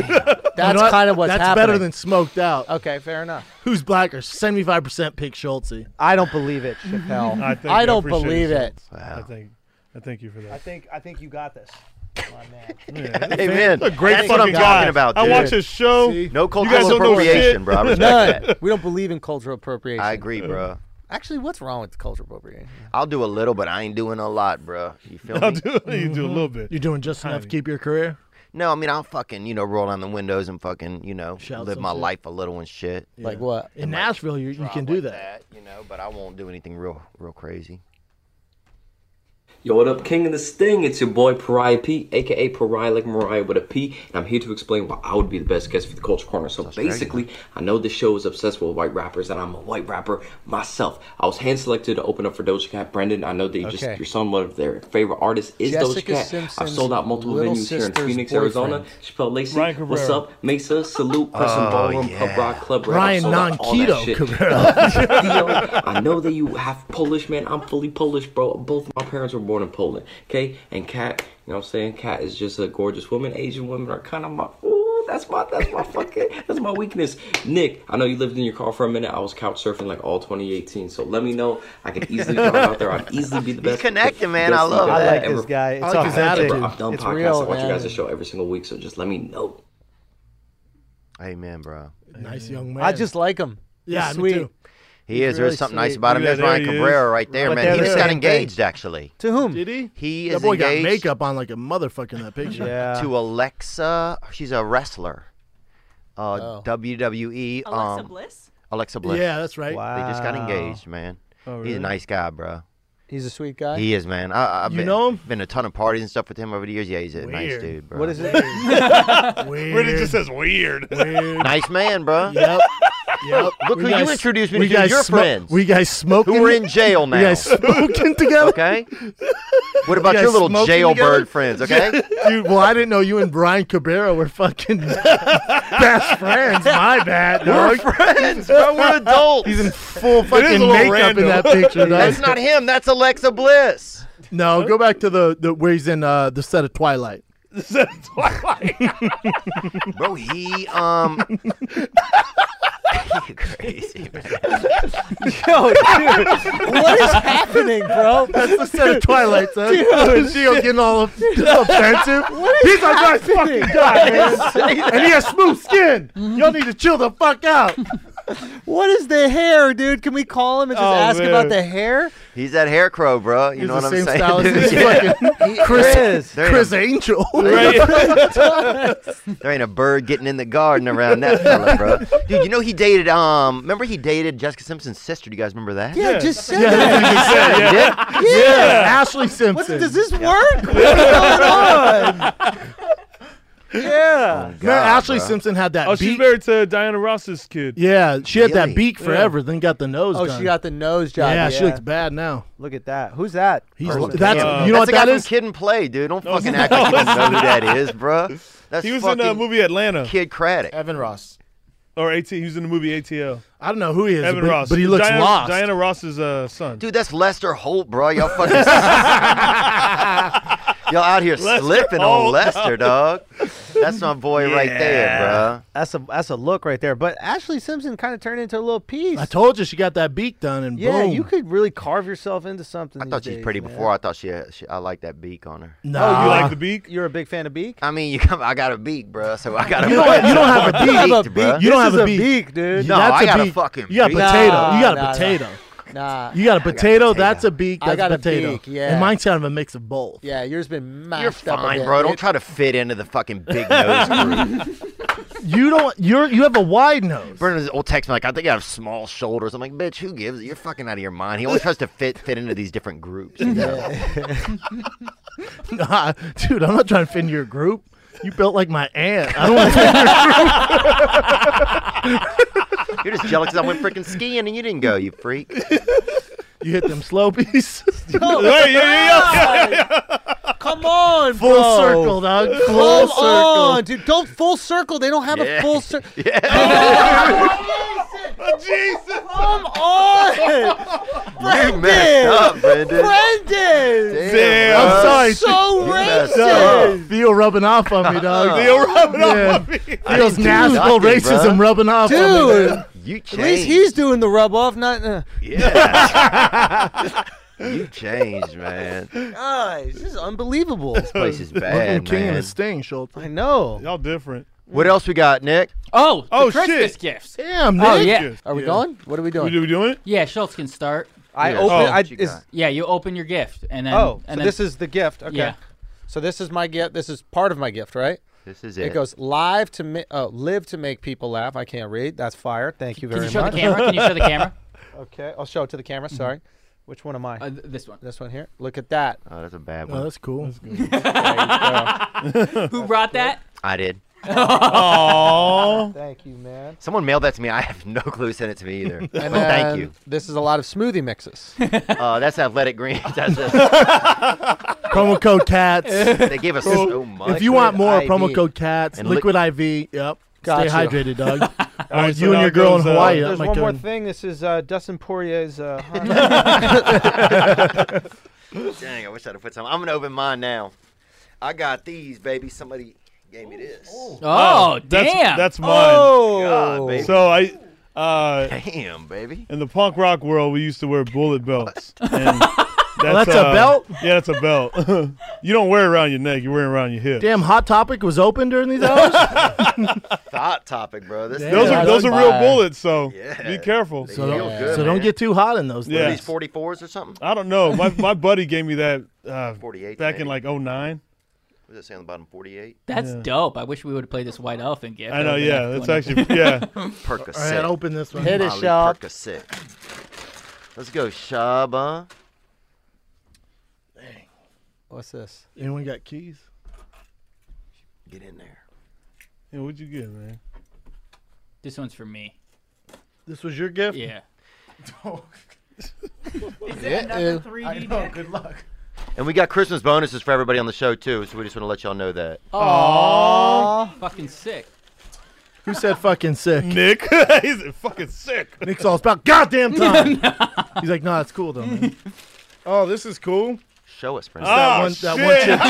A: That's kinda what's
B: That's better
A: happening.
B: than smoked out.
A: Okay, fair enough.
B: Who's blacker? Seventy-five percent pick Schultze.
O: I don't believe it, Chappelle.
A: (laughs) I think I I don't appreciate believe it. it.
B: Wow.
O: I think, I thank you for that.
A: I think I think you got this.
O: (laughs)
D: Hey, man,
O: a great
D: that's what I'm
O: fucking
D: talking
O: guy.
D: about,
O: I
D: dude.
O: watch his show.
D: See? No
O: You
D: cultural
O: guys don't know
D: appropriation,
O: shit. (laughs)
D: bro. I respect
A: None.
D: that.
A: We don't believe in cultural appropriation.
D: I agree, bro.
A: Actually, what's wrong with cultural (laughs) appropriation?
D: I'll do a little, but I ain't doing a lot, bro. You feel
A: I'll
D: me?
A: do- (laughs) you do a little
B: You're doing just enough to keep your career.
D: No, I mean I'll fucking you know roll down the windows and fucking you know
B: Shout
D: live
B: some
D: my
B: shit.
D: life a little and shit.
A: Like what?
B: In Nashville, you, you can do that.
D: You know, but I won't do anything real real crazy.
Q: Yo, what up, King of the Sting? It's your boy Pariah P, aka Pariah like Mariah with a P, and I'm here to explain why I would be the best guest for the Culture Corner. So
D: great.
Q: basically, I know this show is obsessed with white rappers, and I'm a white rapper myself. I was hand selected to open up for Doja Cat. Brandon, I know that you just
D: Okay.
Q: your son, one of their favorite artists, is Doja
D: Jessica
Q: Cat. I've
D: Simpson's
Q: sold out multiple
D: little
Q: venues here in
D: sister's
Q: Phoenix,
D: boyfriend.
Q: Arizona. Chappelle Lacey,
D: Ryan
Q: what's
D: Cabrera.
Q: up? Mesa, Salute, Crescent
D: Oh,
Q: Ballroom,
D: yeah.
Q: Pub Rock Club, Red.
B: Ryan
Q: I've sold out all that
B: Non-Keto
Q: shit.
B: Cabrera.
Q: Yo,
B: (laughs)
Q: I know that you half Polish, man. I'm fully Polish, bro. Both my parents were born in Poland, okay? And Kat, you know what I'm saying? Kat is just a gorgeous woman. Asian women are kind of my, ooh, that's my, that's my fucking, that's my weakness. Nick, I know you lived in your car for a minute. I was couch surfing like all 2018, so let me know. I can easily drive out there. I'd easily be the best.
D: connected, man.
Q: best
D: I love
Q: guest
D: that. I like
Q: ever.
D: this guy. It's I like his authentic. attitude.
Q: I've done
D: It's
Q: podcasts.
D: real,
Q: I watch you
D: man.
Q: guys' show every single week, so just let me know.
D: Amen, bro.
B: Nice young man.
A: I just like him.
B: Yeah,
A: He's
B: me
A: sweet.
B: too.
D: He is.
A: He's
D: There's
A: really
D: something
A: sweet.
D: nice about him.
A: Look at
D: There's
A: that,
D: Ryan
A: there he
D: Cabrera
A: is.
D: right there,
A: But
D: man.
A: they're
D: He
A: the
D: just got
A: same
D: engaged,
A: thing.
D: actually.
A: To whom?
B: Did he?
D: He
B: that
D: is
B: boy
D: engaged.
B: got makeup on like a motherfucker in that picture.
D: To Alexa, she's a wrestler. Uh,
B: Oh.
D: WWE. Alexa
R: Bliss.
D: um, Alexa Bliss.
B: Yeah, that's right.
D: They just got
B: Wow.
D: engaged, man.
B: Oh,
D: He's
B: really?
D: a nice guy, bro.
A: He's a sweet guy.
D: He is, man. I, I've
B: You
D: been,
B: know
D: Been a ton of parties and stuff with him over the years. Yeah, he's a nice
B: Weird.
D: dude, bro.
A: What is it?
B: (laughs) Weird.
E: just
B: (laughs)
E: says weird.
D: Nice man, bro.
B: Yep. Yep.
D: Look
B: We
D: who
B: guys-
D: you introduced me
B: we
D: to.
B: guys
D: your
B: smo-
D: friends.
B: We guys smoking.
D: were in jail
B: We
D: now.
B: guys
D: (laughs)
B: smoking
O: (laughs)
B: together.
D: Okay. What about
B: guys
D: your little
B: smoking
D: jailbird
B: together?
D: friends? Okay.
B: (laughs) Dude, well, I didn't know you and Brian Cabrera were
D: (laughs)
B: fucking best friends. My bad,
D: We're
B: dog.
D: friends,
B: (laughs)
D: bro. We're adults.
B: He's in full
D: It is a
B: fucking
D: little
B: makeup in
D: random.
B: that
D: (laughs)
B: picture. dog.
D: That's not him. That's Alexa Bliss.
B: No, go back to the, the where he's in uh, the set of Twilight. (laughs)
D: Bro, he um. you crazy man.
A: Yo, dude, what is happening, bro?
B: That's the set
D: (laughs)
B: of Twilight, son. (laughs)
A: Dude,
B: Gio getting all of-
D: (laughs)
B: offensive.
A: (laughs) What is
B: He's a nice
A: happening?
B: fucking guy,
A: (laughs) Say
B: man.
A: that.
B: and he has smooth skin. Y'all need to chill the fuck out.
A: What is the hair, dude? Can we call him and just
D: Oh,
A: ask
D: man.
A: about the hair?
D: He's that hair crow, bro. You
A: He's
D: know what
A: the same
D: I'm saying?
A: style as
D: (laughs) dude?
A: this
D: Yeah.
A: fucking
D: He-
A: Chris-
D: there ain't
B: Chris
D: a-
B: Angel.
D: (laughs) There ain't a bird getting in the garden around that fella, bro. Dude, you know he dated um remember he dated Jessica Simpson's sister. Do you guys remember that?
A: Yeah, just say
B: Yeah,
A: that.
B: that's
E: (laughs)
B: what you
A: Yeah.
B: said, yeah. Yeah, Ashley Simpson.
A: What's- does this work? What's going
B: (laughs)
A: on?
D: Oh
A: Yeah.
B: Man, Ashley Simpson had that
O: Oh,
B: beak.
O: she's married to Diana Ross's kid.
B: Yeah, she had that
O: Really?
B: beak forever,
O: Yeah.
B: then got the nose
A: Oh,
B: done.
A: she got the nose job.
B: Yeah, she looks bad now.
O: Look at that. Who's that?
B: He's
O: person?
B: that's you
D: That's
B: know what
D: the guy
B: that
D: from
B: is.
D: Kid and Play, dude. Don't
B: No,
D: fucking
B: no,
D: act like you don't
B: it's
D: know who
B: not.
D: that
O: (laughs)
D: is, bro.
E: (laughs)
D: That's
O: Oh, He was in the
D: fucking
O: movie Atlanta.
D: Kid Craddock.
O: Evan Ross. Or AT. He was in the movie ATL.
B: I don't know who he is,
O: Evan
B: but-
O: Ross.
B: but he looks
O: Diana,
B: lost.
O: Diana Ross's
B: (laughs)
O: uh, son.
D: Dude, that's Lester Holt, bro. Y'all fucking (laughs) Y'all out here
O: Lester
D: slipping on
O: Holt,
B: (laughs)
D: Lester, dog. That's my boy right there, bro.
O: That's a that's a look right there. But
A: Ashley Simpson kind of turned into a little piece.
B: I told you she got that beak done, and
A: yeah,
B: boom.
A: you could really carve yourself into something.
D: I thought she was pretty before. I thought she, had, she I like that beak on her.
B: Nah.
A: you
B: Oh, like
O: the beak?
A: You're a big fan of beak.
D: I mean, you come. I got a beak, bro. So I got.
B: You don't have- you don't
D: (laughs)
B: have a beak.
D: bro.
B: You don't have a beak.
A: dude.
D: No,
B: That's
D: I
B: a
D: got a
B: beak.
D: fucking.
B: You got a
D: beak.
B: potato. you got a
A: nah, nah.
B: potato.
A: Nah.
B: You got a potato. That's a beak.
A: I
B: That's
A: got a
B: potato.
A: beak, yeah.
B: And mine's kind of a mix of both.
A: Yeah, yours been mashed
D: You're
A: up. a
D: fine,
A: bit.
D: bro. Don't
A: It-
D: try to fit into the fucking big nose group.
B: (laughs) You don't. You're. You have a wide nose.
D: Bernard's old text me like, I think I have small shoulders. I'm like, bitch, who gives? a- You're fucking out of your mind. He always tries to fit fit into these
B: (laughs)
D: different groups. You know?
B: Nah, dude, I'm not trying to fit in your group. (laughs) You built like my aunt. I don't want to fit in your group.
D: You're just jealous 'cause I went freaking skiing and you didn't go,
B: (laughs)
D: you freak.
B: You hit them slopies.
D: Oh, Hey, yeah, (laughs)
A: Come on,
B: Full
A: bro.
B: circle, dog.
A: Come
B: Full circle.
A: on, dude. Don't full circle. They don't have a (laughs)
B: Yeah.
A: full circle.
O: Oh,
E: Jesus!
A: Come on!
D: You messed up, Brendan.
A: Brendan!
B: Damn, I'm sorry.
A: So
B: You
A: racist!
B: messed up. Theo rubbing off on me, dog.
D: (laughs)
A: Theo rubbing off
B: Yeah.
A: on
B: (laughs)
A: me. I
B: Theo's
A: didn't do
B: national
A: nothing,
B: racism
A: bruh.
B: rubbing off on me.
A: Dude,
B: man.
A: at least he's doing the rub off, not. Uh. (laughs)
F: (laughs)
D: You changed, man.
A: Guys, this is unbelievable. This
D: place is bad, Welcome King and man. the
B: Sting, Schultz.
A: I know.
B: Y'all different.
D: What else we got, Nick?
F: Oh,
D: Oh,
F: the Christmas
D: shit.
F: gifts.
B: Damn,
F: Oh,
D: Nick.
F: yeah.
A: Are we going? What are we doing?
F: We
B: doing it?
F: Yeah, Schultz can start.
O: I Yeah. open- Oh. I- What you is- got?
F: yeah, you open your gift and then.
A: oh, so
F: and then-
A: this is the gift. Okay.
F: Yeah.
A: So this is my gift. This is part of my gift, right?
D: This is
A: It
D: it.
A: goes live to mi- oh, live to make people laugh. I can't read. That's fire. Thank you
F: Can
A: very
F: you show the
A: much.
F: camera? Can
A: (laughs)
F: you show the
D: (laughs)
F: camera?
A: Okay, I'll show it to the
D: Mm-hmm.
A: camera. Sorry. Which one am I?
F: Uh, th- this one.
A: This one here. Look at that.
D: Oh, that's a bad
B: Oh, that's
A: (laughs)
B: cool.
F: (laughs) Who brought that?
D: I did.
A: Aw. (laughs) Thank you, man.
D: Someone mailed that to me. I have no clue who sent it to me either. but
A: And
D: thank
A: then
D: you.
A: This is a lot of smoothie mixes.
D: (laughs) Uh, that's athletic
A: (laughs)
D: green. That's it.
B: Promo code cats.
D: They gave us so much.
B: If you want more,
D: Liquid
B: promo
D: IV.
B: code cats.
D: And
B: Liquid IV. Yep.
A: Got
B: Stay
A: you.
B: hydrated, (laughs)
A: (laughs)
B: dog. All right,
A: Alright,
B: you and your girl
A: uh,
E: uh,
B: in Hawaii.
O: There's
B: that might
O: one more
B: go-
O: thing. This is uh, Dustin Poirier's.
B: (laughs)
O: Uh,
D: Dang, I wish I'd have put some. I'm gonna open mine now. I got these, baby. Somebody gave me this. Oh,
E: that's, That's mine. Oh.
A: Oh.
D: God, baby.
E: So I. Uh,
D: Damn, baby.
E: In the punk rock world, we used to wear bullet
F: (laughs)
E: belts. And
D: Oh,
E: uh,
B: that's a belt?
E: Yeah, that's a belt. (laughs) you don't wear it around your neck. You wear it around your hip.
B: Damn, Hot Topic was open during these hours?
D: Hot topic, bro. This
E: Those are those are real
B: Bye.
E: bullets, so
D: Yeah.
E: be careful.
D: They So feel don't- good,
B: so don't get too hot in those
D: What are
E: Yeah.
D: these 44s or something?
E: I don't know. My my buddy gave me that uh,
D: 48
E: back in
D: maybe.
E: like 09.
D: What does it say on the bottom? 48.
F: That's
E: Yeah.
F: dope. I wish we would have played this white elephant gift.
E: I know,
F: That
E: yeah.
F: would've
E: That's
F: been
E: actually
F: cool.
E: yeah.
F: (laughs)
D: Percocet.
B: All right, open this one.
A: Hit it,
D: Molly
A: Shab.
D: Percocet. Let's go, Shaba.
A: What's this?
B: Anyone got keys?
D: Get in there.
E: Yeah, what'd you get, man?
F: This one's for me.
B: This was your gift?
F: Yeah.
B: Is
A: it another
B: 3D? I know, good luck.
D: And we got Christmas bonuses for everybody on the show too, so we just want to let y'all know that.
F: Aww. Fucking sick.
B: Who said fucking sick?
E: Nick. (laughs) He's fucking sick.
B: Nick's all
A: (laughs)
B: about goddamn time. He's like, no, nah, it's cool though.
E: (laughs)
B: Man. Oh, this is cool.
D: Show us, Prince.
B: That
E: Oh,
B: one- that one
E: shit.
B: chip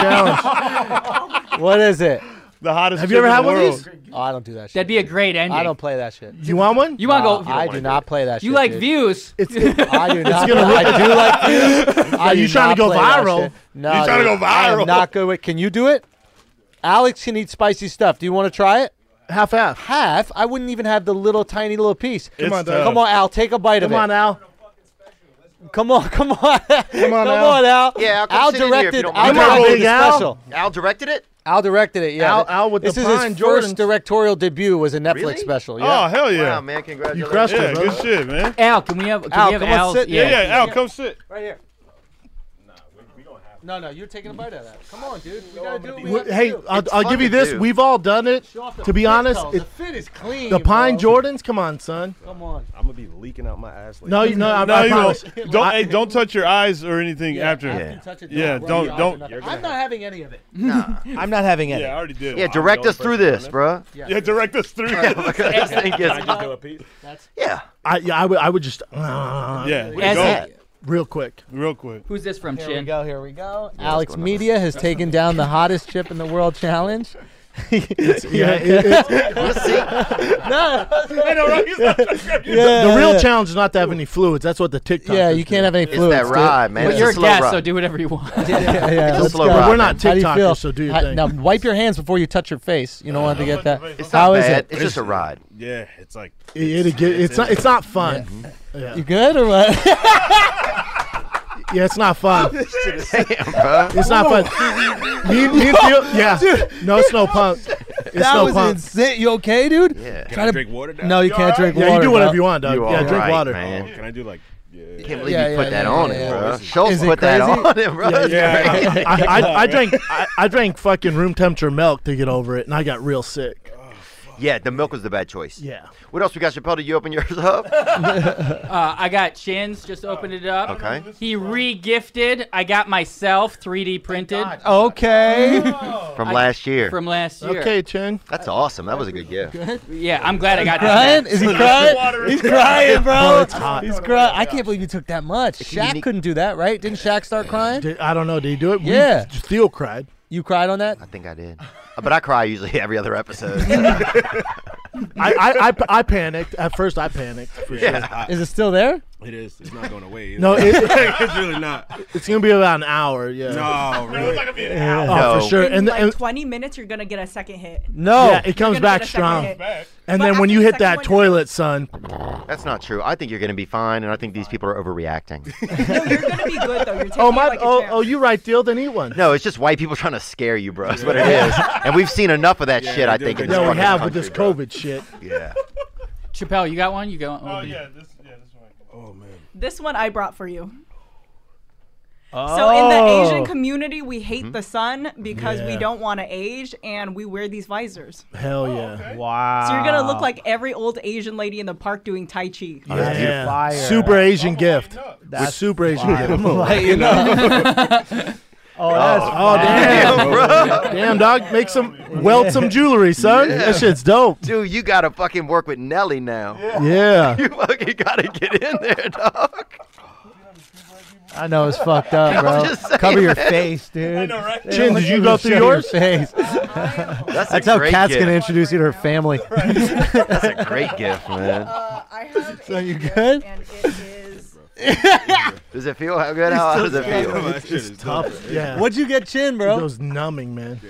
B: challenge.
E: (laughs)
A: What
B: (laughs)
A: is it?
E: The hottest.
B: Have you ever
E: chick in
B: had
E: the
B: one of
E: world.
B: these?
A: Oh, I don't do that shit.
F: That'd be a great ending.
A: I don't play that shit.
B: You want one?
F: You wanna
A: Nah,
F: go- You don't
A: I
F: wanna
A: do not play that shit.
F: You like
A: dude.
F: views. (laughs)
A: I do not.
B: gonna
A: I
B: (laughs)
A: do like views. I
B: Are
A: do
B: you trying
A: not
B: to go
A: play that
B: viral?
A: shit. No,
B: You trying to
A: dude,
B: go
A: I am
B: viral.
A: not good with. Can you do it? Alex can eat spicy stuff. Do you want to try it?
B: Half half.
A: Half. I wouldn't even have the little tiny little piece.
B: Come It's on, Doug.
A: come on, Al. Take a bite of it.
B: Come on, Al.
A: Come on, (laughs) come on, come
B: on,
A: on,
B: Al.
A: Al.
D: Yeah, Al, come
A: Al
D: sit in here if you
A: directed.
D: don't
A: Al
D: mind. Come on,
A: directed
B: Big
A: the
B: Al.
A: special.
D: Al directed it.
A: Al directed it. Yeah,
B: Al- Al with the
A: this is his
B: Pine Jordans.
A: first directorial debut. Was a Netflix special. Yeah.
E: Oh hell yeah!
D: Wow, man, congratulations.
B: You crushed
E: yeah,
B: it, bro.
E: good shit, man.
F: Al, can we have? Can
A: Al,
F: we have
A: come on,
F: Al's-
A: sit.
F: Yeah,
E: Yeah, Al, come sit.
A: Right here. No, no, you're taking a bite of that. Come on, dude. We gotta do what we have
B: Wh-
A: to
B: Hey,
A: do.
B: I'll,
D: It's
B: I'll
D: fun
B: give you
D: to
B: this.
D: do.
B: We've all done it.
A: Show off the
B: To be
A: fit,
B: honest,
A: though.
B: it-
A: the fit is clean.
B: the Pine
A: bro.
B: Jordans. Come on, son.
A: Come on.
O: I'm gonna be leaking out my ass.
B: No, you- no, I-
E: No,
B: I
E: you
B: promise.
E: won't. Don't hey, don't touch your eyes or anything after.
A: I can touch it,
E: yeah,
A: don't rub your
E: don't
A: eyes
E: don't.
A: or (laughs) nothing. I'm not having any of it.
O: I'm not having any.
E: Yeah, I already did.
D: Yeah, direct us through this, bro.
E: Yeah, direct us
D: (laughs)
E: through. this.
D: Oh This thing gets- yeah.
B: I, yeah, I would, I would just. Yeah.
E: Yeah,
F: As
E: go.
F: a-
B: Real quick.
E: real quick.
F: Who's this from,
A: Here we
F: Chin?
A: go. Here we go.
D: what's
A: Alex
D: going on?
A: Media has taken down the hottest chip in the world challenge. (laughs)
B: Yeah. it- it-
D: Let's
E: (laughs)
D: see.
A: no.
B: the,
A: Yeah.
B: the real challenge is not to have any fluids. That's what the TikTok.
A: Yeah,
B: is
A: you can't have any
D: It's
A: fluids.
D: that
A: dude.
D: ride, man.
F: But
D: It's
F: you're
D: a
F: a
D: slow
F: guest,
D: ride.
F: so do whatever you want.
A: Yeah, yeah,
D: It's a
A: let's
D: slow
A: go.
D: ride.
B: We're not
A: How do you
B: TikTokers,
A: feel?
B: so do your
A: How-
B: thing.
A: Now wipe your hands before you touch your face. You don't want to get that.
D: It's not
A: How is
D: bad.
A: it?
D: It's just a ride.
E: Yeah, it's like
B: It, it, get it's not. It's not fun. Yeah.
A: You good or what?
B: (laughs) Yeah, it's not
D: (laughs)
B: fun.
D: Damn, bro.
B: It's not
A: (laughs)
B: fun. me, me and
E: (laughs)
B: Theo, yeah. No, snow punk. It's
A: that
B: no
A: was
B: punk.
A: insane. You okay, dude?
D: Yeah. Can
A: Try to drink water. No, you can't drink
B: Yeah,
A: water.
B: you do whatever
A: bro.
B: you want, dog.
D: You
B: yeah,
D: are
B: drink
D: right,
B: water.
D: man.
O: Can I do like?
D: I can't believe
A: Yeah,
D: you
A: yeah,
D: put that
A: yeah,
D: on
A: yeah,
D: him,
A: yeah.
D: bro.
A: Is it
D: Schultz put that
A: crazy?
D: on him, bro. (laughs)
E: yeah.
B: I, (laughs) I, I drank I, I drank fucking room temperature milk to get over it, and I got real sick.
D: Yeah, the milk was the bad choice.
B: Yeah.
D: What else we got, Chappelle? Did you open yours up?
F: Uh, I got Shins. Just opened it up.
D: Okay.
F: He re-gifted. I got myself 3D printed.
D: Okay. From
F: I-
D: Oh, last year.
F: From last year.
B: Chen.
D: That's awesome. That was a good gift.
F: Yeah, I'm glad I got
A: (laughs) crying?
F: that.
A: Is he
F: See,
A: crying? He's crying, bro.
B: Oh, it's hot.
A: He's crying. I can't believe you took that much. Shaq couldn't do that, right? Didn't Shaq start crying?
B: Did, I don't know. Did he do it? We-
A: Yeah.
B: Theo cried.
A: You cried on that?
D: I think I did. Uh, But I cry usually (laughs) every
B: (laughs)
D: other episode.
B: I, I, I, I panicked. At first, I panicked. For
A: Yeah.
B: sure.
A: (laughs) Is it still there?
R: It is. It's not going away.
B: No,
R: it, (laughs)
B: it-
R: it's really not.
B: It's going to be about an hour. (laughs) Yeah.
R: No, really? It's not gonna be an hour.
B: Oh,
R: No.
B: for sure.
S: In
B: And,
S: like
B: and
S: 20 minutes, you're gonna get a second hit.
B: no, yeah,
S: You're
B: it comes
S: gonna get
B: back
S: a second
B: strong. And
S: hit. But
B: then
S: after
B: when
S: the
B: you hit
S: second
B: that
S: one,
B: toilet, son.
D: That's not true. I think you're going to be fine, and I think these people are overreacting.
B: Oh my! Oh, oh, you right, deal. Then eat one.
D: No, it's just white people trying to scare you, bro. That's what it is. And we've seen enough of that shit, I think. in this
B: Yeah, we
D: fucking
B: have with
D: country,
B: this
D: bro.
B: COVID shit.
D: Yeah.
F: Chappelle, you got one? You got one? Oh, yeah.
R: Oh,
S: This one I brought for you. So in the Asian community, we hate
B: Mhm.
S: the sun because we
B: Oh. Yeah.
S: don't want to age, and we wear these visors.
B: Hell yeah! Wow.
S: So you're gonna look like every old Asian lady in the park doing tai chi.
B: Yeah.
O: that's beautiful. Fire.
B: Super Asian gift. That's
O: That's
B: super Asian
O: fire.
B: gift.
O: I'm lighting
B: (laughs)
O: up.
B: Oh, that's,
O: Oh,
B: oh, damn,
D: damn, bro.
B: damn, dog, make some, weld some jewelry, son.
D: Yeah.
B: That shit's dope.
D: (laughs) Dude, you got to fucking work with Nelly now.
B: Yeah.
D: (laughs) you fucking got to get in there, dog.
A: I know it's fucked up,
D: (laughs) I'm
A: bro.
D: just saying,
A: Cover your
D: man.
A: face, dude. I know,
B: right? Chin, did you go through yours? (laughs)
A: Face.
D: That's,
A: how
D: great
A: Kat's
D: gift.
A: gonna introduce you to her family.
D: That's a great
E: (laughs)
D: gift, man.
A: so you good?
D: does it feel how good? How, how does it feel?
A: It's, it's tough.
B: Yeah.
A: What'd you get, Chin, bro?
B: Those numbing, man.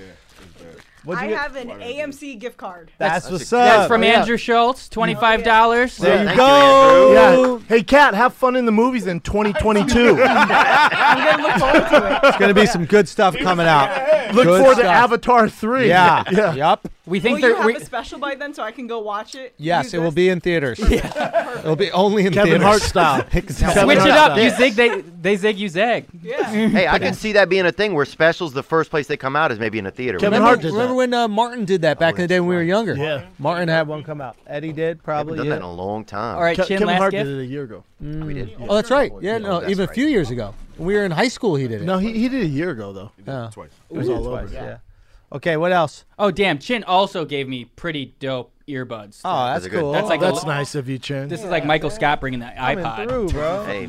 S: I
A: get?
S: have an AMC gift card.
B: That's That's what's a- up.
F: That's from
B: Oh, yeah.
F: Andrew Schultz. Twenty-five dollars.
B: There you go. yeah. Hey, Kat, have fun in the movies in (laughs) 2022.
A: It's gonna be some good stuff coming out.
B: Look
A: Good
B: for the
A: stuff.
B: Avatar 3.
A: Yeah.
B: yeah.
A: Yep.
F: We
S: Will you have a special by then so I can go watch it?
A: Yes, it will be in theaters. It'll be only in
B: Kevin
A: theaters.
B: Hart
D: (laughs)
B: style.
A: (laughs) Exactly.
F: Switch it up. You zig, they they zig, you zag. Yeah.
D: Hey, I can see that being a thing where specials, the first place they come out is maybe in a theater.
A: remember, remember when uh, Martin did that back in the day when we were younger?
B: Yeah.
A: Martin had one come out. Eddie did probably.
D: Haven't done
A: yeah.
D: that in a long time.
A: All right,
B: Ke-
A: Chin,
B: Kevin
A: last
B: Hart
A: gift?
B: did it a year ago.
A: Mm.
D: did.
A: Oh, that's right. Yeah,
D: Oh,
A: no,
D: that's
A: even a few years ago. When we were in high school, he did it.
B: No, he, he did it a year ago, though.
A: Yeah.
B: Twice.
A: It was all over.
F: yeah.
A: Okay, what else?
F: Oh damn! Chin also gave me pretty dope earbuds.
A: Oh, that's Those are good. cool.
F: That's like
B: That's nice of you, Chin.
F: This is like Michael Scott bringing that
B: Coming
F: iPod.
B: through,
F: (laughs)
B: bro.
D: Hey,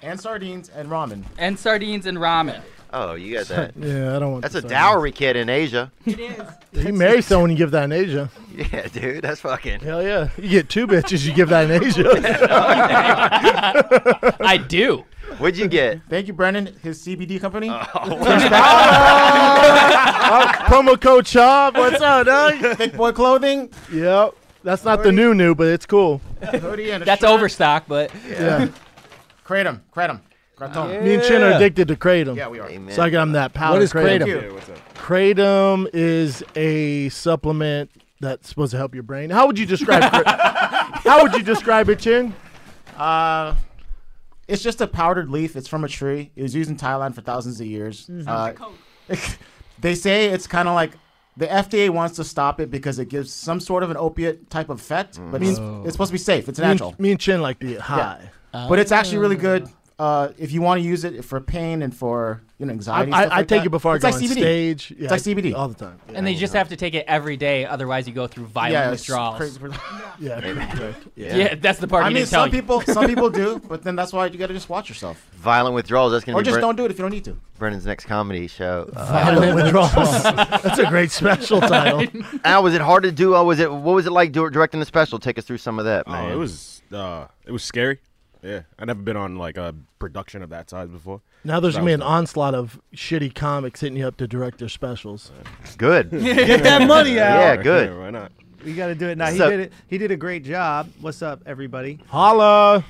C: And sardines and ramen.
F: and sardines and ramen. (laughs)
D: Oh, you got that.
B: Yeah, I don't want
D: That's
B: the
D: a
B: sardines.
D: dowry kid in
C: (laughs)
D: Asia.
B: You marry someone, you give that in Asia.
D: Yeah, dude, that's fucking.
B: Hell yeah. You get two bitches, you give that in (laughs) Asia.
F: I do.
D: What'd you get?
C: Thank you, Brennan. His CBD company. (laughs)
E: Oh,
B: Uh, promo code shop. What's up, dog?
C: Thick boy clothing.
B: Yep. That's not the new new, but it's cool.
C: Hoodie and a
F: That's
C: shirt.
F: overstock, but
B: Yeah.
C: Kratom. Kratom. Kratom.
B: Me and Chin are addicted to kratom.
C: Yeah, we are. Amen.
B: So I got him that powder.
A: What is
B: kratom?
A: kratom? Yeah,
C: what's up?
B: Kratom is a supplement that's supposed to help your brain. How would you describe? kra- how would you describe it, Chin?
C: Uh, it's just a powdered leaf. It's from a tree. It was used in Thailand for thousands of years.
S: Sounds
C: Uh, (laughs) they say it's kind of like the FDA wants to stop it because it gives some sort of an opiate type of effect, but it's,
B: Mm.
C: it's supposed to be (laughs) safe. It's
B: Me and-
C: natural.
B: Me and Chin like to get high.
C: Yeah. But it's actually really good. Uh, if you want to use it for pain and for you know anxiety,
B: I-
C: stuff
B: I
C: like
B: take
C: that.
B: it before I
C: it's
B: go
C: like
B: on
C: CBD.
B: stage. Yeah,
C: it's like CBD
B: all the time.
F: and they just have to take it every day, otherwise you go through violent
C: Yeah, it's
F: withdrawals.
C: crazy. (laughs)
B: Yeah,
F: Yeah. that's the part
C: I
F: he
C: mean,
F: didn't tell
C: some
F: you.
C: people,
F: (laughs)
C: some people do, but then that's why you got to just watch yourself,
D: Violent withdrawals. That's gonna
C: or
D: be
C: just
D: Bren-
C: don't do it if you don't need to.
D: Brennan's next comedy show. Uh, (laughs)
B: Violent withdrawals. That's a great special title.
D: Al, was it hard to do? Uh, was it what was it like do- directing the special? Take us through some of that, man.
R: Oh, it was uh, it was scary. Yeah, I never been on like a production of that size before.
B: Now there's
R: So
B: gonna be
R: that
B: an onslaught of shitty comics hitting you up to direct their specials.
A: (laughs)
D: Good.
R: Get
B: (laughs)
O: that money out.
D: Yeah, good.
R: why not?
O: We got to do it now. He
A: So-
O: did it. He did a great job. What's up, everybody?
B: Holla.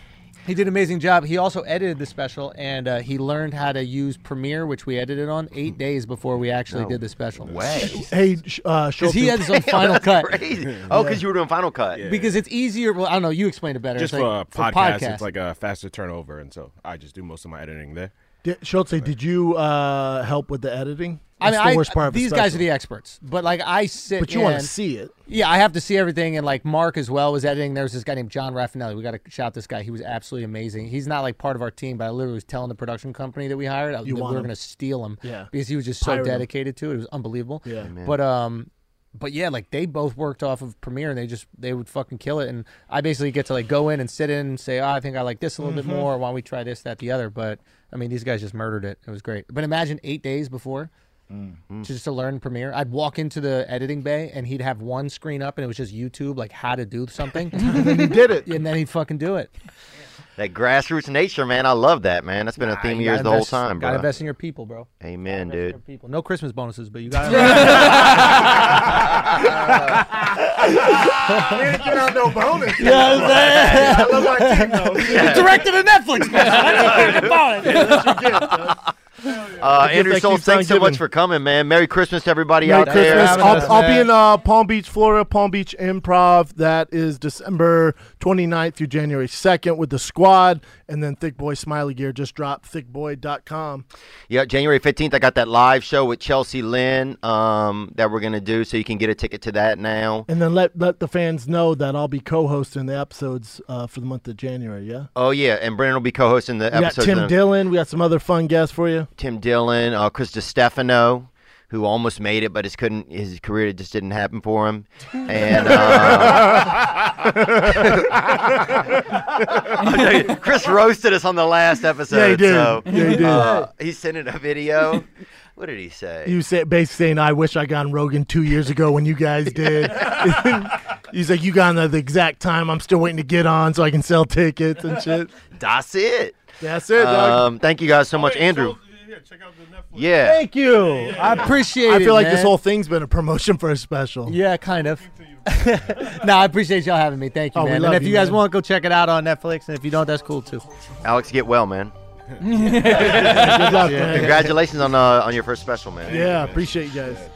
A: He did an amazing job. He also edited the special, and uh, he learned how to use Premiere, which we edited on eight days before we actually did the special.
D: Hmm. Way.
B: Hey, sh- uh,
A: Because he
B: Schultz-
A: had his own Final
D: That's
A: Cut.
D: crazy. Oh, because you were doing Final Cut.
A: Because it's easier. Well, I don't know. You explained it better.
R: Just
A: It's
R: for, a
A: like,
R: podcast, it's like a faster turnover, and so I just do most of my editing there.
B: Did, Schultz, did you uh, help with the editing?
A: I mean,
B: That's the
A: I-
B: worst part of a
A: these guys are
B: special.
A: the experts, but like I sit.
B: But you wanna
A: in-
B: see it.
A: Yeah, I have to see everything, and like Mark as well was editing. There was this guy named John Raffinelli. We got to shout this guy. He was absolutely amazing. He's not like part of our team, but I literally was telling the production company that we hired I-
B: You
A: that we
B: want
A: were
B: him.
A: going to steal him.
B: Yeah.
A: because he was just so
B: Pirate him.
A: dedicated to it. It was unbelievable.
B: Yeah. Amen.
E: (laughs)
A: but um. But yeah, like they both worked off of Premiere, and they just they would fucking kill it. And I basically get to like go in and sit in and say, oh, I think I like this a little
H: Mhm.
A: bit more. Why don't we try this, that, the other? But I mean, these guys just murdered it. It was great. But imagine eight days before,
H: Mhm.
A: to just to learn Premiere. I'd walk into the editing bay and he'd have one screen up and it was just YouTube, like how to do something. (laughs) and then he did it. And then he'd fucking do it.
D: That grassroots nature, man. I love that, man. That's been a theme of
A: You
D: yours
A: gotta
D: the whole
A: invest-
D: time, bro.
A: Gotta invest in your people, bro.
D: Amen, dude.
A: People. No Christmas bonuses, but you (laughs) gotta.
E: We didn't get out no bonus.
A: Yeah, I'm saying.
E: I love my team though.
A: (laughs) Yeah. Directed a Netflix special. (laughs) That's a fucking bonus.
E: Yeah, that's what you get.
D: Uh,
B: The gift
D: Andrew
B: that
D: Schultz,
B: keeps
D: thanks
B: on
D: so much
B: giving.
D: for coming, man. Merry Christmas to everybody
B: Merry
D: out there.
B: Christmas. I'll, I'll be in uh, Palm Beach, Florida, Palm Beach Improv. That is December 29th through January 2nd with the squad. And then Thick Boy Smiley Gear just dropped thickboy.com.
D: Yeah, January 15th, I got that live show with Chelsea Lynn um, that we're going to do, so you can get a ticket to that now.
B: And then let, let the fans know that I'll be co hosting the episodes uh, for the month of January. Yeah.
D: Oh, yeah, and Brennan will be co hosting the
B: We got
D: episode.
B: Tim Dillon. We got some other fun guests for you.
D: Tim Dillon, uh, Chris DiStefano, who almost made it, but his couldn't his career just didn't happen for him. And uh, I'll tell you, Chris roasted us on the last episode.
B: Yeah, he did.
D: So,
B: Yeah, he did.
D: uh, he sent in a video. What did he say?
B: You say, basically saying, I wish I got on Rogan two years ago when you guys did. (laughs) He's like, You got on at the exact time. I'm still waiting to get on so I can sell tickets and shit.
D: That's it.
B: That's it, dog.
D: Um, thank you guys so much, Andrew. Yeah.
B: Thank you. I
A: appreciate
B: I feel
A: it,
B: like this
A: man.
B: whole thing's been a promotion for a special.
A: Yeah, kind of. no, I appreciate y'all having me. Thank you,
B: Oh, we
A: man.
B: love
A: And if
B: you,
A: you guys
B: man.
A: want, go check it out on Netflix. And if you don't, that's cool too.
D: Alex, get
B: (laughs)
D: well, man.
A: Good luck, man.
D: Congratulations on uh, on your first special, man.
B: Yeah, appreciate you guys.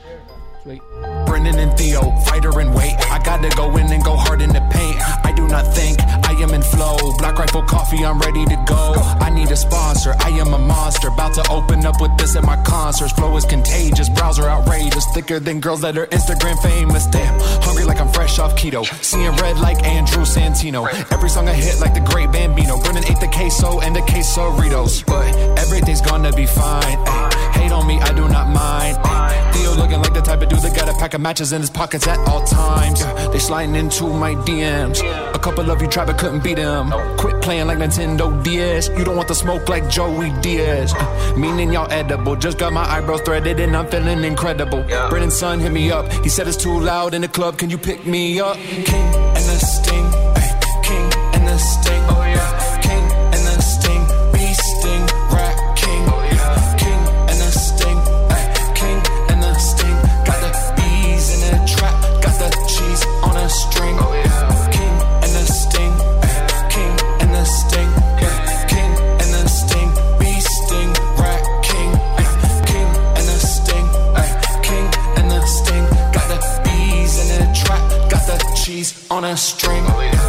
T: Brennan and Theo, fighter and weight. I gotta go in and go hard in the paint. I do not think I am in flow. Black rifle coffee, I'm ready to go. I need a sponsor, I am a monster. About to open up with this at my concerts. Flow is contagious, browser outrageous. Thicker than girls that are Instagram famous. Damn, hungry like I'm fresh off keto. Seeing red like Andrew Santino. Every song I hit like the great Bambino. Brennan ate the queso and the quesoritos. But everything's gonna be fine. Ay, hate on me, I do not mind. Ay, Theo looking like the type of dude that got a pack of matches in his pockets at all times. Yeah, They sliding into my DMs. A couple of you tried but couldn't beat them. Quit playing like Nintendo DS. You don't want the smoke like Joey Diaz. Uh, Meaning y'all edible. Just got my eyebrows threaded and I'm feeling incredible. Brennan's son hit me up. He said it's too loud in the club. Can you pick me up? King and the sting. Ay, King and the sting. Oh yeah. King and the sting. Beast sting. Rat king. Oh yeah. King and the sting. Ay, King and the sting. Got the bees in a trap. Got the cheese on a string. Oh yeah. King and the sting. Ay, King and the sting. Yeah. King and the sting. Beast sting. Rat king. Ay, King and the sting. Ay, King and the sting. Got the bees in a trap. Got the cheese on a string. Oh yeah.